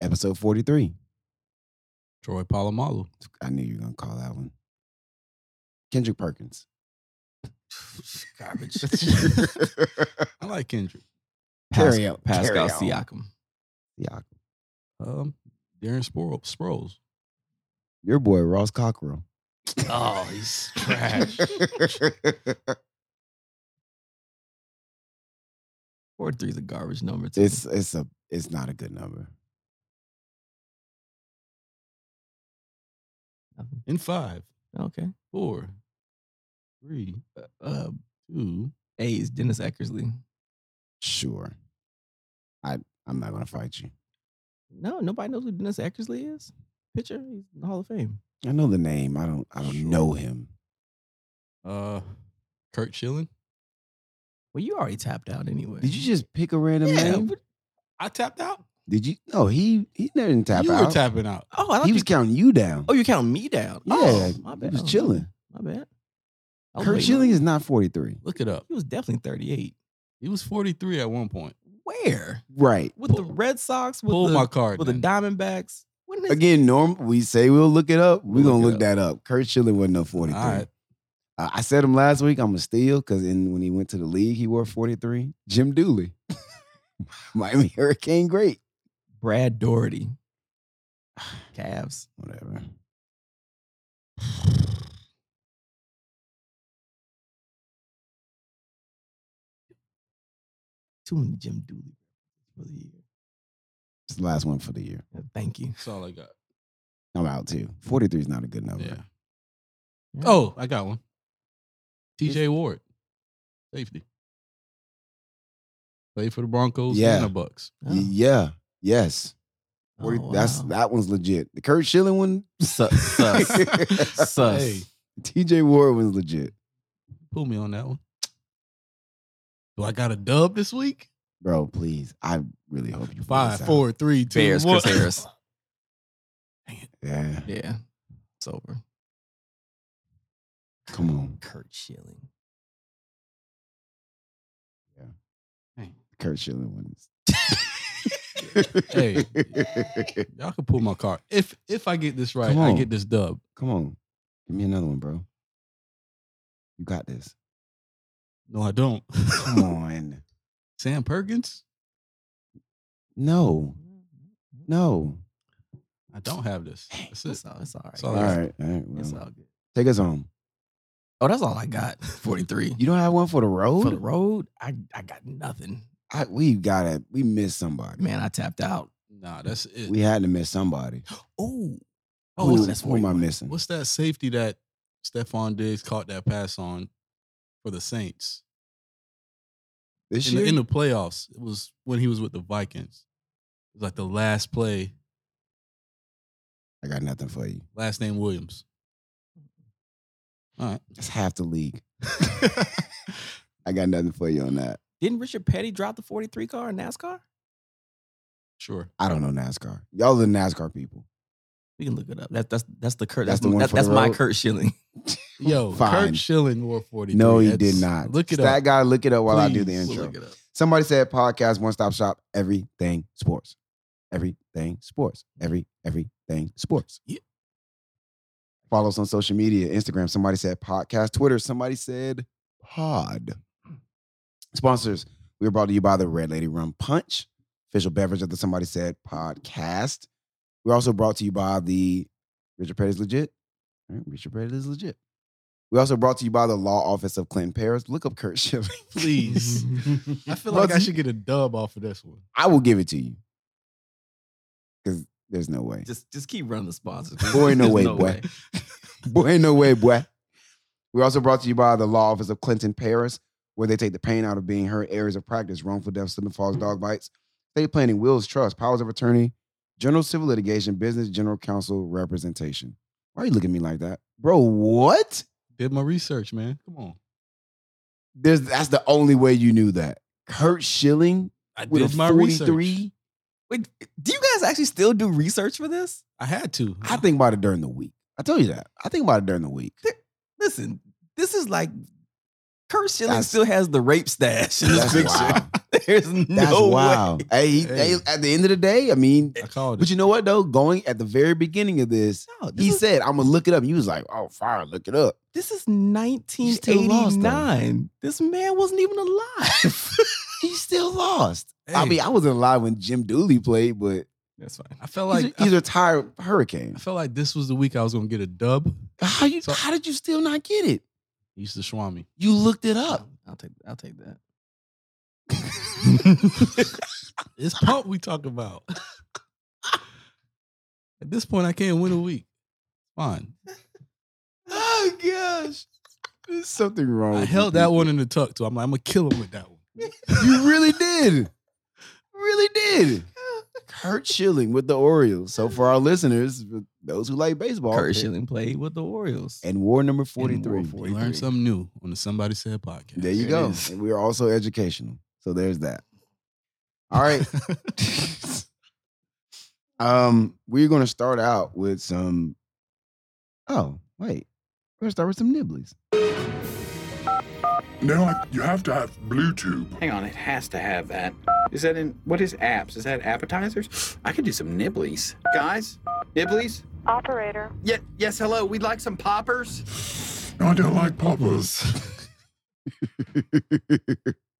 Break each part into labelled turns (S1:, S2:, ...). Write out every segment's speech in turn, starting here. S1: Episode 43.
S2: Troy Polamalu.
S1: I knew you were going to call that one. Kendrick Perkins.
S2: Garbage. I like Kendrick.
S1: Carry out.
S3: Pascal
S1: carry on.
S3: Siakam.
S1: Yeah.
S2: Um, Darren Sproul. Sproles.
S1: Your boy, Ross Cockrell.
S3: Oh, he's trash. Four three is a garbage number. Too.
S1: it's it's a it's not a good number.
S3: Nothing.
S2: In five,
S3: okay.
S2: four, three,
S3: Uh,
S2: two.
S3: A is Dennis Eckersley.
S1: Sure. I I'm not gonna fight you.
S3: No, nobody knows who Dennis Eckersley is. Pitcher, he's in the Hall of Fame.
S1: I know the name. I don't I don't know him.
S2: Uh, Kurt Schilling.
S3: Well, you already tapped out anyway.
S1: Did you just pick a random name?
S3: what-
S2: I tapped out.
S1: Did you no he he didn't tap
S2: you
S1: out.
S2: were tapping out.
S3: Oh, I thought
S1: he
S3: you
S1: was counting you down.
S3: Oh, you count me down.
S1: yeah,
S3: Oh, my bad.
S1: he was
S3: Oh,
S1: chilling.
S3: My bad. I was
S1: Kurt
S3: waiting
S1: Schilling
S3: on-
S1: is not 43.
S2: Look it up.
S3: He was definitely 38.
S2: He was 43 at one point.
S3: Where?
S1: Right.
S3: With the
S2: Pull-
S3: Red Sox? With
S2: Pull
S3: the,
S2: my card.
S3: with the
S1: Mm.
S2: now.
S3: Diamondbacks? When is
S1: Again, Norm, we say we'll look it up. We're
S3: We'll
S1: gonna
S3: look
S1: look
S3: it
S1: that up. Kurt Schilling wasn't no 43.
S2: All right.
S1: Uh, I said him last week. I'm a steal because in when he went to the league, he wore 43. Jim Dooley, Miami Hurricane great.
S3: Brad Doherty? Cavs.
S1: Whatever.
S3: Too many Jim Dooley for the year.
S1: It's the last one for the year.
S3: Yeah, Thank you.
S2: That's all I got.
S1: I'm out too. 43 is not a good number.
S2: Yeah. Oh, I got one. TJ Ward. Safety. Played for the Broncos
S1: Yeah.
S2: and the Bucks.
S1: Y- yeah. Yes.
S3: Oh,
S1: 40, That's
S3: wow.
S1: that one's legit. The Kurt Schilling one,
S3: Sus. Sus. sus.
S2: Hey.
S1: TJ Ward one's legit,
S2: Pull me on that one. Do I got a dub this week?
S1: bro. Please, I really hope you pull
S2: Five,
S1: this out.
S2: four, three, two,
S3: Bears,
S2: one.
S3: Chris Harris.
S1: Yeah,
S3: Yeah. It's over.
S1: come on,
S3: Kurt Schilling.
S1: Kurt Schilling one. is-
S2: Hey. Y'all can pull my card. If if I get this right,
S1: Come
S2: I
S1: on.
S2: get this dub.
S1: come on, give me another one, bro. You got this.
S2: No, I don't.
S1: Come on,
S2: Sam Perkins?
S1: no, no.
S2: I don't have this. That's it.
S3: It's all, it's all right.
S2: Oh, It's all
S1: All
S2: right.
S1: right, all right.
S3: It's
S1: well,
S3: all good.
S1: take us home.
S3: Oh, that's all I got. 43.
S1: You don't have one for the road?
S3: For the road, I, I got nothing.
S1: I, we got it. We missed somebody.
S3: Man, I tapped out.
S2: Nah, that's it.
S1: We had to miss somebody.
S3: Oh,
S1: who,
S3: oh, that's
S1: who am I
S3: 41.
S1: missing?
S2: What's that safety that Stephon Diggs caught that pass on for the Saints
S1: this
S2: in
S1: year?
S2: the, in the playoffs? It was when he was with the Vikings. It was like the last play.
S1: I got nothing for you.
S2: Last name Williams. All right.
S1: That's half the league. I got nothing for you on that.
S3: Didn't Richard Petty drop the 43 car in NASCAR?
S2: Sure.
S1: I don't know NASCAR. Y'all the NASCAR people.
S3: We can look it up. That's that's that's the Kurt.
S1: That's
S3: That's
S1: the one
S3: that-
S1: for
S3: that's
S1: the
S3: my
S1: road?
S3: Kurt Schilling.
S2: Yo,
S1: Fine.
S2: Kurt Schilling wore 43.
S1: no, he
S2: That's-
S1: did not.
S2: Look it
S1: That
S2: up.
S1: guy, look it up while I do the
S2: Please,
S1: intro.
S2: Look it up.
S1: Somebody said podcast, one stop shop, everything sports. Everything sports. Every, everything sports.
S2: Yeah.
S1: Follow us on social media Instagram. Somebody said podcast. Twitter. Somebody said pod. Sponsors. We are brought to you by the Red Lady Rum Punch, official beverage of the Somebody Said podcast. We're also brought to you by the Richard Petty's Legit. All right, Richard Petty is legit. We're also brought to you by the Law Office of Clinton Paris. Look up Kurt Schilling.
S2: Please. I feel like I should get a dub off of this one.
S1: I will give it to you. Cause there's no way.
S3: just just keep running the sponsors.
S1: Boy, no
S3: There's
S1: way, boy. boy, ain't no way, boy. We're also brought to you by the Law Office of Clinton Paris, where they take the pain out of being hurt, areas of practice, wrongful death, slip and falls, dog bites, estate planning, wills, trust, powers of attorney, general civil litigation, business, general counsel, representation. Why are you looking at me like that? Bro, what?
S2: Did my research, man. Come on.
S1: There's that's the only way you knew that. Kurt Schilling
S2: I did
S1: with a
S2: my
S1: 43.
S2: research.
S3: Wait, do you guys actually still do research for this?
S2: I had to.
S1: I think about it during the week. I told you that. I think about it during the week.
S3: Listen, this is like Kurt Schilling
S1: That's-
S3: still has the rape stash in this
S1: That's
S3: picture.
S1: wild.
S3: There's
S1: That's
S3: no
S1: wow.
S3: way.
S1: Hey, he-
S2: Hey.
S1: hey, at the end of the day, I mean,
S2: I called
S1: but
S2: it.
S1: you know what though? Going at the very beginning of this,
S3: No, this,
S1: he
S3: is,
S1: said, "I'm gonna look it up." And you was like, "Oh, fire, look it up."
S3: this is
S1: still lost, though.
S3: 1989. This man wasn't even alive.
S1: He still lost. I
S2: Hey,
S1: mean, I wasn't alive when Jim Dooley played, but
S3: That's fine.
S2: I felt
S1: he's,
S2: like
S1: a, he's
S2: I,
S1: a retired Hurricane.
S2: I felt like this was the week I was gonna get a dub.
S1: How you?
S2: So-
S1: how did you still not get it?
S2: He used to swami.
S1: You looked it up.
S3: I'll take. I'll take that.
S2: It's pump we talk about. At this point, I can't win a week. Fine.
S1: oh gosh, there's something wrong.
S2: I
S1: with you
S2: held that
S1: people.
S2: one in the tuck too. I'm like, I'm gonna kill him with that one.
S1: You really did. Really did. Kurt Schilling with the Orioles. So for our listeners, those who like baseball,
S3: Kurt Schilling played with the Orioles.
S1: and war number
S3: And war
S1: 43.
S2: We learned something new on the Somebody Said podcast.
S1: There you
S3: There it
S1: go.
S3: is.
S1: And we are also educational. So there's that. All right. um, we're gonna start out with some. Oh, wait. We're gonna start with some nibblies.
S4: Now you have to have Bluetooth.
S5: Hang on, it has to have that. Is that in what is apps? Is that appetizers? I could do some nibblies. Guys, nibblies?
S6: Operator.
S5: Yeah, yes, hello. We'd like some poppers.
S4: I don't like poppers.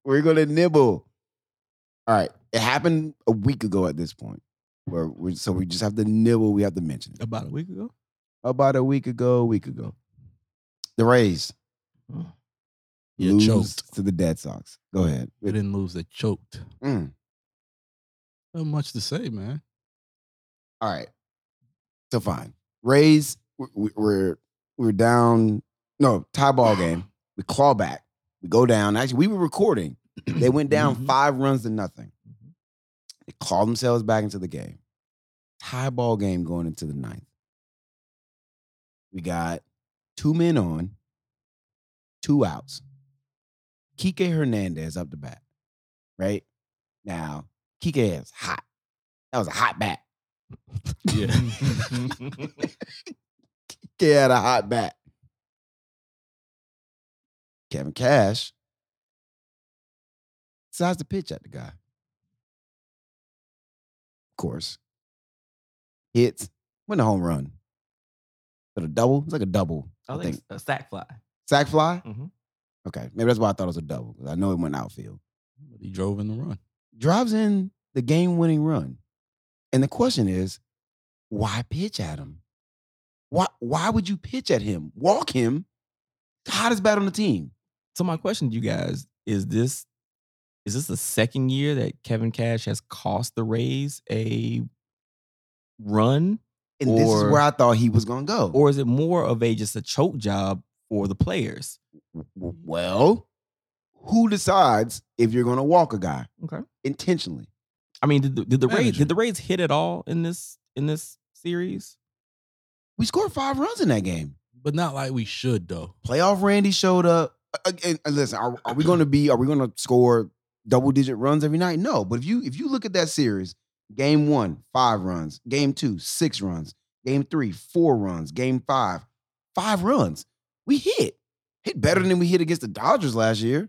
S1: we're gonna nibble. All right. It happened a week ago at this point. Where we so we just have to nibble. We have to mention it.
S3: About a week ago.
S1: About a week ago, a week ago. The Rays
S2: You
S1: lose
S2: choked.
S1: to the Dead Sox. Go ahead.
S2: They didn't lose. They choked.
S1: Mm.
S2: Not much to say, man.
S1: All right. So fine. Rays, we- we- we're we're down. No tie ball game. We claw back. We go down. Actually, we were recording. They went down
S2: Mhm.
S1: five runs to nothing. They claw themselves back into the game. Tie ball game going into the ninth. We got two men on, two outs. Kike Hernandez up the bat. Right now, Kike is hot. That was a hot bat.
S2: Yeah.
S1: Kike had a hot bat. Kevin Cash decides to pitch at the guy. Of course, hits, went a home run. But a double? It's like a double. I, think. Mm-hmm.
S3: a sack fly.
S1: Sack fly?
S3: Mhm.
S1: Okay. Maybe that's why I thought it was a double. 'cause I know it went outfield.
S2: he drove in the run.
S1: Drives in the game winning run. And the question is, why pitch at him? Why, why would you pitch at him? Walk him. The hottest bat on the team.
S3: So my question to you guys is this is this the second year that Kevin Cash has cost the Rays a run?
S1: And this is
S3: Or-
S1: where I thought he was going to go.
S3: Or is it more of a just a choke job for the players?
S1: W- well, who decides if you're going to walk a guy
S3: Okay.
S1: intentionally?
S3: I mean, did the, did the Rays
S2: Manager.
S3: did the Rays hit at all in this in this series?
S1: We scored five runs in that game.
S2: But not like we should, though.
S1: Playoff Randy showed up. Uh, And and listen, are, are we going to be? Are we going to score double digit runs every night? No. But if you if you look at that series, game one five runs, game two six runs, game three four runs, game five five runs. We hit hit better than we hit against the Dodgers last year.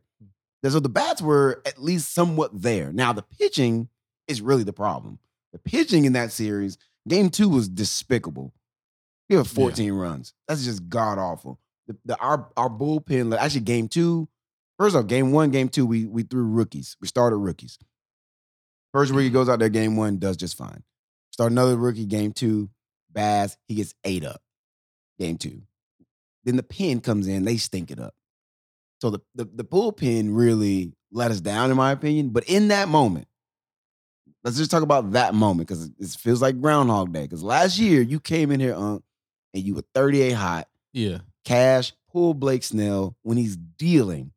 S1: And So the bats were at least somewhat there. Now the pitching is really the problem. The pitching in that series, game two was despicable. We have 14 runs. That's just god awful. The, the our our bullpen, like, actually game two, first off, game one, game two, we we threw rookies. We started rookies. First rookie goes out there, game one, does just fine. Start another rookie, game two, Baz, he gets eight up. Game two. Then the pen comes in, they stink it up. So the, the the bullpen really let us down, in my opinion. But in that moment, let's just talk about that moment because it feels like Groundhog Day. Because last year you came in here, Unc, and you were 38 hot,
S2: Yeah.
S1: cash, pull Blake Snell when he's dealing,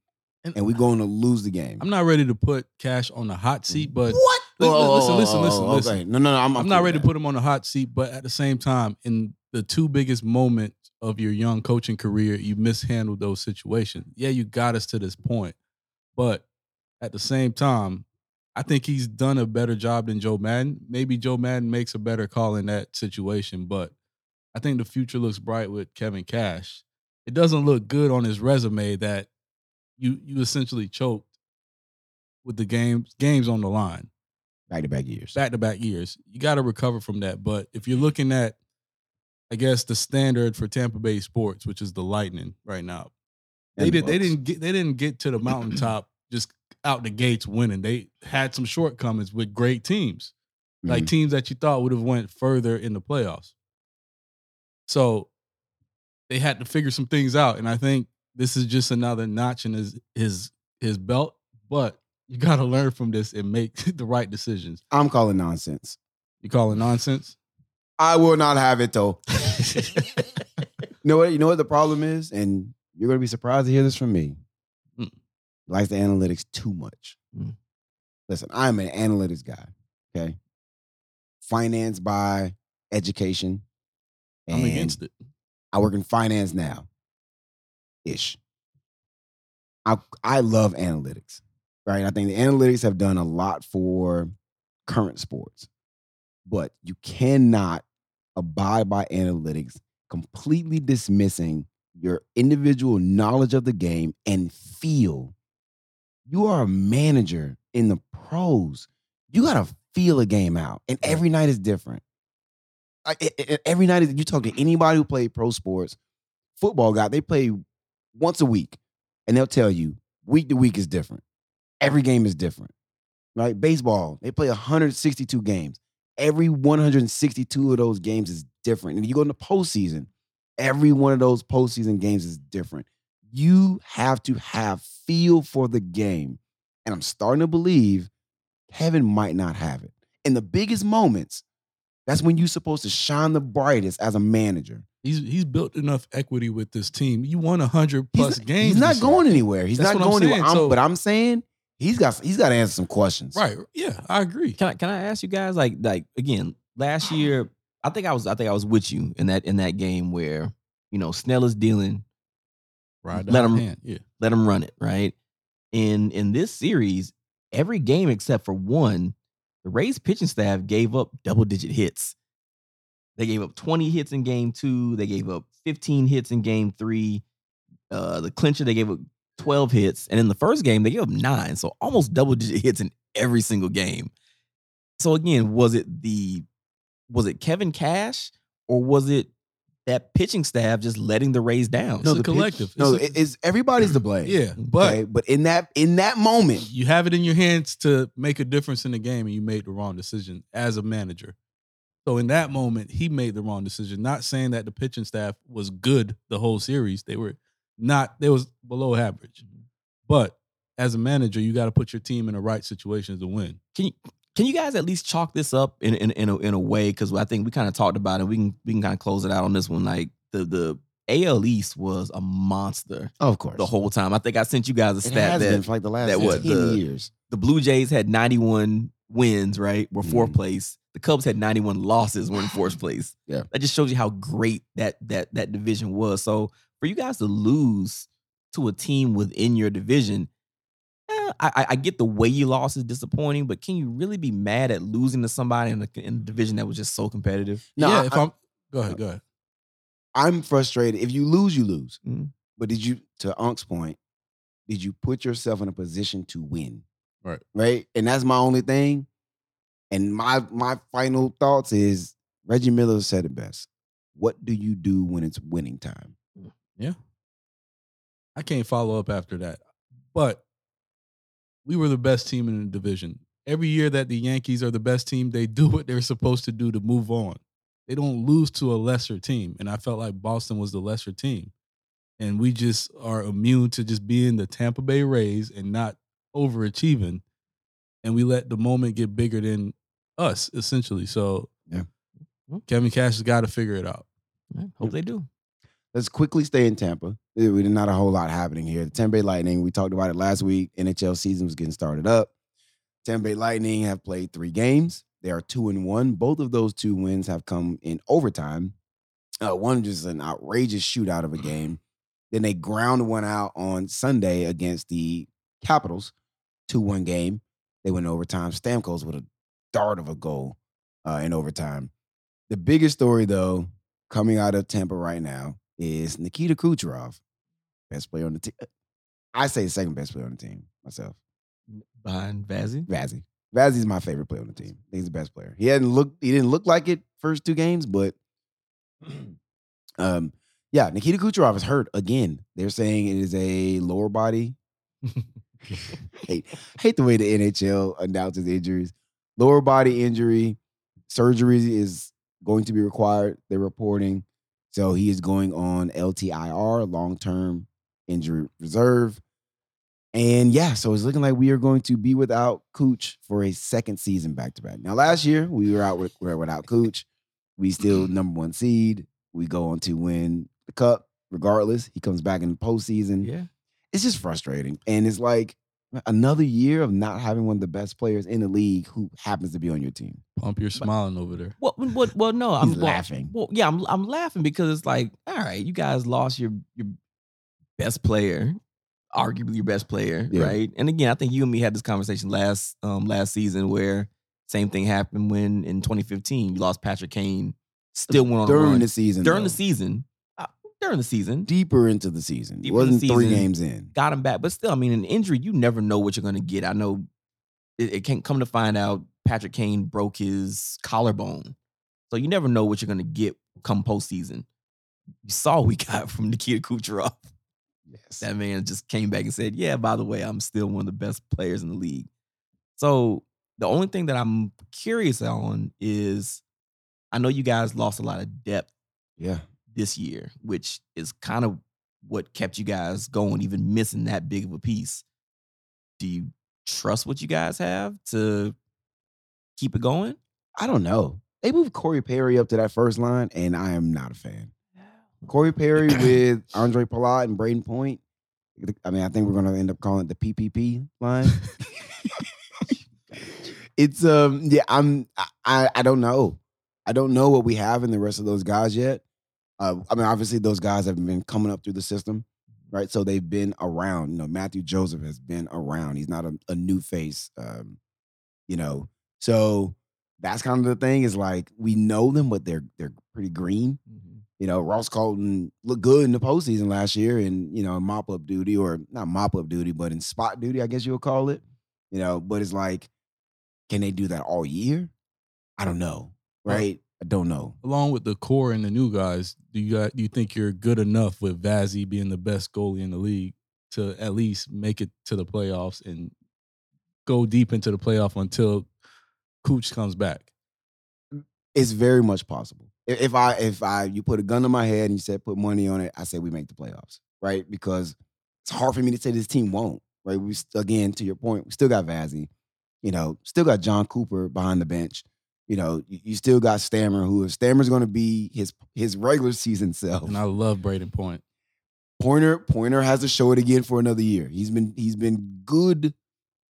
S2: And-
S1: and we're going to lose the game.
S2: I'm not ready to put Cash on the hot seat, but
S1: what?
S2: Listen, listen, listen, listen, listen.
S1: Okay. No, no, no. I'm,
S2: I'm
S1: cool
S2: not
S1: with
S2: ready to
S1: that.
S2: put him on the hot seat. But at the same time, in the two biggest moments of your young coaching career, you mishandled those situations. Yeah, you got us to this point, but at the same time, I think he's done a better job than Joe Madden. Maybe Joe Madden makes a better call in that situation, but I think the future looks bright with Kevin Cash. It doesn't look good on his resume that you you essentially choked with the games games on the line
S1: Back to back years.
S2: back to back years. You got to recover from that. But if you're looking at, I guess, the standard for Tampa Bay sports, which is the Lightning right now,
S1: And the
S2: they did. They
S1: Bucks.
S2: didn't get. They didn't get to the mountaintop just out the gates winning. They had some shortcomings with great teams,
S1: Mm-hmm.
S2: like teams that you thought would have went further in the playoffs. So they had to figure some things out, and I think this is just another notch in his his his belt. But you got to learn from this and make the right decisions.
S1: I'm calling nonsense.
S2: You call it nonsense?
S1: I will not have it though. You know what? You know what the problem is, and you're gonna be surprised to hear this from me.
S2: Mm.
S1: Likes the analytics too much.
S2: Hmm.
S3: Mm.
S1: Listen, I'm an analytics guy. Okay, financed by education.
S2: I'm
S1: and
S2: against it.
S1: I work in finance now. Ish. I I love analytics, right? I think the analytics have done a lot for current sports. But you cannot abide by analytics completely dismissing your individual knowledge of the game and feel. You are a manager in the pros. You got to feel a game out, and every night is different. I, I- I- every night is, you talk to anybody who played pro sports, football guy, they play once a week, and they'll tell you week to week is different. Every game is different. Right? Baseball, they play 162 games. Every 162 of those games is different. And you go into postseason, every one of those postseason games is different. You have to have feel for the game. And I'm starting to believe Kevin might not have it. In the biggest moments, that's when you're supposed to shine the brightest as a manager.
S2: He's he's built enough equity with this team. You won hundred
S1: He's
S2: plus
S1: not-
S2: games.
S1: He's not
S2: this year.
S1: going anywhere. He's
S2: That's
S1: not
S2: what I'm
S1: going anywhere.
S2: saying.
S1: I'm-
S2: So-
S1: but I'm saying he's got he's got to answer some questions.
S2: Right? Yeah, I agree.
S3: Can I can I ask you guys like like again last year I think I was I think I was with you in that in that game where you know Snell is dealing
S2: Ride
S3: Let
S2: that
S3: him-
S2: hand. Yeah,
S3: let him run it right in in this series every game except for one the Rays pitching staff gave up double digit hits they gave up 20 hits in game 2 they gave up 15 hits in game 3 uh the clincher they gave up 12 hits and in the first game they gave up 9 so almost double digit hits in every single game so again was it the was it Kevin Cash or was it that pitching staff just letting the Rays down
S2: It's a
S1: the pitch-
S2: collective.
S1: no,
S2: It's a-
S1: it- it's everybody's to blame.
S2: yeah. But
S1: okay? but in that in that moment,
S2: you have it in your hands to make a difference in the game, and you made the wrong decision as a manager. So in that moment, he made the wrong decision. Not saying that the pitching staff was good the whole series; they were not. They was below average.
S1: Mm-hmm.
S2: But as a manager, you got to put your team in the right situations to win.
S3: can you can you guys at least chalk this up in in in a, in a way because I think we kind of talked about it. We can we can kind of close it out on this one. Like the the AL East was a monster
S1: of course,
S3: the whole time. I think I sent you guys a
S1: it
S3: stat
S1: has
S3: that
S1: been for like the last
S3: that what,
S1: 15
S3: the-
S1: years.
S3: the Blue Jays had 91 wins, right? Were fourth
S1: Mhm.
S3: place. The Cubs had 91 losses, were in fourth place.
S1: Yeah.
S3: That just shows you how great that that that division was. So for you guys to lose to a team within your division, eh, I, I- I get the way you lost is disappointing, but can you really be mad at losing to somebody in a, in a division that was just so competitive?
S1: No,
S2: yeah,
S1: I-
S2: if I'm go ahead, go ahead.
S1: I'm frustrated. If you lose, you lose.
S3: Mhm.
S1: But did you, to Unk's point, did you put yourself in a position to win?
S2: Right.
S1: Right. And that's my only thing. And my my final thoughts is Reggie Miller said it best. What do you do when it's winning time?
S2: I can't follow up after that. But we were the best team in the division. Every year that the Yankees are the best team, they do what they're supposed to do to move on. They don't lose to a lesser team. And I felt like Boston was the lesser team. And we just are immune to just being the Tampa Bay Rays and not overachieving. And we let the moment get bigger than us, essentially. So
S1: Yeah.
S2: Kevin Cash has got to figure it out.
S3: Hope they do.
S1: Let's quickly stay in Tampa. There- There's not a whole lot happening here. The Tampa Bay Lightning, we talked about it last week. NHL season was getting started up. Tampa Bay Lightning have played three games. They are two and one. Both of those two wins have come in overtime. Uh, one just an outrageous shootout of a game. Then they ground one out on Sunday against the Capitals, two one game. They went overtime. Stamkos with a dart of a goal uh, in overtime. The biggest story though coming out of Tampa right now is Nikita uh, Kucherov, best player on the team. I say second best player on the team myself.
S3: behind Vazzy.
S1: Vazzy. Vazzy's my favorite player on the team. I think he's the best player. He hadn't looked. He didn't look like it first two games, but um, yeah, Nikita Kucherov is hurt again. They're saying it is a lower body. hate hate the way the NHL announces injuries. Lower body injury surgery is going to be required. They're reporting, so he is going on LTIR, long term injury reserve. And yeah, so it's looking like we are going to be without Cooch for a second season back to back. Now, last year we were out with, we were without Cooch. We still number one seed. We go on to win the cup. Regardless, he comes back in the postseason.
S3: Yeah.
S1: It's just frustrating, and it's like another year of not having one of the best players in the league who happens to be on your team.
S2: Pump, you're smiling over there.
S3: Well, well, well, well no, I'm
S1: He's
S3: Um, well,
S1: laughing.
S3: Well, yeah, I'm I'm laughing because it's like, all right, you guys lost your your best player, arguably your best player,
S1: Yeah.
S3: right? And again, I think you and me had this conversation last um last season where same thing happened when in 2015 you lost Patrick Kane, still went on a
S1: during
S3: run.
S1: the season.
S3: during
S1: though.
S3: the season, uh, during the season,
S1: deeper into the season. It
S3: Deeper in the
S1: wasn't three
S3: season.
S1: games in.
S3: got him back, but still, I mean, an injury you never know what you're gonna get. I know it, it can come to find out Patrick Kane broke his collarbone, so you never know what you're gonna get come postseason. You saw what we got from Nikita Kucherov.
S1: Yes.
S3: That man just came back and said, "Yeah, by the way, I'm still one of the best players in the league." So the only thing that I'm curious on is, I know you guys lost a lot of depth
S1: yeah.
S3: this year, which is kind of what kept you guys going, even missing that big of a piece. Do you trust what you guys have to keep it going?
S1: I don't know. They moved Corey Perry up to that first line, and I am not a fan. Corey Perry with Andre Palat and Braden Point. I mean, I think we're gonna end up calling it the PPP line. it's um, yeah, I'm, I- I, I don't know, I don't know what we have in the rest of those guys yet. Uh, I mean, obviously those guys have been coming up through the system, right? So they've been around. You know, Matthew Joseph has been around. He's not a, a new face, um, you know. So that's kind of the thing is like we know them, but they're they're pretty green. You know, Ross Colton looked good in the postseason last year in, you know, in mop up duty or not mop up duty, but in spot duty, I guess you'll call it. You know, but it's like, can they do that all year? I don't know.
S2: Well-
S1: Right? I don't know.
S2: Along with the core and the new guys, do you got do you think you're good enough with Vazzy being the best goalie in the league to at least make it to the playoffs and go deep into the playoff until Cooch comes back?
S1: It's very much possible. I- If I if I you put a gun to my head and you said put money on it, I say we make the playoffs, right? Because it's hard for me to say this team won't, right? We st- again to your point, we still got Vazzy, you know, still got John Cooper behind the bench, you know, you, you still got Stammer, who if Stammer's going to be his his regular season self.
S2: And I love Braden Point.
S1: Pointer Pointer has to show it again for another year. He's been he's been good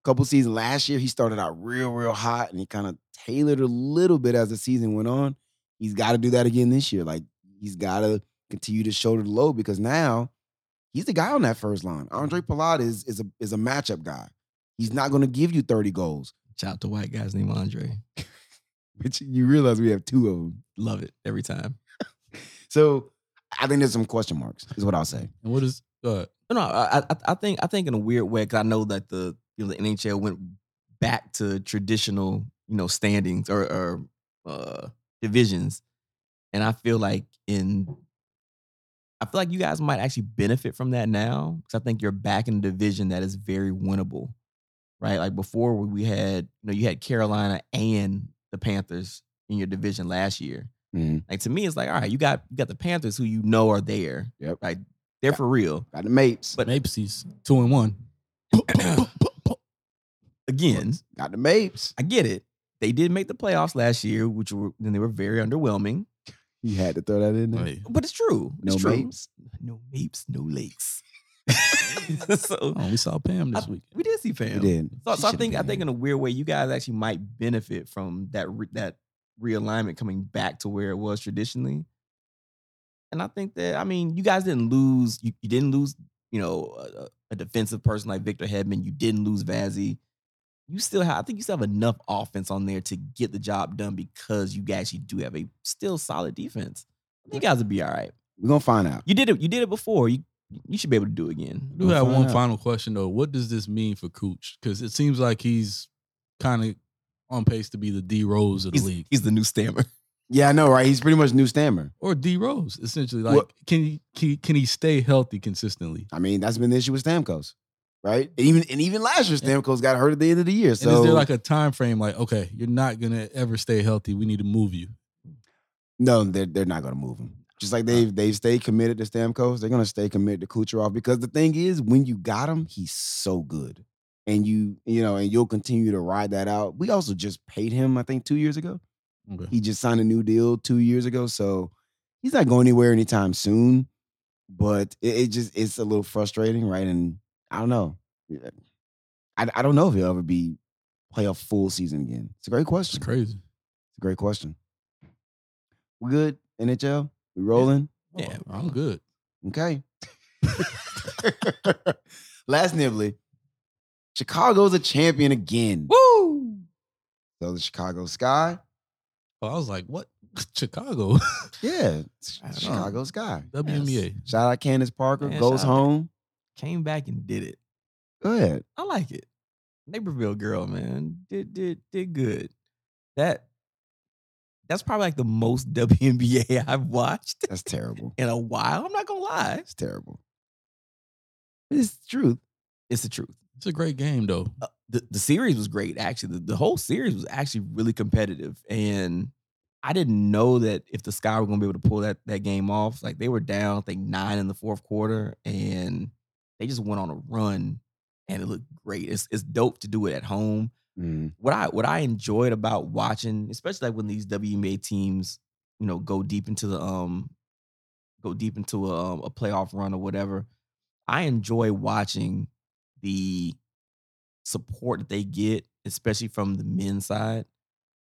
S1: couple seasons. Last year he started out real real hot and he kind of tailored a little bit as the season went on. He's got to do that again this year. Like he's got to continue to shoulder the load because now he's the guy on that first line. Andre
S3: Mm-hmm.
S1: Pilat is is a is a matchup guy. He's not going to give you thirty goals,
S3: Shout out to white guys named Andre.
S1: which you realize we have two of them.
S3: Love it every time.
S1: So I think there's some question marks. Is what I'll say.
S2: And what is uh
S3: No, no, I, I, I think I think in a weird way because I know that the you know the NHL went back to traditional you know standings or, or uh, divisions, and I feel like in I feel like you guys might actually benefit from that now because I think you're back in a division that is very winnable, right? Like before, where we had you know you had Carolina and the Panthers in your division last year.
S1: Mhm.
S3: Like to me, it's like all right, you got you got the Panthers who you know are there,
S1: Yep.
S3: Like they're for real.
S1: Got the mates.
S3: But-
S2: Mapesies two and one?
S3: Again,
S1: Got the mates.
S3: I get it. They did make the playoffs last year, which were then they were very underwhelming.
S1: You had to throw that in there.
S2: Like,
S3: But it's true. It's
S1: No
S3: true.
S1: mates.
S3: No mapes, no lakes. so
S2: oh, we saw Pam this week.
S3: we did see Pam.
S1: You did.
S3: So,
S1: She
S3: so I
S1: should've
S3: think I
S1: been
S3: think
S1: here.
S3: in a weird way, you guys actually might benefit from that re- that realignment coming back to where it was traditionally. And I think that I mean, you guys didn't lose. You, you didn't lose. You know, a, a- a defensive person like Victor Hedman. You didn't lose Vazzy. You still have. I think you still have enough offense on there to get the job done because you actually do have a still solid defense. I think You guys will be all right.
S1: We're gonna find out.
S3: You did it. You did it before. You you should be able to do again.
S2: I do
S1: We'll
S2: have
S1: find
S2: one
S1: out.
S2: final question though. What does this mean for Cooch? Because it seems like he's kind of on pace to be the D Rose of the
S3: He's,
S2: league,
S3: he's the new stammer.
S1: Yeah, I know, right? He's pretty much new stammer.
S2: or D Rose essentially. Like,
S1: Well-
S2: can he can, he- can he stay healthy consistently?
S1: I mean, that's been the issue with Stamkos, right? And even and even last year, Stamkos got hurt at the end of the year. So
S2: and is there like a time frame? Like, okay, you're not gonna ever stay healthy. We need to move you.
S1: no, they're they're not going to move him. Just like they've they've stayed committed to Stamkos, they're going to stay committed to Kucherov because the thing is, when you got him, he's so good, and you you know, and you'll continue to ride that out. We also just paid him, I think, two years ago. He just signed a new deal two years ago, so he's not going anywhere anytime soon. But it, it just it's a little frustrating, right? And I don't know. Yeah. I, I don't know if he'll ever be play a full season again. It's a great
S2: It's
S1: question.
S2: crazy.
S1: It's a great question. We good NHL? We rolling?
S3: Yeah,
S2: I'm good.
S1: Okay. Last nibbly. Chicago's a champion again.
S3: Woo!
S1: So the Chicago Sky.
S2: Oh, I was like, what? Chicago,
S1: Yeah. it's
S3: I don't know.
S1: Chicago Sky.
S2: WNBA.
S1: Shout out Candace Parker.
S3: Yeah,
S1: goes
S3: shout out.
S1: home.
S3: Came back and did it.
S1: Go ahead.
S3: I like it. Naperville girl, man, did did did good. That that's probably like the most WNBA I've watched
S1: That's terrible.
S3: in a while. I'm not gonna lie.
S1: It's terrible. But it's the truth.
S3: It's the truth.
S2: It's a great game though.
S3: uh, the, the series was great actually the, the whole series was actually really competitive and i didn't know that if the sky were going to be able to pull that, that game off like they were down i think nine in the fourth quarter and they just went on a run and it looked great it's, it's dope to do it at home
S1: Mm,
S3: what i what i enjoyed about watching especially like when these wma teams you know go deep into the um go deep into a, um, a playoff run or whatever i enjoy watching the support that they get, especially from the men's side.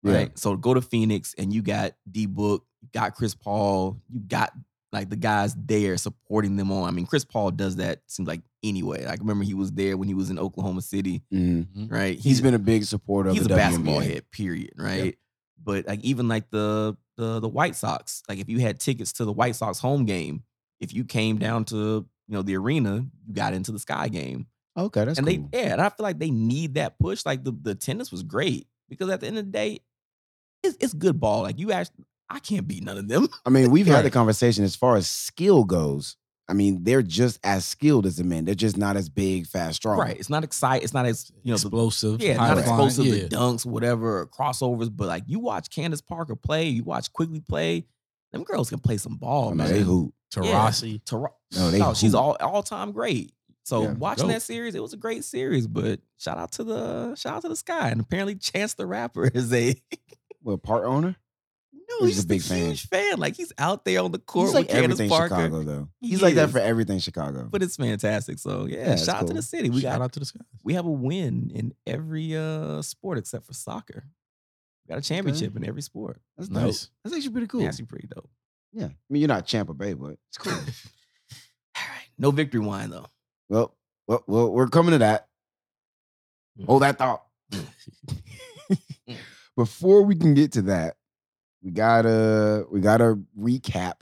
S1: Yeah.
S3: Right. So go to Phoenix and you got D Book, you got Chris Paul, you got like the guys there supporting them on. I mean, Chris Paul does that seems like anyway. Like remember he was there when he was in Oklahoma City,
S1: mm.
S3: right?
S1: He's been a big supporter of
S3: he's a
S1: the
S3: basketball
S1: WNBA.
S3: head, period, right? But like even like the the the White Sox, like if you had tickets to the White Sox home game, if you came down to you know the arena, you got into the Sky game
S1: Okay, that's
S3: and
S1: cool.
S3: they yeah, and I feel like they need that push. Like the the attendance was great because at the end of the day, it's it's good ball. Like you actually, I can't beat none of them.
S1: I mean, we've had the
S3: Right.
S1: conversation as far as skill goes. I mean, they're just as skilled as the men. They're just not as big, fast, strong.
S3: Right? It's not exciting. It's not as you know. The,
S2: explosive.
S3: yeah,
S2: high
S3: not
S1: flying,
S3: explosive.
S2: flying, yeah.
S3: The dunks, whatever, or crossovers. But like you watch Candace Parker play, you watch Quigley play. Them girls can play some
S1: Oh,
S3: ball,
S1: no,
S3: man.
S1: they hoop.
S2: Tarasi.
S3: Tara-
S1: No, they
S3: Dog, she's
S1: hoop.
S3: all all time great. So
S1: Yeah.
S3: watching
S2: Dope.
S3: that series, it was a great series. But shout out to the shout out to the sky, and apparently Chance the Rapper is a
S1: Well, part owner.
S3: No,
S1: He's a
S3: he's, just a
S1: big fan.
S3: huge fan. Like he's out there on the court
S1: He's like
S3: with Candace
S1: everything
S3: Parker.
S1: Chicago, though.
S3: He
S1: He's like that
S3: is.
S1: for everything Chicago.
S3: But it's fantastic. So yeah,
S1: Yeah, it's
S3: shout out to
S1: cool.
S3: the city. We
S2: Shout
S3: got
S2: out to the sky.
S3: we have a win in every uh sport except for soccer. We got a championship in every sport.
S1: that's dope.
S2: Nice.
S1: That's actually pretty cool.
S3: Cool.
S1: Yeah.
S3: Actually pretty dope.
S1: I mean, you're not Champa Bay, but it's cool.
S3: All right. No victory wine though.
S1: well, well, well, we're coming to that. Hold that thought. Before we can get to that, we gotta we gotta recap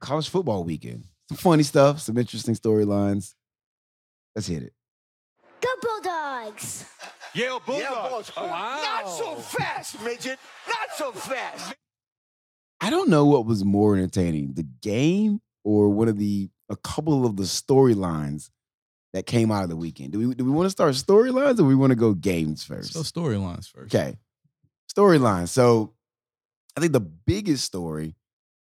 S1: college football weekend. Some funny stuff, some interesting storylines. Let's hit it.
S6: Go Bulldogs!
S7: Yale Bulldogs. Not so fast, midget. Not so fast.
S1: I don't know what was more entertaining, the game or one of the a couple of the storylines that came out of the weekend. Do we do we want to start storylines or we want to go games first?
S2: So storylines first.
S1: Okay. Storyline. So I think the biggest story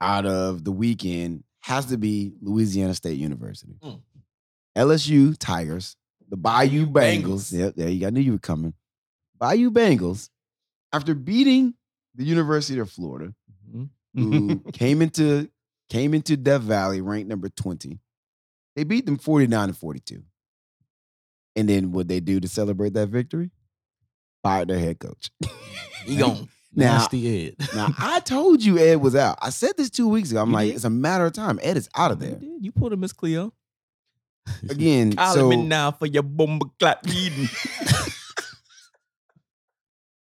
S1: out of the weekend has to be Louisiana State University.
S3: Mm.
S1: LSU Tigers, the Bayou Bengals.
S3: Bengals.
S1: Yep, there you go. I knew you were coming. Bayou Bengals, after beating the University of Florida, who came into came into Death Valley ranked number 20. They beat them 49 to 42. And then what they do to celebrate that victory? Fired their head coach.
S3: He gone.
S1: Now-
S2: Nasty Ed.
S1: now I told you Ed was out. I said this two weeks ago. I'm
S3: You
S1: like,
S3: did?
S1: it's a matter of time. Ed is out of
S3: You
S1: there.
S3: did. You pulled a Miss Cleo.
S1: Again,
S3: Call
S1: so
S3: me now for your bomba clap eating.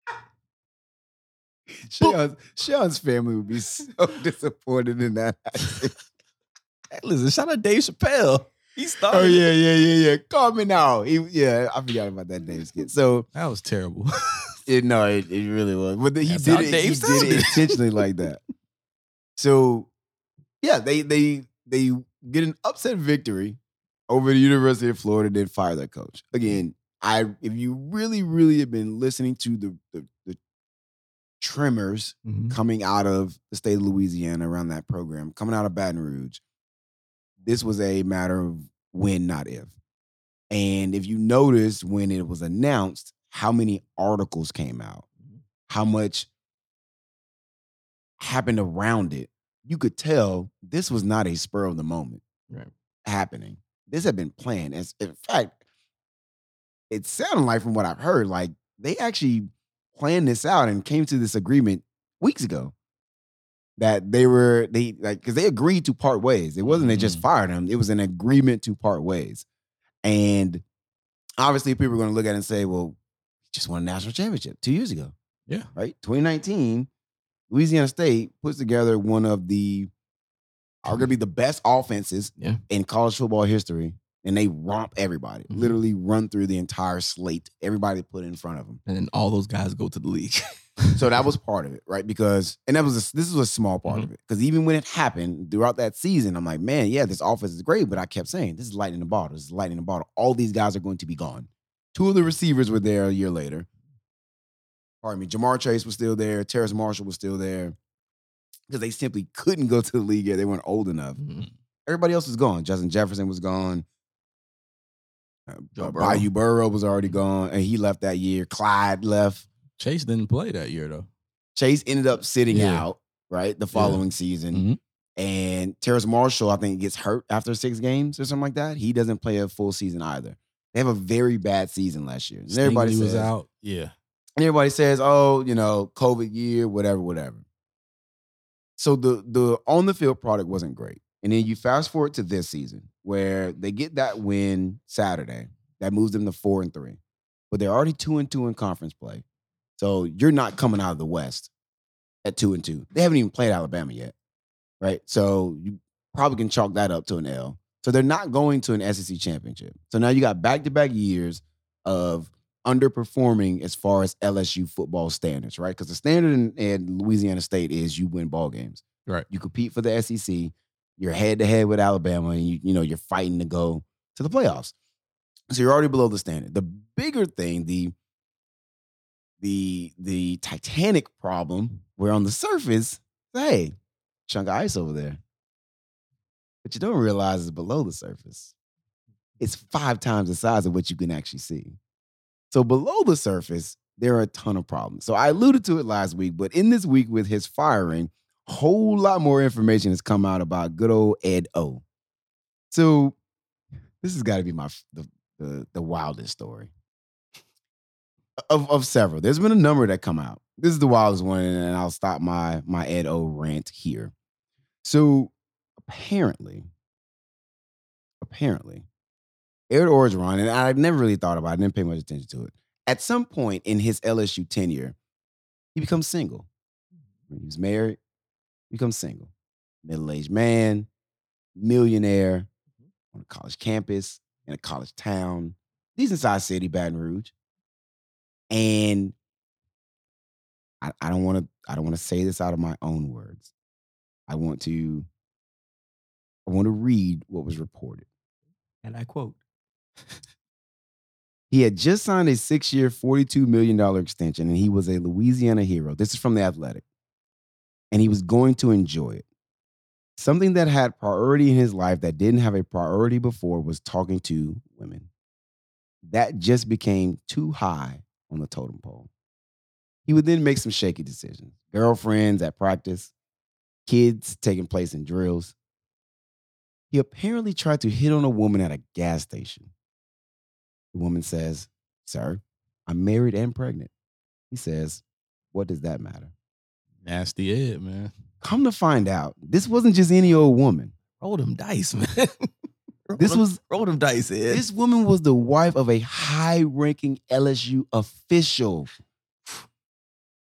S1: Sean's, Sean's family would be so disappointed in that.
S3: Listen, shout out Dave Chappelle. He started.
S1: Oh yeah, yeah, yeah, yeah. Call me now. He- yeah, I forgot about that name skit. So
S2: That was terrible.
S1: it, no, it, it really was, but he
S3: That's
S1: did
S3: how
S1: it.
S3: Dave
S1: He did
S3: sounded.
S1: it intentionally like that. So yeah, they they they get an upset victory over the University of Florida, then fire their coach again. I if you really really have been listening to the the, the tremors
S3: Mm-hmm.
S2: Mhm.
S1: coming out of the state of Louisiana around that program, coming out of Baton Rouge, this was a matter of when, not if. And if you notice when it was announced, how many articles came out, how much happened around it, you could tell this was not a spur of the moment
S3: Right.
S1: happening. This had been planned. As in fact, it sounded like from what I've heard, like they actually planned this out and came to this agreement weeks ago that they were they like because they agreed to part ways. It wasn't they just fired him; it was an agreement to part ways. And obviously, people are going to look at it and say, "Well, he just won a national championship two years ago,
S2: Yeah.
S1: right? 2019, Louisiana State puts together one of the arguably the best offenses
S3: Yeah.
S1: in college football history." And they romp everybody,
S3: Mhm.
S1: literally run through the entire slate, everybody put in front of them.
S3: And then all those guys go to the league.
S1: So that was part of it, right? Because and that was a, this was a small part
S3: Mm-hmm.
S1: of it. Because even when it happened throughout that season, I'm like, man, yeah, this offense is great, but I kept saying this is lightning in the bottle. This is lightning in the bottle. All these guys are going to be gone. Two of the receivers were there a year later. Pardon me, Jamar Chase was still there. Terrace Marshall was still there because they simply couldn't go to the league yet. They weren't old enough.
S2: Mm-hmm.
S3: Mhm.
S1: Everybody else was gone. Justin Jefferson was gone. Uh,
S3: Joe Burrow.
S1: Bayou Burrow was already gone, and he left that year. Clyde left.
S2: Chase didn't play that year though.
S1: Chase ended up sitting
S2: Yeah.
S1: out, right, the following season.
S2: Mhm.
S1: And Terrence Marshall, I think, gets hurt after six games or something like that. He doesn't play a full season either. They have a very bad season last year. And everybody
S2: Stingley
S1: says,
S2: was out. Yeah.
S1: and everybody says, "Oh, you know, COVID year, whatever, whatever." So the the on the field product wasn't great, and then you fast forward to this season where they get that win Saturday that moves them to four and three, but they're already two and two in conference play, so you're not coming out of the West at two and two. They haven't even played Alabama yet, right? So you probably can chalk that up to an L. So they're not going to an SEC championship. So now you got back to back years of underperforming as far as LSU football standards, right? Because the standard in, in Louisiana State is you win ball games.
S2: Right.
S1: You compete for the SEC. You're head to head with Alabama, and you you know you're fighting to go to the playoffs. So you're already below the standard. The bigger thing, the the the Titanic problem, where on the surface, hey, chunk of ice over there. But you don't realize is below the surface. It's five times the size of what you can actually see. So below the surface, there are a ton of problems. So I alluded to it last week, but in this week with his firing, whole lot more information has come out about good old Ed O. So this has got to be my f- the, the the wildest story of of several. There's been a number that come out. This is the wildest one, and I'll stop my my Ed O rant here. So apparently, apparently, Ed Orgeron, and I've never really thought about it, I didn't pay much attention to it. At some point in his LSU tenure, he becomes single. When he was married, becomes single. Middle aged man, millionaire, on a college campus, in a college town, decent sized city, Baton Rouge. And I, I don't want to I don't want to say this out of my own words. I want to I want to read what was reported.
S3: And I quote.
S1: He had just signed a six year, $42 million extension, and he was a Louisiana hero. This is from The Athletic. And he was going to enjoy it. Something that had priority in his life that didn't have a priority before was talking to women. That just became too high on the totem pole. He would then make some shaky decisions girlfriends at practice, kids taking place in drills. He apparently tried to hit on a woman at a gas station. The woman says, Sir, I'm married and pregnant. He says, What does that matter?
S2: Nasty Ed, man.
S1: Come to find out, this wasn't just any old woman.
S3: Roll them dice, man. Roll
S1: This
S3: them-
S1: was
S3: roll them dice, Ed.
S1: this woman was the wife of a high-ranking LSU official.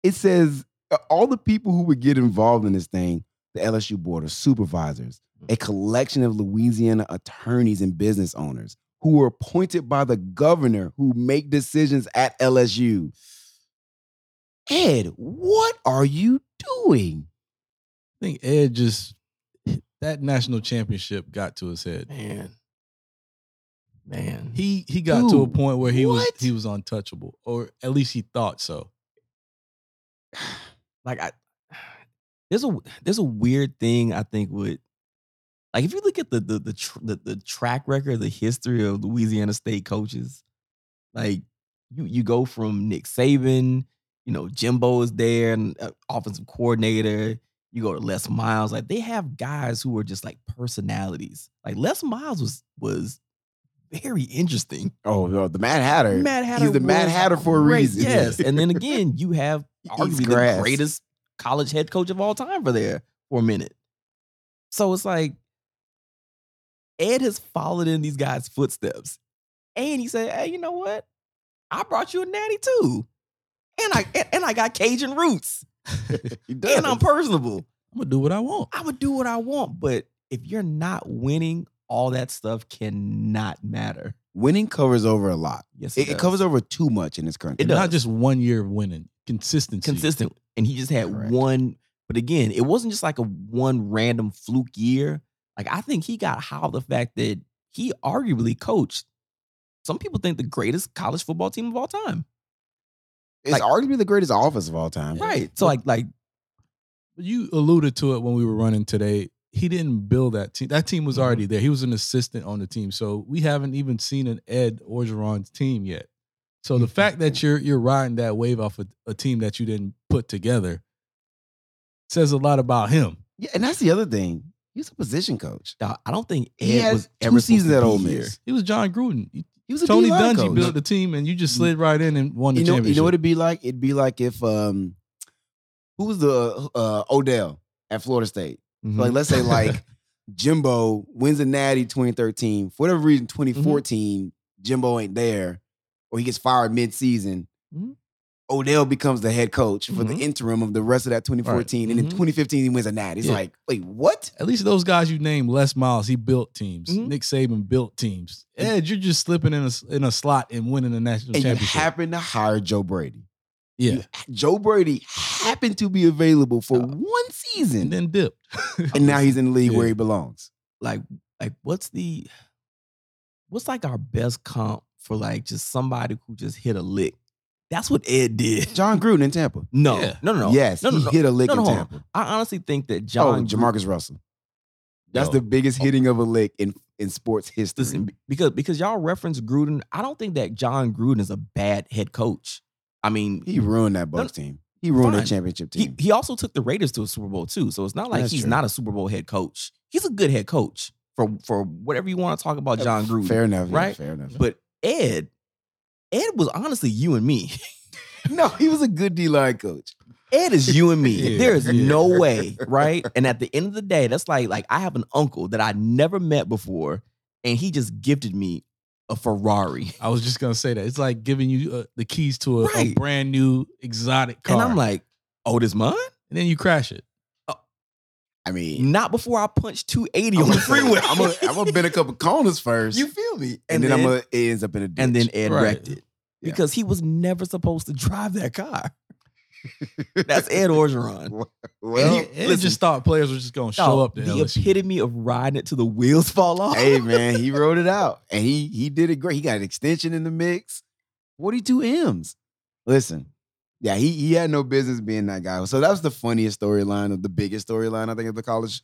S1: It says uh, all the people who would get involved in this thing the LSU Board of Supervisors, a collection of Louisiana attorneys and business owners who were appointed by the governor who make decisions at LSU. Ed, what are you doing?
S2: I think Ed just that national championship got to his head.
S3: Man. Man.
S2: He he got to a
S1: Dude,
S2: point where he
S1: what?
S2: was he was untouchable, or at least he thought so.
S3: like I there's a there's a weird thing I think with like if you look at the the the tr- the, the track record, the history of Louisiana State coaches, like you you go from Nick Saban, you know Jimbo is there, and uh, offensive coordinator. You go to Les Miles, like they have guys who are just like personalities. Like Les Miles was was very interesting.
S1: Oh, no, the Mad Hatter.
S3: Mad Hatter.
S1: He's the Mad
S3: was
S1: Hatter for a
S3: great,
S1: reason.
S3: Yes. And then again, you have
S1: Eats
S3: arguably
S1: grass.
S3: the greatest college head coach of all time for there for a minute. So it's like Ed has followed in these guys' footsteps. And he said, Hey, you know what? I brought you a natty too. And I and, and I got Cajun roots.
S1: He does.
S3: And I'm personable.
S2: I'm gonna do what I want.
S3: I'm gonna do what I want. But if you're not winning, all that stuff cannot matter.
S1: Winning covers over a lot.
S3: Yes,
S1: It, it
S3: does.
S1: covers over too much in this country.
S3: It does.
S2: Not just one year of winning, consistency.
S3: consistent. And he just had
S1: Correct.
S3: one, but again, it wasn't just like a one random fluke year. Like I think he got high of the fact that he arguably coached some people think the greatest college football team of all time.
S1: It's
S3: like-
S1: arguably the greatest office of all time.
S3: Right. So like like
S2: You alluded to it when we were running today. He didn't build that team. That team was
S1: Mm-hmm.
S2: already there. He was an assistant on the team. So we haven't even seen an Ed Orgeron's team yet. So
S1: Mm-hmm.
S2: the fact that you're you're riding that wave off of a team that you didn't put together says a lot about him.
S1: Yeah, and that's the other thing. He's a position coach.
S3: dawg, I don't think Ed
S1: He had
S3: was
S1: two
S3: ever
S1: seasons at Ole
S3: old
S1: Miss.
S2: He was John Gruden. He-
S1: He was a
S2: Tony
S1: D-line
S2: Dungy
S1: coach.
S2: built the team, and you just slid right in and won the
S1: Mm-hmm. you know,
S2: championship.
S1: you know what it'd be like? It'd be like if um, who was the uh, Odell at Florida State?
S2: Mm-hmm.
S1: So, Like, let's say
S3: Mm-hmm.
S1: like Jimbo wins a Natty 2013. For whatever reason,
S3: Mm-hmm.
S1: 2014 Jimbo ain't there, or he gets fired mid-season.
S3: Mhm.
S1: Odell becomes the head coach for the
S3: Mhm.
S1: interim of the rest of that 2014, and in
S3: Mhm.
S1: 2015 he wins a Natty. It's
S2: Yeah.
S1: like, wait, what?
S2: At least those guys you named, Les Miles, he built teams.
S1: Mm-hmm.
S3: Mhm.
S2: Nick Saban built teams. Ed, you're just slipping in a in a slot and winning a national
S1: And you
S2: championship.
S1: happen to hire Joe Brady.
S2: yeah,
S1: Joe Brady happened to be available for
S3: Uh,
S1: one season,
S2: and then dipped.
S1: and now he's in the league where
S2: Yeah.
S1: he belongs.
S3: like like what's the what's like our best comp for like just somebody who just hit a lick? That's what Ed did.
S1: John Gruden in Tampa.
S3: No,
S2: Yeah.
S3: no, no, no.
S1: Yes,
S3: no, no,
S1: he
S3: no.
S1: hit a lick
S3: No, no,
S1: in
S3: hold on.
S1: Tampa.
S3: I honestly think that John
S1: oh, Jamarcus Russell. That's
S2: Yo.
S1: the biggest hitting of a lick in, in sports history.
S3: Oh. Listen, be- because because y'all reference Gruden, I don't think that John Gruden is a bad head coach. I mean,
S1: he ruined that Bucks team. He ruined their
S3: fine.
S1: championship
S3: he,
S1: team.
S3: he also took the Raiders to a Super Bowl too, so it's not like
S1: That's
S3: he's
S1: true.
S3: not a Super Bowl head coach. He's a good head coach for for whatever you want to talk about John Gruden.
S1: fair enough, yeah,
S3: right?
S1: fair enough.
S3: But Ed, Ed was honestly you and me.
S1: no, he was a good D line coach.
S3: Ed is you and me.
S2: Yeah,
S3: there is
S2: yeah.
S3: no way, right? And at the end of the day, that's like like I have an uncle that I never met before, and he just gifted me a Ferrari.
S2: I was just gonna say that it's like giving you uh, the keys to a, a
S3: Right.
S2: brand new exotic car,
S3: And I'm like, oh, this mine?
S2: and then you crash it.
S1: I mean,
S3: Not before I punch 280
S1: I'm
S3: on the
S1: gonna-
S3: freeway.
S1: I'm gonna I'm gonna bend a couple corners first,
S3: you feel me?
S1: and, then, I'm gonna it ends up in a ditch.
S3: and then Ed
S2: Right.
S3: wrecked it
S1: Yeah.
S3: because he was never supposed to drive that car. That's Ed Orgeron.
S1: well,
S3: he-
S2: Ed
S3: listen.
S2: just thought players were just gonna show
S3: Dog,
S2: up to
S3: the
S2: LSU.
S3: epitome of riding it till the wheels fall off.
S1: hey man, he wrote it out, and he he did it great. He got an extension in the mix, forty two M's. Listen, yeah, he he had no business being that guy. So that was the funniest storyline of the biggest storyline I think of the college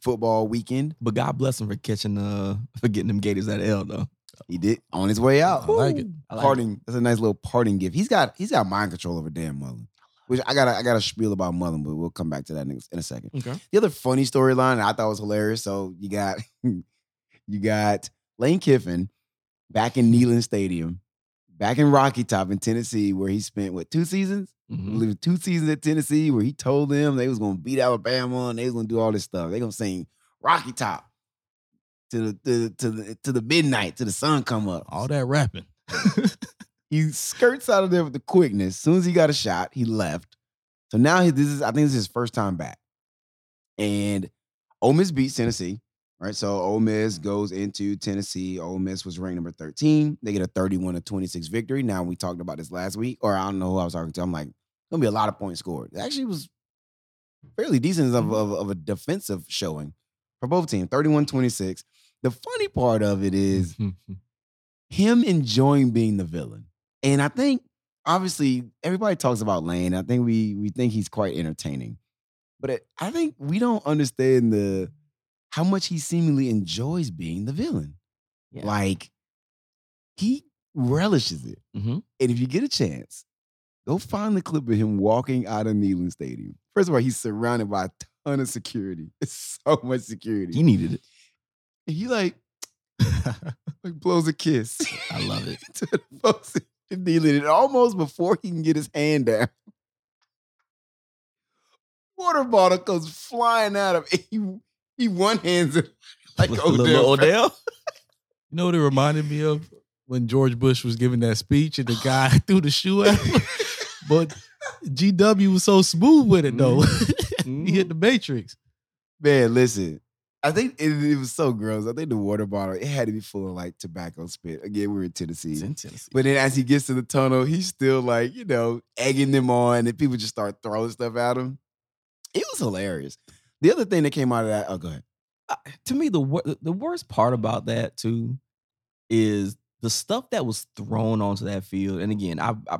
S1: football weekend.
S3: But God bless him for catching uh for getting them Gators at L though.
S1: He did on his way out.
S2: I like it.
S3: I like it.
S1: parting. That's a nice little parting gift. He's got he's got mind control over Dan Mullen. Which I got a, I got a spiel about Mullen, but we'll come back to that in a- in a second.
S3: Okay.
S1: The other funny storyline I thought was hilarious. So you got you got Lane Kiffin back in
S3: Mm-hmm.
S1: Neyland Stadium, back in Rocky Top in Tennessee, where he spent what two seasons? I
S3: Mhm.
S1: believe it, two seasons at Tennessee, where he told them they was gonna beat Alabama and they was gonna do all this stuff. They gonna sing Rocky Top to the to the to the, to the midnight, to the sun come up.
S2: All that rapping.
S1: He skirts out of there with the quickness. As soon as he got a shot, he left. So now he, this is, I think this is his first time back. And Ole Miss beats Tennessee, right? So Ole Miss goes into Tennessee. Ole Miss was ranked number 13. They get a 31 to 26 victory. Now, we talked about this last week, or I don't know who I was talking to. I'm like, going to be a lot of points scored. It actually was fairly decent of, of, of a defensive showing for both teams, 31 26. The funny part of it is him enjoying being the villain. And I think obviously everybody talks about Lane. I think we we think he's quite entertaining. But it, I think we don't understand the how much he seemingly enjoys being the villain.
S3: Yeah.
S1: Like he relishes it.
S3: Mhm.
S1: And if you get a chance, go find the clip of him walking out of Neyland Stadium. First of all, he's surrounded by a ton of security. It's so much security.
S3: He needed it.
S1: And he like, like blows a kiss.
S3: I love it.
S1: to the folks in Neyland, and almost before he can get his hand down. Water bottle comes flying out of he he one hands it like
S3: With the
S1: Odell.
S3: little Odell.
S2: You know what it reminded me of when George Bush was giving that speech and the guy threw the shoe at him. but GW was so smooth with it though.
S3: Mm-hmm.
S2: he hit the Matrix.
S1: Man, listen. I think it, it was so gross. I think the water bottle it had to be full of like tobacco spit. Again, we we're in Tennessee.
S3: He's in Tennessee.
S1: But then as he gets to the tunnel, he's still like, you know, egging them on, and people just start throwing stuff at him. It was hilarious. The other thing that came out of that, oh, go ahead.
S3: I- to me, the wor- the worst part about that too is the stuff that was thrown onto that field. And again, I, I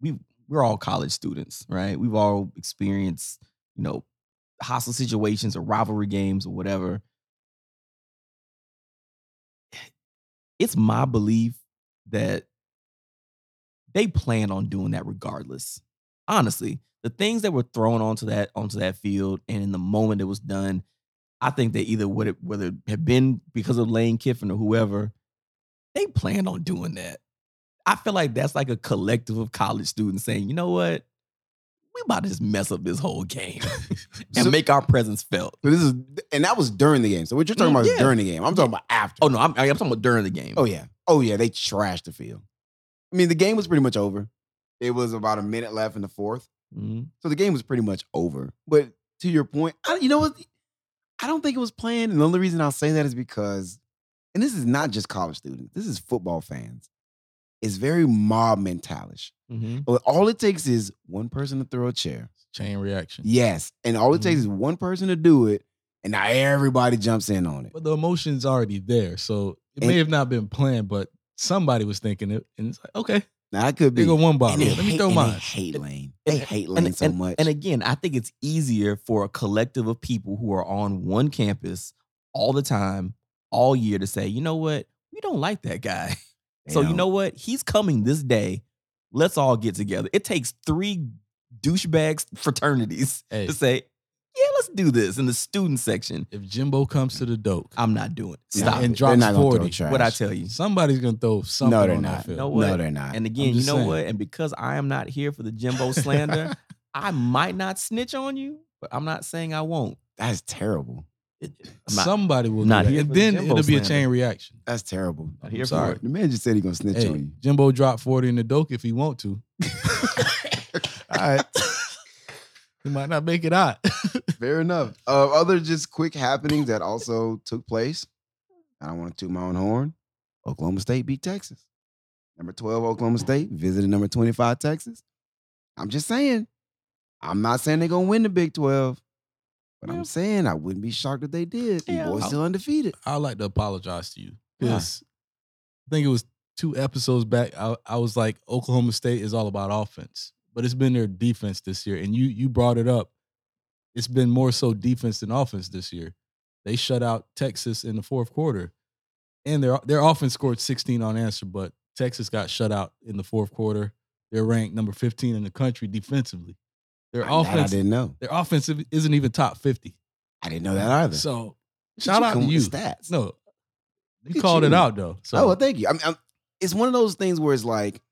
S3: we we're all college students, right? We've all experienced you know hostile situations or rivalry games or whatever. It's my belief that they plan on doing that regardless. Honestly, the things that were thrown onto that onto that field and in the moment it was done I think they either would have, whether it had been because of Lane Kiffin or whoever, they planned on doing that. I feel like that's like a collective of college students saying, you know what? We about to just mess up this whole game and
S1: So-
S3: make our presence felt.
S1: But this is, and that was during the game. So what you're talking about
S3: Mm-hmm. Yeah.
S1: is during the game. I'm talking about after.
S3: Oh no, I'm, I'm talking about during the game.
S1: Oh yeah. Oh yeah. They trashed the field. I mean, the game was pretty much over. It was about a minute left in the fourth,
S3: Mhm.
S1: so the game was pretty much over. But to your point, I, you know what? I don't think it was planned, and the only reason I'll say that is because, and this is not just college students. This is football fans. It's very mob mentalish.
S3: Mhm.
S1: All it takes is one person to throw a chair.
S2: Chain reaction.
S1: Yes. And all it
S3: Mm-hmm.
S1: takes is one person to do it, and now everybody jumps in on it.
S2: But the emotion's already there. So it
S1: And-
S2: may have not been planned, but somebody was thinking it. And it's like, okay,
S1: Now I could be.
S2: they go one
S1: And
S2: bottle.
S1: they
S2: Let me
S1: hate-
S2: throw
S1: and
S2: mine.
S1: They hate Lane. They
S3: And-
S1: hate Lane
S3: And,
S1: so
S3: and-
S1: much.
S3: and again, I think it's easier for a collective of people who are on one campus all the time, all year to say, you know what? We don't like that guy.
S1: They
S3: So you
S1: don't.
S3: know what? He's coming this day. Let's all get together. It takes three douchebags fraternities
S2: Hey,
S3: to say, "Yeah, let's do this." In the student section,
S2: if Jimbo comes to the dope
S3: I'm not doing it.
S1: No,
S3: Stop
S1: they-
S2: and
S1: they're
S3: it.
S2: drops
S1: not gonna throw
S2: 40.
S1: trash.
S3: What I tell you.
S2: somebody's gonna throw something
S1: No, they're
S2: on that
S1: not.
S2: field.
S3: No
S1: No,
S3: what?
S1: they're not.
S3: And again, you
S2: just
S3: know
S2: saying.
S3: what? And because I am not here for the Jimbo slander, I might not snitch on you, but I'm not saying I won't.
S1: That's terrible.
S3: I'm not-
S2: Somebody will
S3: not
S2: not do
S3: here
S2: that.
S3: for
S2: And
S3: the
S2: then
S3: Jimbo
S2: it'll be a
S3: slander.
S2: chain reaction.
S1: That's terrible.
S3: Not here for
S2: sorry.
S3: it.
S1: The man just said he's gonna snitch
S2: Hey,
S1: on
S2: Jimbo dropped 40 in the doke if he want to.
S1: you. All right.
S2: He might not make it out.
S1: Fair enough. Uh, other just quick happenings that also took place. I don't want to toot my own horn. Oklahoma State beat Texas. Number 12, Oklahoma State visited number 25, Texas. I'm just saying. I'm not saying they're going to win the Big 12, but
S3: Yeah.
S1: I'm saying I wouldn't be shocked if they did. The
S3: Yeah.
S1: boys still undefeated.
S2: I'd like to apologize to you.
S1: Why?
S2: Because I think it was two episodes back. I, I was like, Oklahoma State is all about offense, but it's been their defense this year. And you you brought it up. It's been more so defense than offense this year. They shut out Texas in the fourth quarter. And their their offense scored 16 on answer, but Texas got shut out in the fourth quarter. They're ranked number 15 in the country defensively. Their
S1: I- that I
S2: offense
S1: didn't know.
S2: their offense isn't even top 50.
S1: I didn't know that either.
S2: So
S1: Did
S2: shout
S1: you
S2: out
S1: come
S2: to
S1: with
S2: you.
S1: the Stats.
S2: No,
S1: Look
S2: you
S1: at
S2: called it
S1: you.
S2: out though. So
S1: Oh, well, thank you. I'm, I'm- it's one of those things where it's like,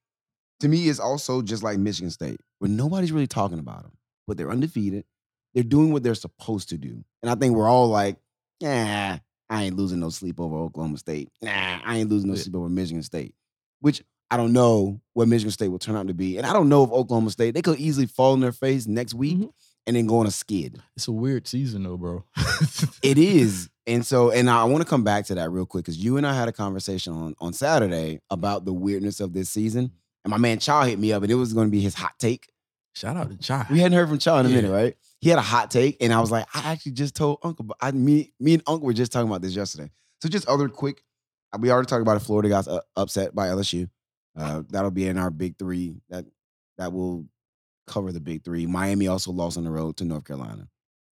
S1: to me, it's also just like Michigan State, where nobody's really talking about them, but they're undefeated. They're doing what they're supposed to do. And I think we're all like, nah, I ain't losing no sleep over Oklahoma State. Nah, I ain't losing no
S2: Yeah.
S1: sleep over Michigan State, which I don't
S2: Mm-hmm.
S1: know what Michigan State will turn out to be. And I don't know if Oklahoma State, they could easily fall in their face next week.
S3: Mhm.
S1: and then go on a skid.
S2: It's a weird season though, bro.
S1: It is. And so, and I want to come back to that real quick because you and I had a conversation on, on Saturday about the weirdness of this season. And my man Chow hit me up, and it was going to be his hot take.
S2: Shout out to Chai.
S1: We hadn't heard from Chow in a
S2: Yeah.
S1: minute, right? He had a hot take, and I was like, I actually just told Uncle, but I me me and Uncle were just talking about this yesterday. So just other quick, uh, we already talked about it. Florida got uh, upset by LSU. Uh, that'll be in our big three. That that will cover the big three. Miami also lost on the road to North Carolina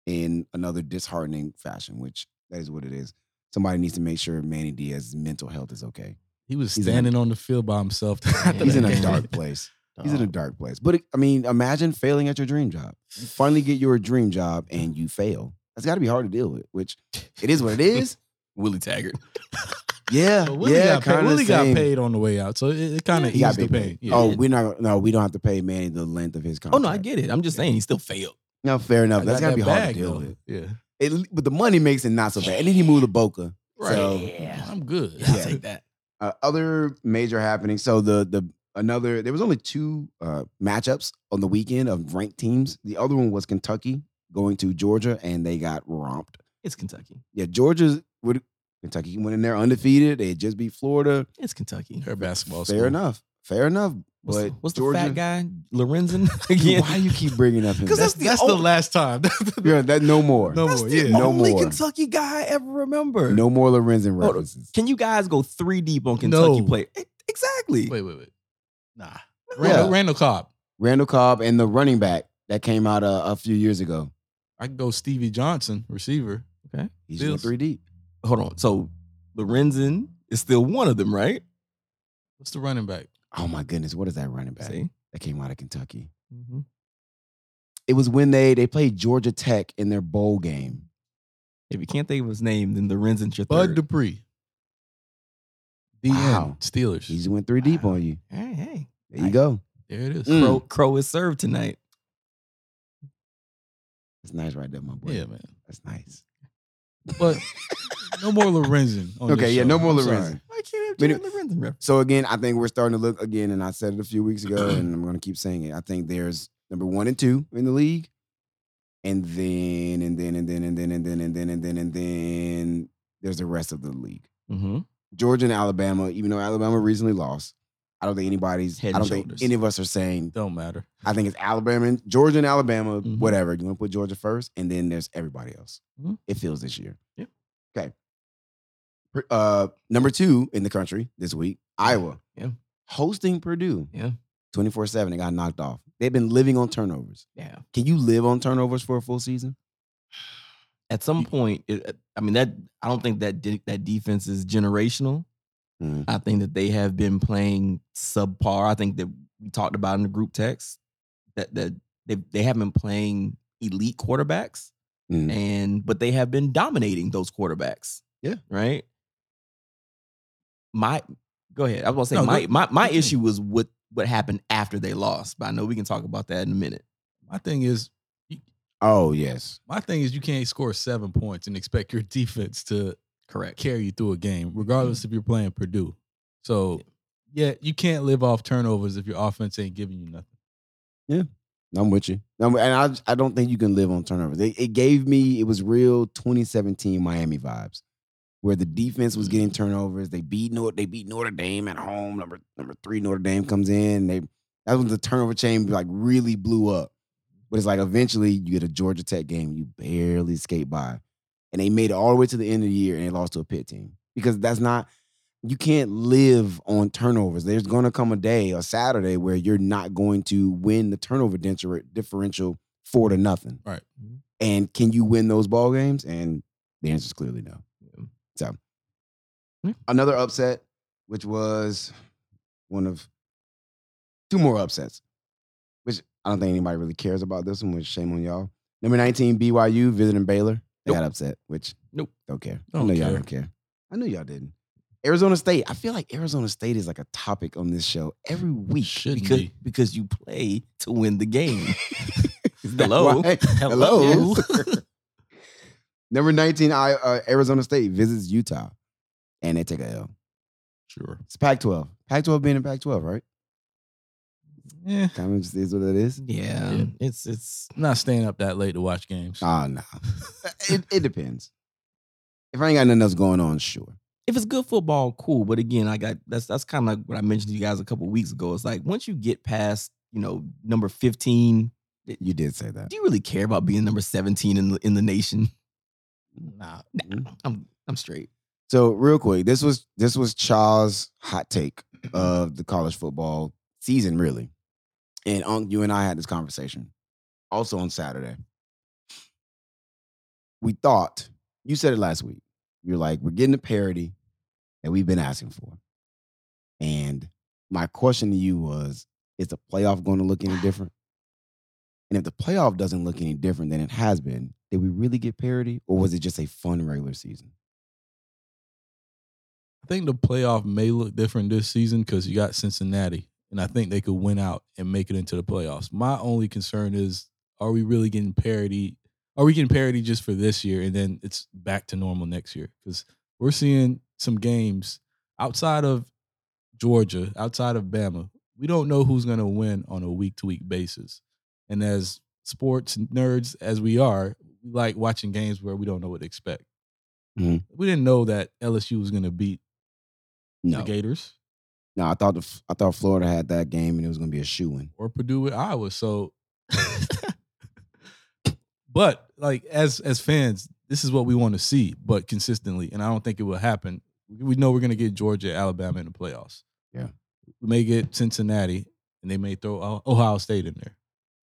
S1: in another disheartening fashion, which that is what it is. Somebody needs to make sure Manny Diaz's mental health is okay.
S2: he was
S1: He's in a-
S2: standing on the field by himself. after
S1: He's
S2: that
S1: in a
S2: game.
S1: dark place. He's in a dark place. But I mean, imagine failing at your dream job. You finally get your dream job and you fail. That's got to be hard to deal with. Which it is what it is.
S3: Willie Taggart.
S1: Yeah,
S2: But Willie,
S1: yeah.
S2: got, paid,
S1: kinda
S2: Willie got
S1: same.
S2: paid on the way out, so it, it kind of
S1: He got
S2: eased the
S1: big
S2: pain.
S1: paid.
S2: Yeah.
S1: Oh, we're not. No, we don't have to pay Manny the length of his
S3: Oh
S1: contract.
S3: no, I get it. I'm just saying he still failed.
S1: No, fair enough.
S2: I
S1: That's
S2: got
S1: got to be
S2: that
S1: hard
S2: bag,
S1: to deal
S2: though.
S1: with.
S2: Yeah,
S1: It, but the money makes it not so bad. And then he moved to Boca.
S3: Right.
S1: So-
S3: yeah.
S2: I'm good.
S3: I'll take that.
S1: uh, other major happening. So the the another there was only two uh, matchups on the weekend of ranked teams. The other one was Kentucky going to Georgia, and they got romped.
S3: It's Kentucky.
S1: Yeah, Georgia's would Kentucky went in there undefeated. They just beat Florida.
S3: It's Kentucky.
S2: Her basketball.
S1: Fair
S2: school.
S1: enough. Fair enough.
S3: What's,
S1: But
S3: the, what's
S1: Georgia,
S3: the fat guy? Lorenzen
S1: Dude,
S3: again.
S1: Why you keep bringing up him?
S3: Because that's,
S1: That's,
S3: the,
S2: That's the
S3: only,
S2: last time.
S1: yeah, that no more.
S2: No
S1: No,
S3: that's
S2: more,
S3: the
S2: yeah.
S1: No
S3: only
S1: more.
S3: Kentucky guy I ever remember.
S1: more Lorenzen
S3: on.
S1: references.
S3: Can you guys go three deep on Kentucky
S2: No.
S3: play? E- Exactly.
S2: wait, wait, wait. Nah,
S3: No.
S2: Randall, Randall Cobb.
S1: Randall Cobb and the running back that came out uh, a few years ago.
S2: I can go Stevie Johnson, receiver.
S1: He's went
S2: Bills.
S1: three deep.
S3: Hold on. So Lorenzen is still one of them, right?
S2: What's the running back?
S1: Oh my goodness, what is that running back
S3: See?
S1: that came out of Kentucky?
S3: Mm-hmm.
S1: it was when they they played Georgia Tech in their bowl game.
S3: If you can't think of his name, then Lorenzen's your
S2: Bud
S3: third.
S2: Dupree. DN
S1: Wow.
S2: Steelers.
S1: He just went three deep on you.
S3: hey, hey.
S1: There you go.
S2: there it is.
S1: Mm.
S3: Crow, Crow is served tonight.
S1: That's nice right there, my boy.
S2: Yeah, man.
S1: That's nice.
S2: But no more Lorenzen. on
S1: Okay,
S2: this
S1: yeah,
S2: show.
S1: no more
S2: I'm
S1: Lorenzen.
S2: sorry.
S3: I can't
S1: But
S3: have
S1: it-
S3: Jalen Lorenzen reference.
S1: So again, I think we're starting to look again, and I said it a few weeks ago, and I'm gonna keep saying it. I think there's number one and two in the league. And then and then and then and then and then and then and then and then there's the rest of the league.
S3: Mm-hmm.
S1: Georgia and Alabama, even though Alabama recently lost, I don't think anybody's
S3: Head
S1: I
S3: and
S1: don't think
S3: shoulders.
S1: any of us are saying
S2: Don't matter.
S1: I think it's Alabama, and Georgia, and Alabama.
S3: Mhm.
S1: Whatever you want to put Georgia first, and then there's everybody else.
S3: Mhm.
S1: It feels this year.
S3: Yeah.
S1: Okay. Pr- Uh, number two in the country this week, Iowa.
S3: Yeah.
S1: Hosting Purdue.
S3: Yeah.
S1: Twenty four seven. They got knocked off. They've been living on turnovers.
S3: Yeah.
S1: Can you live on turnovers for a full season?
S3: At some point, it, uh, I mean that I don't think that de- that defense is generational.
S1: Mhm.
S3: I think that they have been playing subpar. I think that we talked about in the group text that that they they have been playing elite quarterbacks,
S1: Mhm.
S3: and but they have been dominating those quarterbacks.
S1: Yeah.
S3: right. My go ahead. I was
S2: No,
S3: gonna say
S2: go-
S3: my my my
S2: ahead.
S3: issue was what what happened after they lost, but I know we can talk about that in a minute.
S2: My thing is,
S1: Oh yes.
S2: my thing is, you can't score seven points and expect your defense to
S3: Correct.
S2: carry you through a game,
S1: Mm.
S2: regardless if you're playing Purdue. So, yeah, you can't live off turnovers if your offense ain't giving you nothing.
S1: I'm with you. I'm- and I, I don't think you can live on turnovers. It, it gave me, it was real 2017 Miami vibes, where the defense was getting turnovers. They beat Notre, they beat Notre Dame at home. Number number three Notre Dame comes in. They that was the turnover chain like really blew up. But it's like eventually you get a Georgia Tech game, you barely skate by, and they made it all the way to the end of the year and they lost to a pit team because that's not. You can't live on turnovers. There's going to come a day, a Saturday, where you're not going to win the turnover differ- differential four to nothing.
S2: Right.
S1: And can you win those ball games? And the answer is clearly no.
S3: Yeah.
S1: So
S3: Yeah.
S1: another upset, which was one of two more upsets, which I don't think anybody really cares about this one. Which shame on y'all. Number 19, BYU visiting Baylor. They got upset, which
S3: Nope.
S1: don't care. I
S2: Don't
S1: know y'all
S2: care.
S1: don't care. I knew y'all didn't. Arizona State. I feel like Arizona State is like a topic on this show every week.
S2: Shouldn't
S3: because
S2: be.
S3: because you play to win the game.
S1: Is that
S3: Hello,
S1: why?
S3: hello.
S1: Number 19, I, uh, Arizona State visits Utah and they take a L.
S2: Sure.
S1: It's Pac 12. Pac 12 being in Pac 12, right?
S2: Eh, Yeah.
S1: Kind of just is what it is.
S3: Yeah,
S2: Yeah.
S3: it's it's
S2: Not staying up that late to watch games.
S1: Ah, no. it, it depends. If I ain't got nothing else going on, sure.
S3: if it's good football, cool. But again, I got that's that's kind of like what I mentioned to you guys a couple weeks ago. It's like once you get past you know number fifteen,
S1: You did say that.
S3: do you really care about being number seventeen in the, in the nation?
S2: Nah.
S3: Nah, I'm I'm straight.
S1: So real quick, this was this was Chaw's hot take of the college football season, really. And Unc, you and I had this conversation also on Saturday. We thought you said it last week. You're like, we're getting a parody that we've been asking for. And my question to you was, is the playoff going to look any different? And if the playoff doesn't look any different than it has been, did we really get parody, or was it just a fun regular season?
S2: I think the playoff may look different this season because you got Cincinnati, and I think they could win out and make it into the playoffs. My only concern is, are we really getting parity? Are we getting parity just for this year, and then it's back to normal next year? Because we're seeing some games outside of Georgia, outside of Bama. We don't know who's going to win on a week to week basis, and as sports nerds as we are, we like watching games where we don't know what to expect.
S1: Mhm.
S2: We didn't know that LSU was going to beat
S1: No,
S2: the Gators
S1: No, I thought the, I thought Florida had that game and it was going to be a shoe in.
S2: or Purdue with Iowa. So, but like as as fans, this is what we want to see, but consistently, and I don't think it will happen. We know we're going to get Georgia, Alabama in the playoffs.
S1: Yeah.
S2: we may get Cincinnati, and they may throw O- Ohio State in there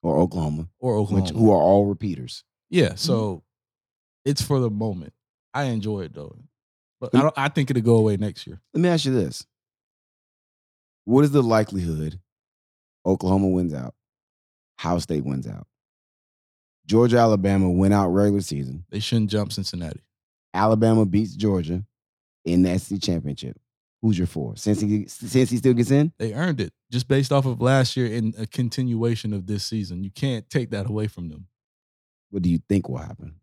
S1: or Oklahoma,
S2: or Oklahoma.
S1: which who are Mm-hmm. all repeaters.
S2: yeah, so it's for the moment. I enjoy it though, but I, don't, I think it'll go away next year.
S1: Let me ask you this: What is the likelihood Oklahoma wins out, Ohio State wins out, Georgia, Alabama win out regular season,
S2: They shouldn't jump Cincinnati.
S1: Alabama beats Georgia in the SEC championship? Who's your four? Since he since he still gets in,
S2: They earned it just based off of last year and a continuation of this season. You can't take that away from them.
S1: what do you think will happen?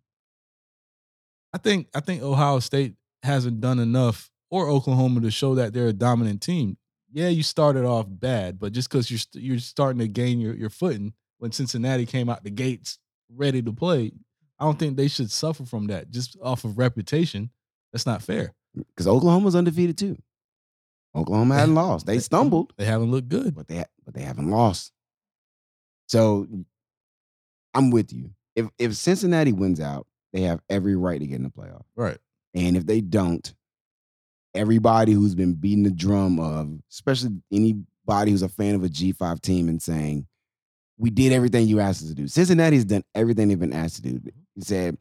S2: I think I think Ohio State hasn't done enough or Oklahoma to show that they're a dominant team. Yeah, you started off bad, but just because you're st- you're starting to gain your, your footing when Cincinnati came out the gates ready to play, I don't think they should suffer from that just off of reputation. That's not fair.
S1: Because Oklahoma's undefeated too. Oklahoma hadn't lost; they stumbled.
S2: They haven't looked good.
S1: but they but they haven't lost. So I'm with you. If if Cincinnati wins out, they have every right to get in the playoff.
S2: Right.
S1: And if they don't, everybody who's been beating the drum of, especially anybody who's a fan of a G5 team and saying, we did everything you asked us to do. Cincinnati's done everything they've been asked to do.
S2: Mm-hmm.
S1: He said,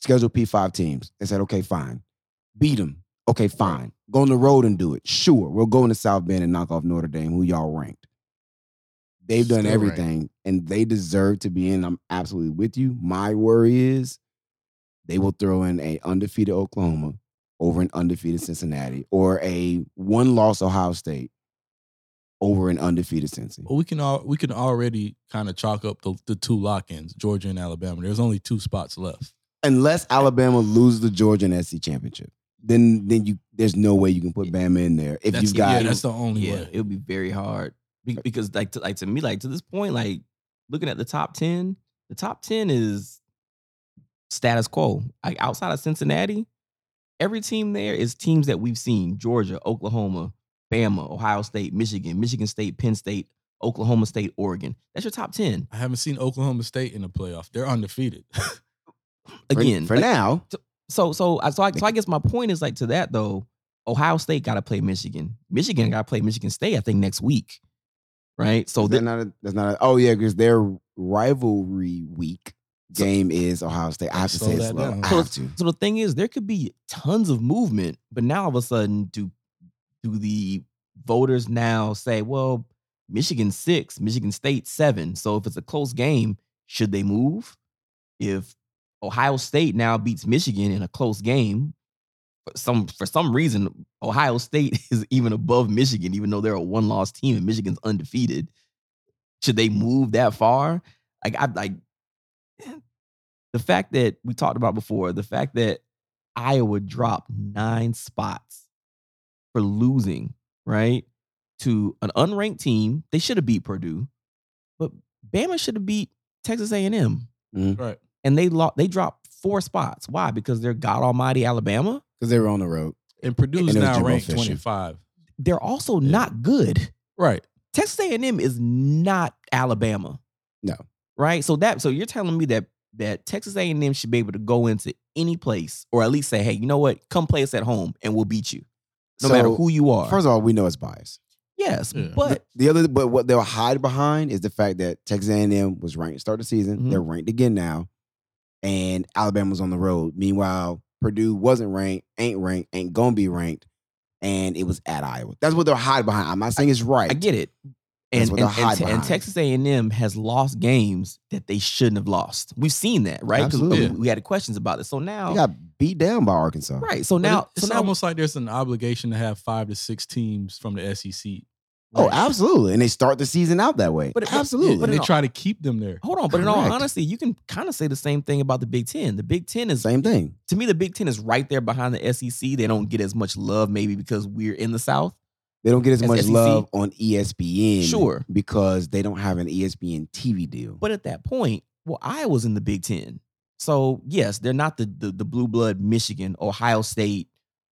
S1: schedule P5 teams. They said, okay, fine. Beat them. Okay, fine. Go on the road and do it. Sure. We'll go into South Bend and knock off Notre Dame, who y'all ranked. They've done
S2: Still ranked.
S1: everything and they deserve to be in. I'm absolutely with you. My worry is they will throw in a undefeated Oklahoma over an undefeated Cincinnati or a one loss Ohio State over an undefeated Cincinnati.
S2: Well, we can all we can already kind of chalk up the, the two lock-ins, Georgia and Alabama. There's only two spots left.
S1: Unless Alabama loses the Georgia and SC championship, then then you there's no way you can put Bama in there if
S3: That's-
S1: you've got
S2: yeah, that's the only
S3: yeah,
S2: way.
S3: it would be very hard Be- because like to, like to me, like to this point, like looking at the top ten, the top ten is status quo. Like outside of Cincinnati, every team there is teams that we've seen: Georgia, Oklahoma, Bama, Ohio State, Michigan, Michigan State, Penn State, Oklahoma State, Oregon. That's your top ten
S2: I haven't seen Oklahoma State in the playoff. They're undefeated.
S1: for-
S3: again.
S1: for,
S3: like,
S1: now.
S3: So so I so I, so I guess my point is like to that though. Ohio State got to play Michigan. Michigan got to play Michigan State. I think next week, right? So
S1: Is that
S3: then
S1: not a, that's not a, oh yeah because their rivalry week game is Ohio State. I have to
S2: Slow
S1: say it
S2: that
S1: slow.
S2: down.
S1: I have to.
S3: So the thing is, there could be tons of movement, but now all of a sudden, do do the voters now say, well, Michigan six, Michigan State seven? So if it's a close game, should they move? If Ohio State now beats Michigan in a close game, for some for some reason, Ohio State is even above Michigan, even though they're a one loss team and Michigan's undefeated. Should they move that far? Like I like the fact that we talked about before, the fact that Iowa dropped nine spots for losing, right? To an unranked team. They should have beat Purdue. But Bama should have beat Texas A&M,
S2: Right.
S3: and they lost. They dropped four spots. Why? Because they're God Almighty Alabama.
S1: because they were on the road.
S2: And Purdue's
S1: And it was
S2: now
S1: Jimbo
S2: ranked
S1: Fisher.
S2: 25.
S3: They're also
S2: Yeah.
S3: not good.
S2: Right.
S3: Texas A&M is not Alabama.
S1: No.
S3: Right? So that so you're telling me that that Texas A&M should be able to go into any place or at least say, "Hey, you know what? Come play us at home and we'll beat you." No
S1: So,
S3: matter who you are.
S1: First of all, we know it's bias.
S3: yes,
S2: Yeah.
S3: but
S1: The other, but what they'll hide behind is the fact that Texas A&M was ranked to start the season.
S3: Mhm.
S1: They're ranked again now, and Alabama's on the road. Meanwhile, Purdue wasn't ranked, ain't ranked, ain't gonna be ranked, and it was at Iowa. That's what they'll hide behind. I'm not saying it's right.
S3: I get it. And,
S1: That's what
S3: and,
S1: they'll hide
S3: and, and
S1: behind.
S3: Texas A&M has lost games that they shouldn't have lost. We've seen that, right? 'Cause
S1: Absolutely.
S3: we, we had questions about this. So now,
S1: They got beat down by Arkansas.
S3: right? So
S2: But
S3: now,
S2: it- it's
S3: so now,
S2: almost like there's an obligation to have five to six teams from the E SEC.
S1: Oh,
S2: ranked.
S1: absolutely. And they start the season out that way.
S3: But it- but-
S1: absolutely.
S3: but
S2: And
S3: it-
S2: they try to keep them there.
S3: hold on. But in all
S1: Correct.
S3: honesty, you can kind of say the same thing about the Big Ten. The Big Ten is
S1: Same thing.
S3: to me, the Big Ten is right there behind the SEC. They don't get as much love, maybe because we're in the South.
S1: They don't get as
S3: As
S1: much
S3: SEC?
S1: love on E ESPN,
S3: Sure.
S1: because they don't have an E ESPN TV deal.
S3: But at that point, well, Iowa's in the Big Ten. So yes, they're not the the, the blue blood Michigan, Ohio State,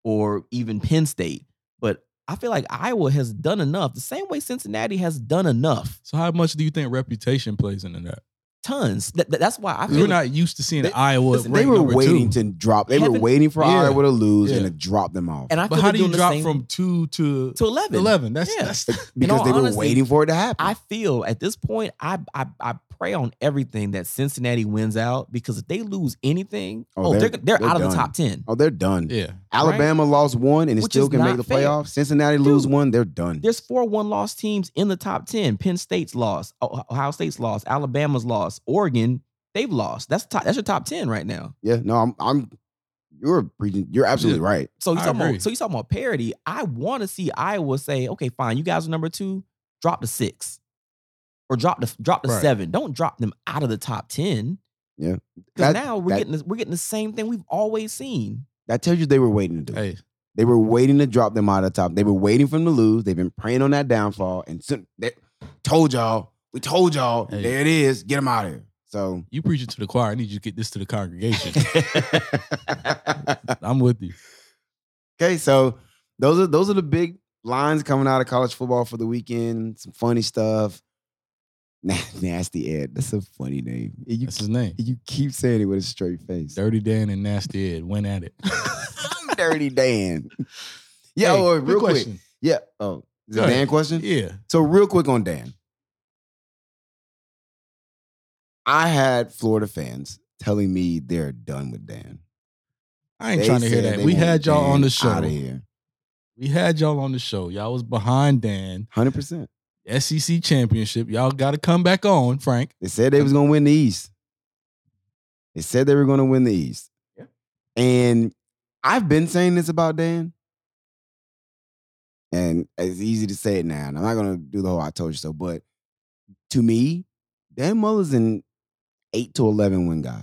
S3: or even Penn State. But I feel like Iowa has done enough. The same way Cincinnati has done enough.
S2: So how much do you think reputation plays into that?
S3: Tons. That, that- that's why I
S2: 'Cause
S3: feel
S2: We're
S3: like-
S2: not used to seeing
S1: They-
S2: Iowa.
S1: Listen, they
S2: ranked
S1: were
S2: number
S1: waiting
S2: two.
S1: to drop. They were
S3: Haven't-
S1: waiting for
S2: Yeah.
S1: Iowa to lose and
S2: Yeah.
S1: to drop them off.
S3: and I feel
S2: But how
S3: they're
S2: do you
S3: doing the
S2: drop
S3: same
S2: from two to,
S3: to eleven?
S2: eleven? That's
S3: Yeah.
S2: that's
S1: because
S3: all
S1: they were
S3: honesty,
S1: waiting for it to happen.
S3: I feel at this point, I, I I pray on everything that Cincinnati wins out because if they lose anything,
S1: Oh,
S3: oh, they're
S1: they're-
S3: they're,
S1: they're
S3: out of the
S1: done.
S3: top ten.
S1: oh, they're done.
S2: yeah.
S1: Alabama lost one and it
S3: Which
S1: still
S3: is
S1: can make
S3: not
S1: the
S3: fair.
S1: playoffs. Cincinnati lose
S3: Dude.
S1: one, they're done.
S3: There's four one loss teams in the top ten. Penn State's lost, Oh- Ohio State's lost, Alabama's lost, Oregon they've lost. That's top, that's your top ten right now.
S1: yeah, no, I'm. I'm you're preaching. You're absolutely right.
S3: So you
S2: I
S3: talking
S2: agree.
S3: about so you talking about parity? I want to see Iowa say, okay, fine, you guys are number two, drop to six, or drop the drop to
S2: Right.
S3: seven. Don't drop them out of the top ten.
S1: Yeah.
S3: because
S1: That-
S3: now we're
S1: that-
S3: getting this, we're getting the same thing we've always seen.
S1: That tells you they were waiting to do. it.
S2: Hey,
S1: They were waiting to drop them out of the top. They were waiting for them to lose. They've been praying on that downfall. And soon, they told y'all, we told y'all,
S2: Hey.
S1: there it is. Get them out of here. So
S2: you preaching to the choir. I need you to get this to the congregation. I'm with you.
S1: Okay, so those are those are the big lines coming out of college football for the weekend. Some funny stuff. Nah, nasty Ed. That's a funny name. You,
S2: That's his name.
S1: you keep saying it with a straight face.
S2: Dirty Dan and Nasty Ed went at it.
S1: I'm Dirty Dan. Yeah,
S2: Hey,
S1: oh,
S2: quick
S1: real quick.
S2: question.
S1: Yeah. Oh, is it
S2: Go
S1: a
S2: ahead.
S1: Dan question?
S2: Yeah.
S1: So real quick on Dan. I had Florida fans telling me they're done with Dan.
S2: I ain't
S1: They
S2: trying to hear
S1: said
S2: that.
S1: they
S2: We
S1: want
S2: had y'all on
S1: Dan
S2: the show.
S1: Out of here,
S2: We had y'all on the show. Y'all was behind Dan.
S1: hundred percent.
S2: SEC championship. Y'all got to come back on, Frank.
S1: They said they was gonna win the East. They said they were gonna win the East. And I've been saying this about Dan. And it's easy to say it now. And I'm not gonna do the whole I told you so, but to me, Dan Muller's an eight to eleven win guy.